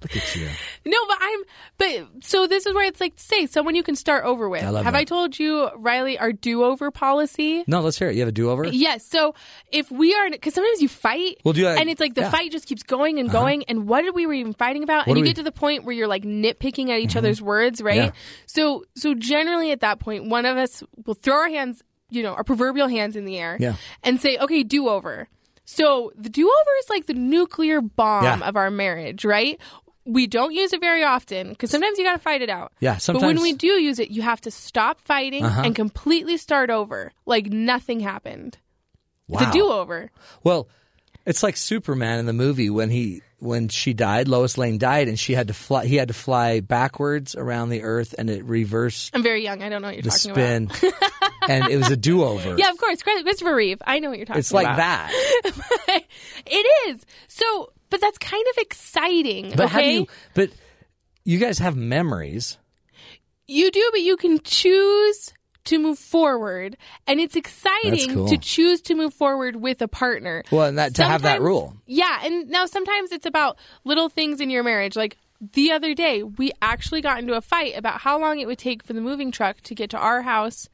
[SPEAKER 1] Look at you.
[SPEAKER 8] no, but I'm. But so this is where it's like, say, someone you can start over with.
[SPEAKER 1] I love
[SPEAKER 8] Have
[SPEAKER 1] that.
[SPEAKER 8] I told you, Riley, our do-over policy?
[SPEAKER 1] No, let's hear it. You have a do over?
[SPEAKER 8] Yes. So if we are, because sometimes you fight,
[SPEAKER 1] We'll do that.
[SPEAKER 8] and it's like the
[SPEAKER 1] Yeah. Uh-huh.
[SPEAKER 8] fight just keeps going and going. And what did we were even fighting about?
[SPEAKER 1] What
[SPEAKER 8] and
[SPEAKER 1] do
[SPEAKER 8] you
[SPEAKER 1] we- Mm-hmm.
[SPEAKER 8] get to the point where you're like nitpicking at each other's words, right?
[SPEAKER 1] Yeah.
[SPEAKER 8] So, so generally at that point, one of us will throw our hands, you know, our proverbial hands in the air,
[SPEAKER 1] Yeah.
[SPEAKER 8] and say, "Okay, do over." So the do over is like the nuclear bomb
[SPEAKER 1] Yeah.
[SPEAKER 8] of our marriage, right? We don't use it very often because sometimes you got to fight it out.
[SPEAKER 1] Yeah,
[SPEAKER 8] But when
[SPEAKER 1] sometimes- Uh-huh.
[SPEAKER 8] we do use it, you have to stop fighting and completely start over, like nothing happened.
[SPEAKER 1] wow.
[SPEAKER 8] It's a do-over.
[SPEAKER 1] Well, it's like Superman in the movie when he when she died, Lois Lane died, and she had to fly. He had to fly backwards around the Earth, and it reversed
[SPEAKER 8] I'm very young. I don't know what you're
[SPEAKER 1] the
[SPEAKER 8] talking
[SPEAKER 1] spin. and it was a do over.
[SPEAKER 8] Yeah, of course, Chris- Christopher Reeve. I know what you're talking
[SPEAKER 1] It's like
[SPEAKER 8] about.
[SPEAKER 1] that.
[SPEAKER 8] It is. So, but that's kind of exciting.
[SPEAKER 1] But
[SPEAKER 8] okay?
[SPEAKER 1] how do you? But you guys have memories.
[SPEAKER 8] You do, but you can choose to move forward, and it's exciting
[SPEAKER 1] cool.
[SPEAKER 8] to choose to move forward with a partner.
[SPEAKER 1] Well, and that- uh, to have that
[SPEAKER 8] Sometimes-
[SPEAKER 1] rule.
[SPEAKER 8] Yeah, and now sometimes it's about little things in your marriage, like. The other day, we actually got into a fight about how long it would take for the moving truck to get to our house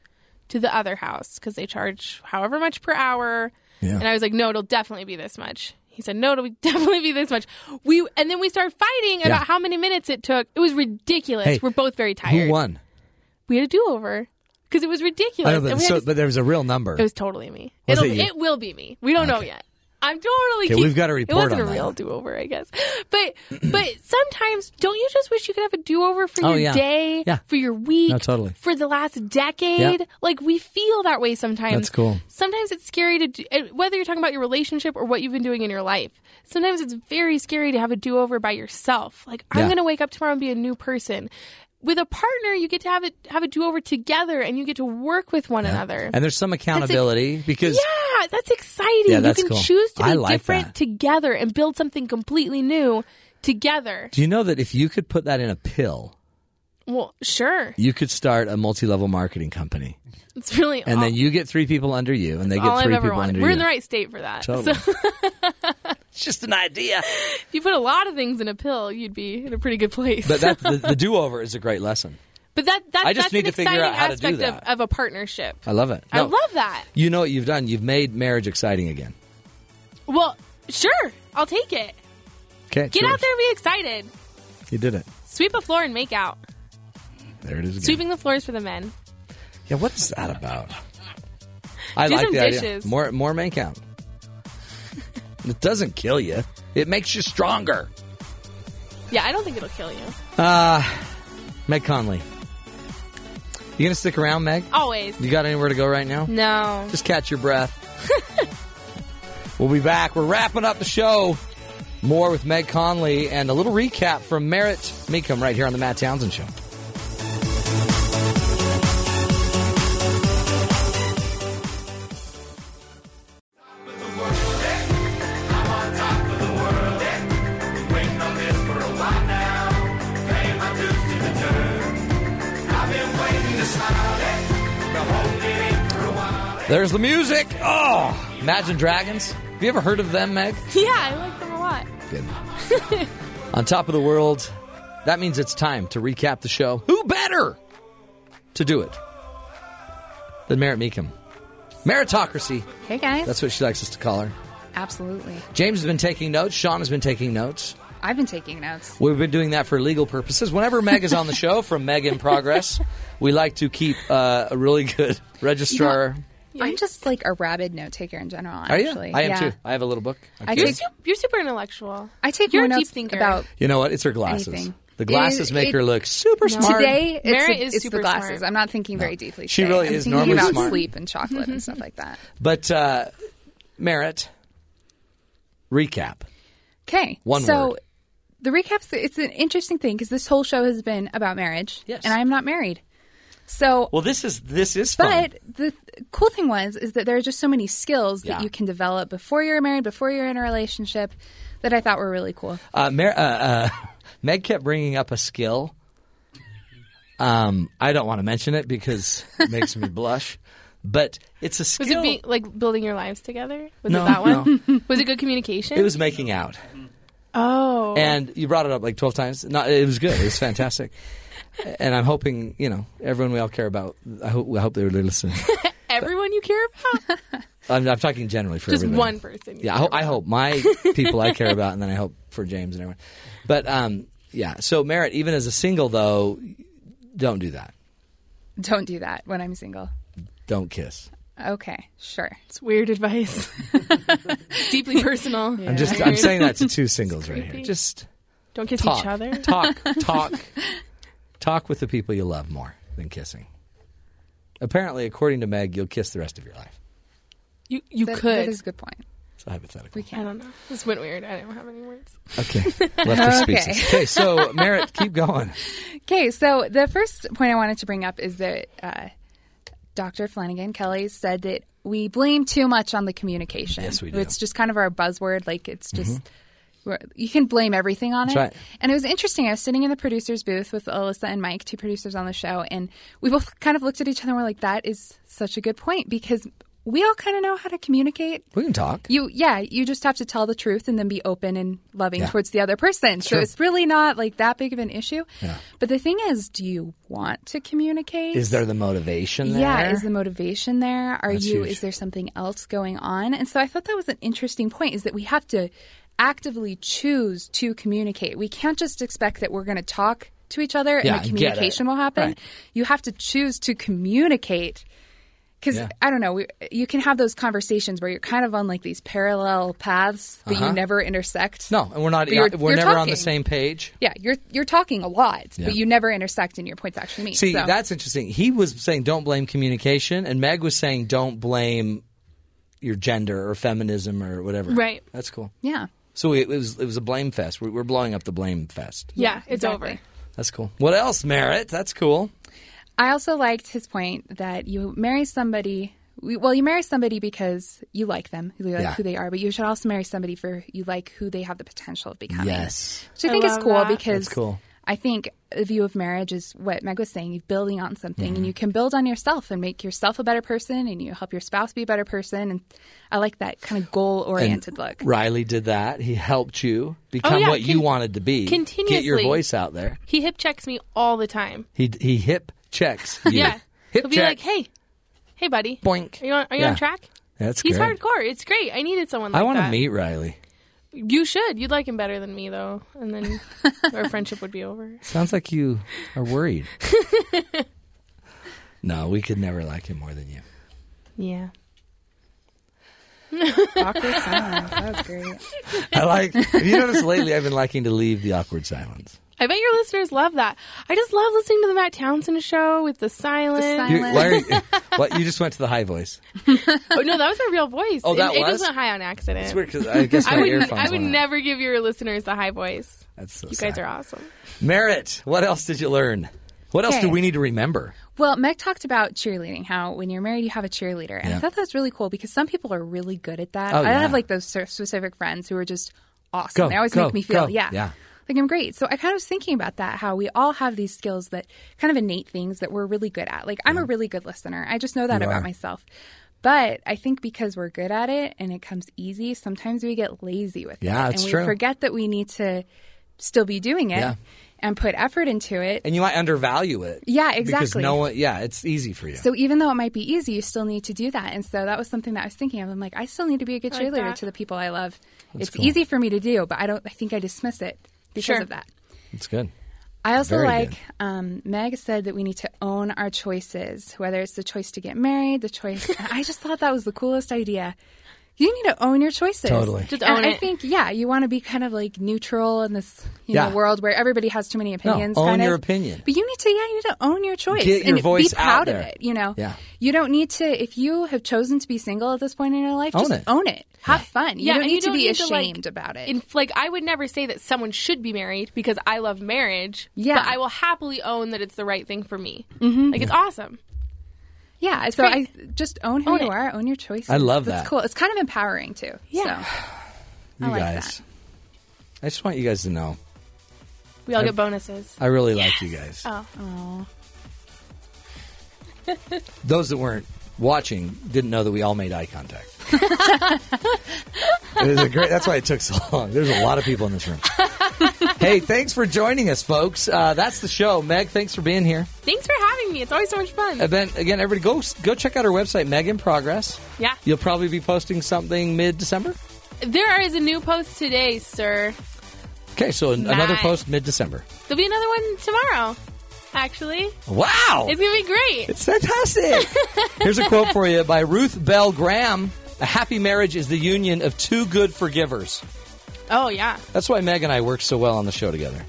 [SPEAKER 8] to the other house because they charge however much per hour. And I was like, no, it'll definitely be this much. He said, no, it'll be- definitely be this much. We and then we started fighting about how many minutes it took. It was ridiculous.
[SPEAKER 1] Hey,
[SPEAKER 8] We're both very tired
[SPEAKER 1] Who won?
[SPEAKER 8] we had a do over because it was ridiculous.
[SPEAKER 1] I know,
[SPEAKER 8] and
[SPEAKER 1] but,
[SPEAKER 8] we
[SPEAKER 1] so,
[SPEAKER 8] had to,
[SPEAKER 1] but there was a real number.
[SPEAKER 8] it was totally me.
[SPEAKER 1] Was
[SPEAKER 8] It'll,
[SPEAKER 1] it you?
[SPEAKER 8] it will be me. We don't know yet. I'm totally.
[SPEAKER 1] Okay,
[SPEAKER 8] keep-
[SPEAKER 1] we've got a report
[SPEAKER 8] It wasn't
[SPEAKER 1] on
[SPEAKER 8] a
[SPEAKER 1] that.
[SPEAKER 8] real do over, I guess. But but sometimes don't you just wish you could have a do over for
[SPEAKER 1] Oh,
[SPEAKER 8] your
[SPEAKER 1] yeah.
[SPEAKER 8] day,
[SPEAKER 1] Yeah.
[SPEAKER 8] for your week,
[SPEAKER 1] No, totally.
[SPEAKER 8] for the last decade?
[SPEAKER 1] Yeah.
[SPEAKER 8] Like we feel that way sometimes.
[SPEAKER 1] That's cool.
[SPEAKER 8] Sometimes it's scary to do, and whether you're talking about your relationship or what you've been doing in your life. Sometimes it's very scary to have a do over by yourself. Like I'm
[SPEAKER 1] Yeah.
[SPEAKER 8] going to wake up tomorrow and be a new person. With a partner, you get to have it have a do over together, and you get to work with one another.
[SPEAKER 1] and there's some accountability because
[SPEAKER 8] Yeah, that's exciting.
[SPEAKER 1] Yeah, that's
[SPEAKER 8] you can
[SPEAKER 1] cool.
[SPEAKER 8] choose to be
[SPEAKER 1] I like
[SPEAKER 8] different
[SPEAKER 1] that.
[SPEAKER 8] together and build something completely new together.
[SPEAKER 1] do you know that if you could put that in a pill,
[SPEAKER 8] Well, sure.
[SPEAKER 1] you could start a multi-level marketing company,
[SPEAKER 8] It's really
[SPEAKER 1] and
[SPEAKER 8] all,
[SPEAKER 1] then you get three people under you, and they
[SPEAKER 8] Oh. all
[SPEAKER 1] get
[SPEAKER 8] I've
[SPEAKER 1] three
[SPEAKER 8] ever
[SPEAKER 1] people
[SPEAKER 8] wanted.
[SPEAKER 1] under
[SPEAKER 8] We're
[SPEAKER 1] you.
[SPEAKER 8] in the right state for that.
[SPEAKER 1] Totally.
[SPEAKER 8] So
[SPEAKER 1] it's just an idea.
[SPEAKER 8] if you put a lot of things in a pill, you'd be in a pretty good place.
[SPEAKER 1] But that, the, the do-over is a great lesson.
[SPEAKER 8] But that, that
[SPEAKER 1] I just
[SPEAKER 8] that's
[SPEAKER 1] need to
[SPEAKER 8] an
[SPEAKER 1] figure
[SPEAKER 8] exciting
[SPEAKER 1] out how to do
[SPEAKER 8] aspect of,
[SPEAKER 1] that.
[SPEAKER 8] of a partnership.
[SPEAKER 1] I love it.
[SPEAKER 8] I
[SPEAKER 1] No,
[SPEAKER 8] love that.
[SPEAKER 1] You know what you've done? You've made marriage exciting again.
[SPEAKER 8] Well, sure, I'll take it.
[SPEAKER 1] Okay,
[SPEAKER 8] Get out there and be excited.
[SPEAKER 1] You did it.
[SPEAKER 8] Sweep a floor and make out.
[SPEAKER 1] There it is. Again.
[SPEAKER 8] Sweeping the floors for the men.
[SPEAKER 1] Yeah, what's that about? I
[SPEAKER 8] Do
[SPEAKER 1] like
[SPEAKER 8] some
[SPEAKER 1] the idea.
[SPEAKER 8] dishes.
[SPEAKER 1] More more man count. it doesn't kill you. It makes you stronger.
[SPEAKER 8] Yeah, I don't think it'll kill you.
[SPEAKER 1] Meg Conley. You gonna stick around, Meg?
[SPEAKER 8] Always.
[SPEAKER 1] You got anywhere to go right now?
[SPEAKER 8] No.
[SPEAKER 1] Just catch your breath. we'll be back. We're wrapping up the show. More with Meg Conley and a little recap from Merritt Meekum right here on the Matt Townsend Show. There's the music. Oh, Imagine Dragons. Have you ever heard of them, Meg?
[SPEAKER 8] Yeah, I like them a lot.
[SPEAKER 1] Good. On top of the world, that means it's time to recap the show. Who better to do it than Merritt Meekum? Meritocracy.
[SPEAKER 10] Hey guys.
[SPEAKER 1] That's what she likes us to call her.
[SPEAKER 10] Absolutely.
[SPEAKER 1] James has been taking notes. Sean has been taking notes.
[SPEAKER 10] I've been taking notes.
[SPEAKER 1] We've been doing that for legal purposes. Whenever Meg is on the show from Meg in Progress, we like to keep uh, a really good registrar.
[SPEAKER 10] I'm just like a rabid note taker in general.
[SPEAKER 1] Are you?
[SPEAKER 10] Actually,
[SPEAKER 1] I am
[SPEAKER 10] Oh, yeah.
[SPEAKER 1] too. I have a little book.
[SPEAKER 10] I
[SPEAKER 1] Okay.
[SPEAKER 8] You're,
[SPEAKER 10] take,
[SPEAKER 8] su- you're super intellectual.
[SPEAKER 10] I take
[SPEAKER 8] You're
[SPEAKER 10] more
[SPEAKER 8] a deep
[SPEAKER 10] notes
[SPEAKER 8] thinker.
[SPEAKER 10] about
[SPEAKER 1] You know what? It's her glasses.
[SPEAKER 10] Anything.
[SPEAKER 1] The glasses
[SPEAKER 10] It-
[SPEAKER 1] make
[SPEAKER 10] it-
[SPEAKER 1] her look super smart.
[SPEAKER 10] today. It's,
[SPEAKER 8] Mara is
[SPEAKER 10] it's
[SPEAKER 8] super
[SPEAKER 10] the glasses.
[SPEAKER 8] smart.
[SPEAKER 10] I'm not thinking very deeply.
[SPEAKER 1] She
[SPEAKER 10] today.
[SPEAKER 1] really
[SPEAKER 10] I'm
[SPEAKER 1] is
[SPEAKER 10] thinking
[SPEAKER 1] normally
[SPEAKER 10] about
[SPEAKER 1] smart.
[SPEAKER 10] sleep and chocolate
[SPEAKER 8] Mm-hmm.
[SPEAKER 10] and stuff like that.
[SPEAKER 1] But uh, Merritt, recap.
[SPEAKER 10] Okay.
[SPEAKER 1] One
[SPEAKER 10] so
[SPEAKER 1] word.
[SPEAKER 10] the recaps it's an interesting thing because this whole show has been about marriage.
[SPEAKER 1] Yes.
[SPEAKER 10] And I'm not married. So
[SPEAKER 1] Well, this is this is fun.
[SPEAKER 10] but the th- cool thing was is that there are just so many skills
[SPEAKER 1] Yeah.
[SPEAKER 10] that you can develop before you're married, before you're in a relationship that I thought were really cool.
[SPEAKER 1] Uh, Mer- uh, uh, Meg kept bringing up a skill. Um, I don't want to mention it because it makes me blush, but it's a skill.
[SPEAKER 8] Was it being, like building your lives together? Was
[SPEAKER 1] No,
[SPEAKER 8] it that one? was it good communication?
[SPEAKER 1] It was making out,
[SPEAKER 8] Oh,
[SPEAKER 1] and you brought it up like twelve times. No, it was good. It was fantastic, and I'm hoping you know everyone we all care about. I hope I hope they were listening.
[SPEAKER 8] everyone you care about,
[SPEAKER 1] I'm, I'm talking generally for
[SPEAKER 8] just
[SPEAKER 1] everybody.
[SPEAKER 8] one person. you
[SPEAKER 1] Yeah, I,
[SPEAKER 8] care
[SPEAKER 1] ho-
[SPEAKER 8] about.
[SPEAKER 1] I hope my people I care about, and then I hope for James and everyone. But um, yeah, so Merritt, even as a single though, don't do that.
[SPEAKER 10] Don't do that when I'm single.
[SPEAKER 1] Don't kiss.
[SPEAKER 10] Okay, sure.
[SPEAKER 8] It's weird advice. Deeply personal.
[SPEAKER 1] I'm just I'm saying that to two singles right here. Just
[SPEAKER 8] Don't kiss
[SPEAKER 1] talk,
[SPEAKER 8] each other.
[SPEAKER 1] talk, talk, talk with the people you love more than kissing. Apparently, according to Meg, you'll kiss the rest of your life.
[SPEAKER 8] You you
[SPEAKER 10] That-
[SPEAKER 8] could.
[SPEAKER 10] That is a good point.
[SPEAKER 1] It's a hypothetical.
[SPEAKER 10] We
[SPEAKER 8] I
[SPEAKER 10] can.
[SPEAKER 8] don't know. This went weird. I don't have any words.
[SPEAKER 1] Okay, left her speechless. Okay, so Merritt, keep going.
[SPEAKER 10] Okay, so the first point I wanted to bring up is that uh, Dr. Flanagan Kelly said that we blame too much on the communication.
[SPEAKER 1] Yes, we do. Mm-hmm.
[SPEAKER 10] It's just kind of our buzzword. Like it's just we're- you can blame everything on
[SPEAKER 1] That's
[SPEAKER 10] it.
[SPEAKER 1] right.
[SPEAKER 10] And it was interesting. I was sitting in the producers' booth with Alyssa and Mike, two producers on the show, and we both kind of looked at each other and we're like, "That is such a good point because we all kind of know how to communicate."
[SPEAKER 1] We can talk.
[SPEAKER 10] You yeah, you just have to tell the truth and then be open and loving
[SPEAKER 1] Yeah.
[SPEAKER 10] towards the other person. So
[SPEAKER 1] Sure.
[SPEAKER 10] it's really not like that big of an issue.
[SPEAKER 1] Yeah.
[SPEAKER 10] But the thing is, do you want to communicate?
[SPEAKER 1] Is there the motivation there?
[SPEAKER 10] Yeah, is the motivation there? Are
[SPEAKER 1] That's
[SPEAKER 10] you
[SPEAKER 1] huge.
[SPEAKER 10] is there something else going on? And so I thought that was an interesting point is that we have to actively choose to communicate. We can't just expect that we're going to talk to each other
[SPEAKER 1] Yeah, I get
[SPEAKER 10] and the
[SPEAKER 1] it.
[SPEAKER 10] communication will happen.
[SPEAKER 1] Right.
[SPEAKER 10] You have to choose to communicate because
[SPEAKER 1] Yeah.
[SPEAKER 10] I don't know, we, you can have those conversations where you're kind of on like these parallel paths, but
[SPEAKER 1] Uh-huh.
[SPEAKER 10] you never intersect.
[SPEAKER 1] No, and we're not.
[SPEAKER 10] But you're-
[SPEAKER 1] we're
[SPEAKER 10] you're
[SPEAKER 1] never on the
[SPEAKER 10] talking.
[SPEAKER 1] same page.
[SPEAKER 10] Yeah, you're you're talking a lot,
[SPEAKER 1] Yeah.
[SPEAKER 10] but you never intersect, and your points actually meet.
[SPEAKER 1] See,
[SPEAKER 10] so.
[SPEAKER 1] that's interesting. He was saying don't blame communication, and Meg was saying don't blame your gender or feminism or whatever.
[SPEAKER 8] Right.
[SPEAKER 1] That's cool.
[SPEAKER 10] yeah,
[SPEAKER 1] So it was it was a blame fest. We- We're blowing up the blame fest.
[SPEAKER 8] Yeah, it's
[SPEAKER 10] exactly.
[SPEAKER 8] over.
[SPEAKER 1] That's cool. What else, Merritt? That's cool.
[SPEAKER 10] I also liked his point that you marry somebody. Well, you marry somebody because you like them, you like
[SPEAKER 1] Yeah.
[SPEAKER 10] who they are, but you should also marry somebody for you like who they have the potential of becoming.
[SPEAKER 1] Yes.
[SPEAKER 10] Which I
[SPEAKER 8] I
[SPEAKER 10] think is
[SPEAKER 8] love
[SPEAKER 10] cool
[SPEAKER 8] that.
[SPEAKER 10] because
[SPEAKER 1] That's cool.
[SPEAKER 10] I think a view of marriage is what Meg was saying. You're building on something
[SPEAKER 1] Mm-hmm.
[SPEAKER 10] and you can build on yourself and make yourself a better person and you help your spouse be a better person. And I like that kind of goal oriented look.
[SPEAKER 1] Riley did that. He helped you become
[SPEAKER 8] Oh, yeah,
[SPEAKER 1] what you
[SPEAKER 8] con-
[SPEAKER 1] wanted to be. Get your
[SPEAKER 8] continuously.
[SPEAKER 1] voice out there.
[SPEAKER 8] He hip checks me all the time.
[SPEAKER 1] He he hip checks. You.
[SPEAKER 8] Yeah.
[SPEAKER 1] Hip
[SPEAKER 8] He'll
[SPEAKER 1] check.
[SPEAKER 8] be like, hey, hey, buddy.
[SPEAKER 1] Boink.
[SPEAKER 8] Are you on, are you
[SPEAKER 1] Yeah.
[SPEAKER 8] on track?
[SPEAKER 1] That's
[SPEAKER 8] He's
[SPEAKER 1] good.
[SPEAKER 8] hardcore. It's great. I needed someone like
[SPEAKER 1] I want
[SPEAKER 8] that.
[SPEAKER 1] to meet Riley.
[SPEAKER 8] You should. You'd like him better than me, though. And then our friendship would be over.
[SPEAKER 1] Sounds like you are worried. no, we could never like him more than you.
[SPEAKER 8] Yeah.
[SPEAKER 10] Awkward silence. That was great.
[SPEAKER 1] I like. Have you noticed lately? I've been liking to leave the awkward silence.
[SPEAKER 8] I bet your listeners love that. I just love listening to the Matt Townsend show with the silence.
[SPEAKER 1] You,
[SPEAKER 10] Silence.
[SPEAKER 1] why are you, what, you just went to the high voice.
[SPEAKER 8] Oh, no, that was my real voice.
[SPEAKER 1] Oh, that
[SPEAKER 8] it,
[SPEAKER 1] was?
[SPEAKER 8] It wasn't high on accident.
[SPEAKER 1] It's weird because I guess my
[SPEAKER 8] I would,
[SPEAKER 1] earphones.
[SPEAKER 8] I would
[SPEAKER 1] went out.
[SPEAKER 8] never give your listeners the high voice.
[SPEAKER 1] That's so
[SPEAKER 8] You guys are awesome.
[SPEAKER 1] Merit. What else did you learn? What else do
[SPEAKER 10] Okay.
[SPEAKER 1] we need to remember?
[SPEAKER 10] Well, Meg talked about cheerleading, how when you're married, you have a cheerleader. And
[SPEAKER 1] Yeah.
[SPEAKER 10] I thought that was really cool because some people are really good at that.
[SPEAKER 1] Oh,
[SPEAKER 10] I
[SPEAKER 1] yeah.
[SPEAKER 10] have like those cer- specific friends who are just awesome.
[SPEAKER 1] Go,
[SPEAKER 10] they always
[SPEAKER 1] go,
[SPEAKER 10] make me feel,
[SPEAKER 1] go.
[SPEAKER 10] yeah.
[SPEAKER 1] Yeah.
[SPEAKER 10] Like I'm great. So I kind of was thinking about that, how we all have these skills that kind of innate things that we're really good at. Like I'm a really good listener. I just know that
[SPEAKER 1] You
[SPEAKER 10] about
[SPEAKER 1] are.
[SPEAKER 10] myself. But I think because we're good at it and it comes easy, sometimes we get lazy with
[SPEAKER 1] Yeah,
[SPEAKER 10] it.
[SPEAKER 1] it's
[SPEAKER 10] and we
[SPEAKER 1] true.
[SPEAKER 10] forget that we need to still be doing it
[SPEAKER 1] Yeah.
[SPEAKER 10] and put effort into it.
[SPEAKER 1] And you might undervalue it.
[SPEAKER 10] Yeah,
[SPEAKER 1] Because
[SPEAKER 10] exactly.
[SPEAKER 1] no one. Yeah, it's easy for you.
[SPEAKER 10] So even though it might be easy, you still need to do that. And so that was something that I was thinking of. I'm like, I still need to be a good
[SPEAKER 8] I like
[SPEAKER 10] cheerleader
[SPEAKER 8] that.
[SPEAKER 10] to the people I love. it's
[SPEAKER 1] cool.
[SPEAKER 10] easy for me to do, but I don't. I think I dismiss it because
[SPEAKER 8] Sure.
[SPEAKER 10] of that.
[SPEAKER 1] it's good.
[SPEAKER 10] I also
[SPEAKER 1] Very
[SPEAKER 10] like
[SPEAKER 1] good.
[SPEAKER 10] um, Meg said that we need to own our choices, whether it's the choice to get married, the choice. I just thought that was the coolest idea. You need to own your choices.
[SPEAKER 1] Totally.
[SPEAKER 8] Just
[SPEAKER 10] And
[SPEAKER 8] own
[SPEAKER 10] I
[SPEAKER 8] it.
[SPEAKER 10] think, yeah, you want to be kind of like neutral in this you
[SPEAKER 1] Yeah.
[SPEAKER 10] know, world where everybody has too many opinions.
[SPEAKER 1] own
[SPEAKER 10] kind of.
[SPEAKER 1] your opinion.
[SPEAKER 10] But you need to, yeah, you need to own your choice
[SPEAKER 1] Get your
[SPEAKER 10] and
[SPEAKER 1] voice
[SPEAKER 10] be
[SPEAKER 1] out
[SPEAKER 10] proud
[SPEAKER 1] there.
[SPEAKER 10] of it. You know,
[SPEAKER 1] Yeah.
[SPEAKER 10] you don't need to. If you have chosen to be single at this point in your life,
[SPEAKER 1] Own
[SPEAKER 10] just
[SPEAKER 1] it.
[SPEAKER 10] own it. Have fun. You
[SPEAKER 8] Yeah,
[SPEAKER 10] don't
[SPEAKER 8] and
[SPEAKER 10] need
[SPEAKER 8] you
[SPEAKER 10] to
[SPEAKER 8] don't
[SPEAKER 10] be
[SPEAKER 8] need to, like,
[SPEAKER 10] ashamed about it.
[SPEAKER 8] In, like, I would never say that someone should be married because I love marriage.
[SPEAKER 10] Yeah.
[SPEAKER 8] But I will happily own that it's the right thing for me. Mm-hmm. Like, it's awesome.
[SPEAKER 10] yeah, so
[SPEAKER 8] great.
[SPEAKER 10] I just own who
[SPEAKER 8] Own
[SPEAKER 10] you
[SPEAKER 8] it.
[SPEAKER 10] are, own your choices.
[SPEAKER 1] I love
[SPEAKER 10] That's
[SPEAKER 1] that.
[SPEAKER 10] cool. It's kind of empowering too.
[SPEAKER 8] Yeah.
[SPEAKER 10] So.
[SPEAKER 1] You
[SPEAKER 10] I like
[SPEAKER 1] guys. I just want you guys to know.
[SPEAKER 8] We all get bonuses.
[SPEAKER 1] I really like you guys.
[SPEAKER 8] Oh.
[SPEAKER 1] Those that weren't watching didn't know that we all made eye contact. it was a great, that's why it took so long. There's a lot of people in this room. hey, thanks for joining us, folks. Uh, that's the show. Meg, thanks for being here.
[SPEAKER 8] Thanks for having me. It's always so much fun.
[SPEAKER 1] And then again, everybody, go go check out our website, Meg in Progress.
[SPEAKER 8] Yeah.
[SPEAKER 1] You'll probably be posting something mid December.
[SPEAKER 8] There is a new post today, sir.
[SPEAKER 1] Okay, so an- another
[SPEAKER 8] Nice.
[SPEAKER 1] post mid December.
[SPEAKER 8] There'll be another one tomorrow, actually.
[SPEAKER 1] Oh. Wow.
[SPEAKER 8] It's going to be great.
[SPEAKER 1] It's fantastic. Here's a quote for you by Ruth Bell Graham. A happy marriage is the union of two good forgivers.
[SPEAKER 8] oh, yeah.
[SPEAKER 1] That's why Meg and I work so well on the show together.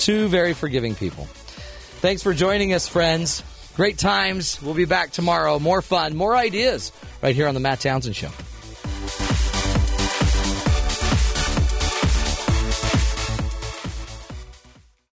[SPEAKER 1] two very forgiving people. Thanks for joining us, friends. Great times. We'll be back tomorrow. More fun, more ideas right here on The Matt Townsend Show.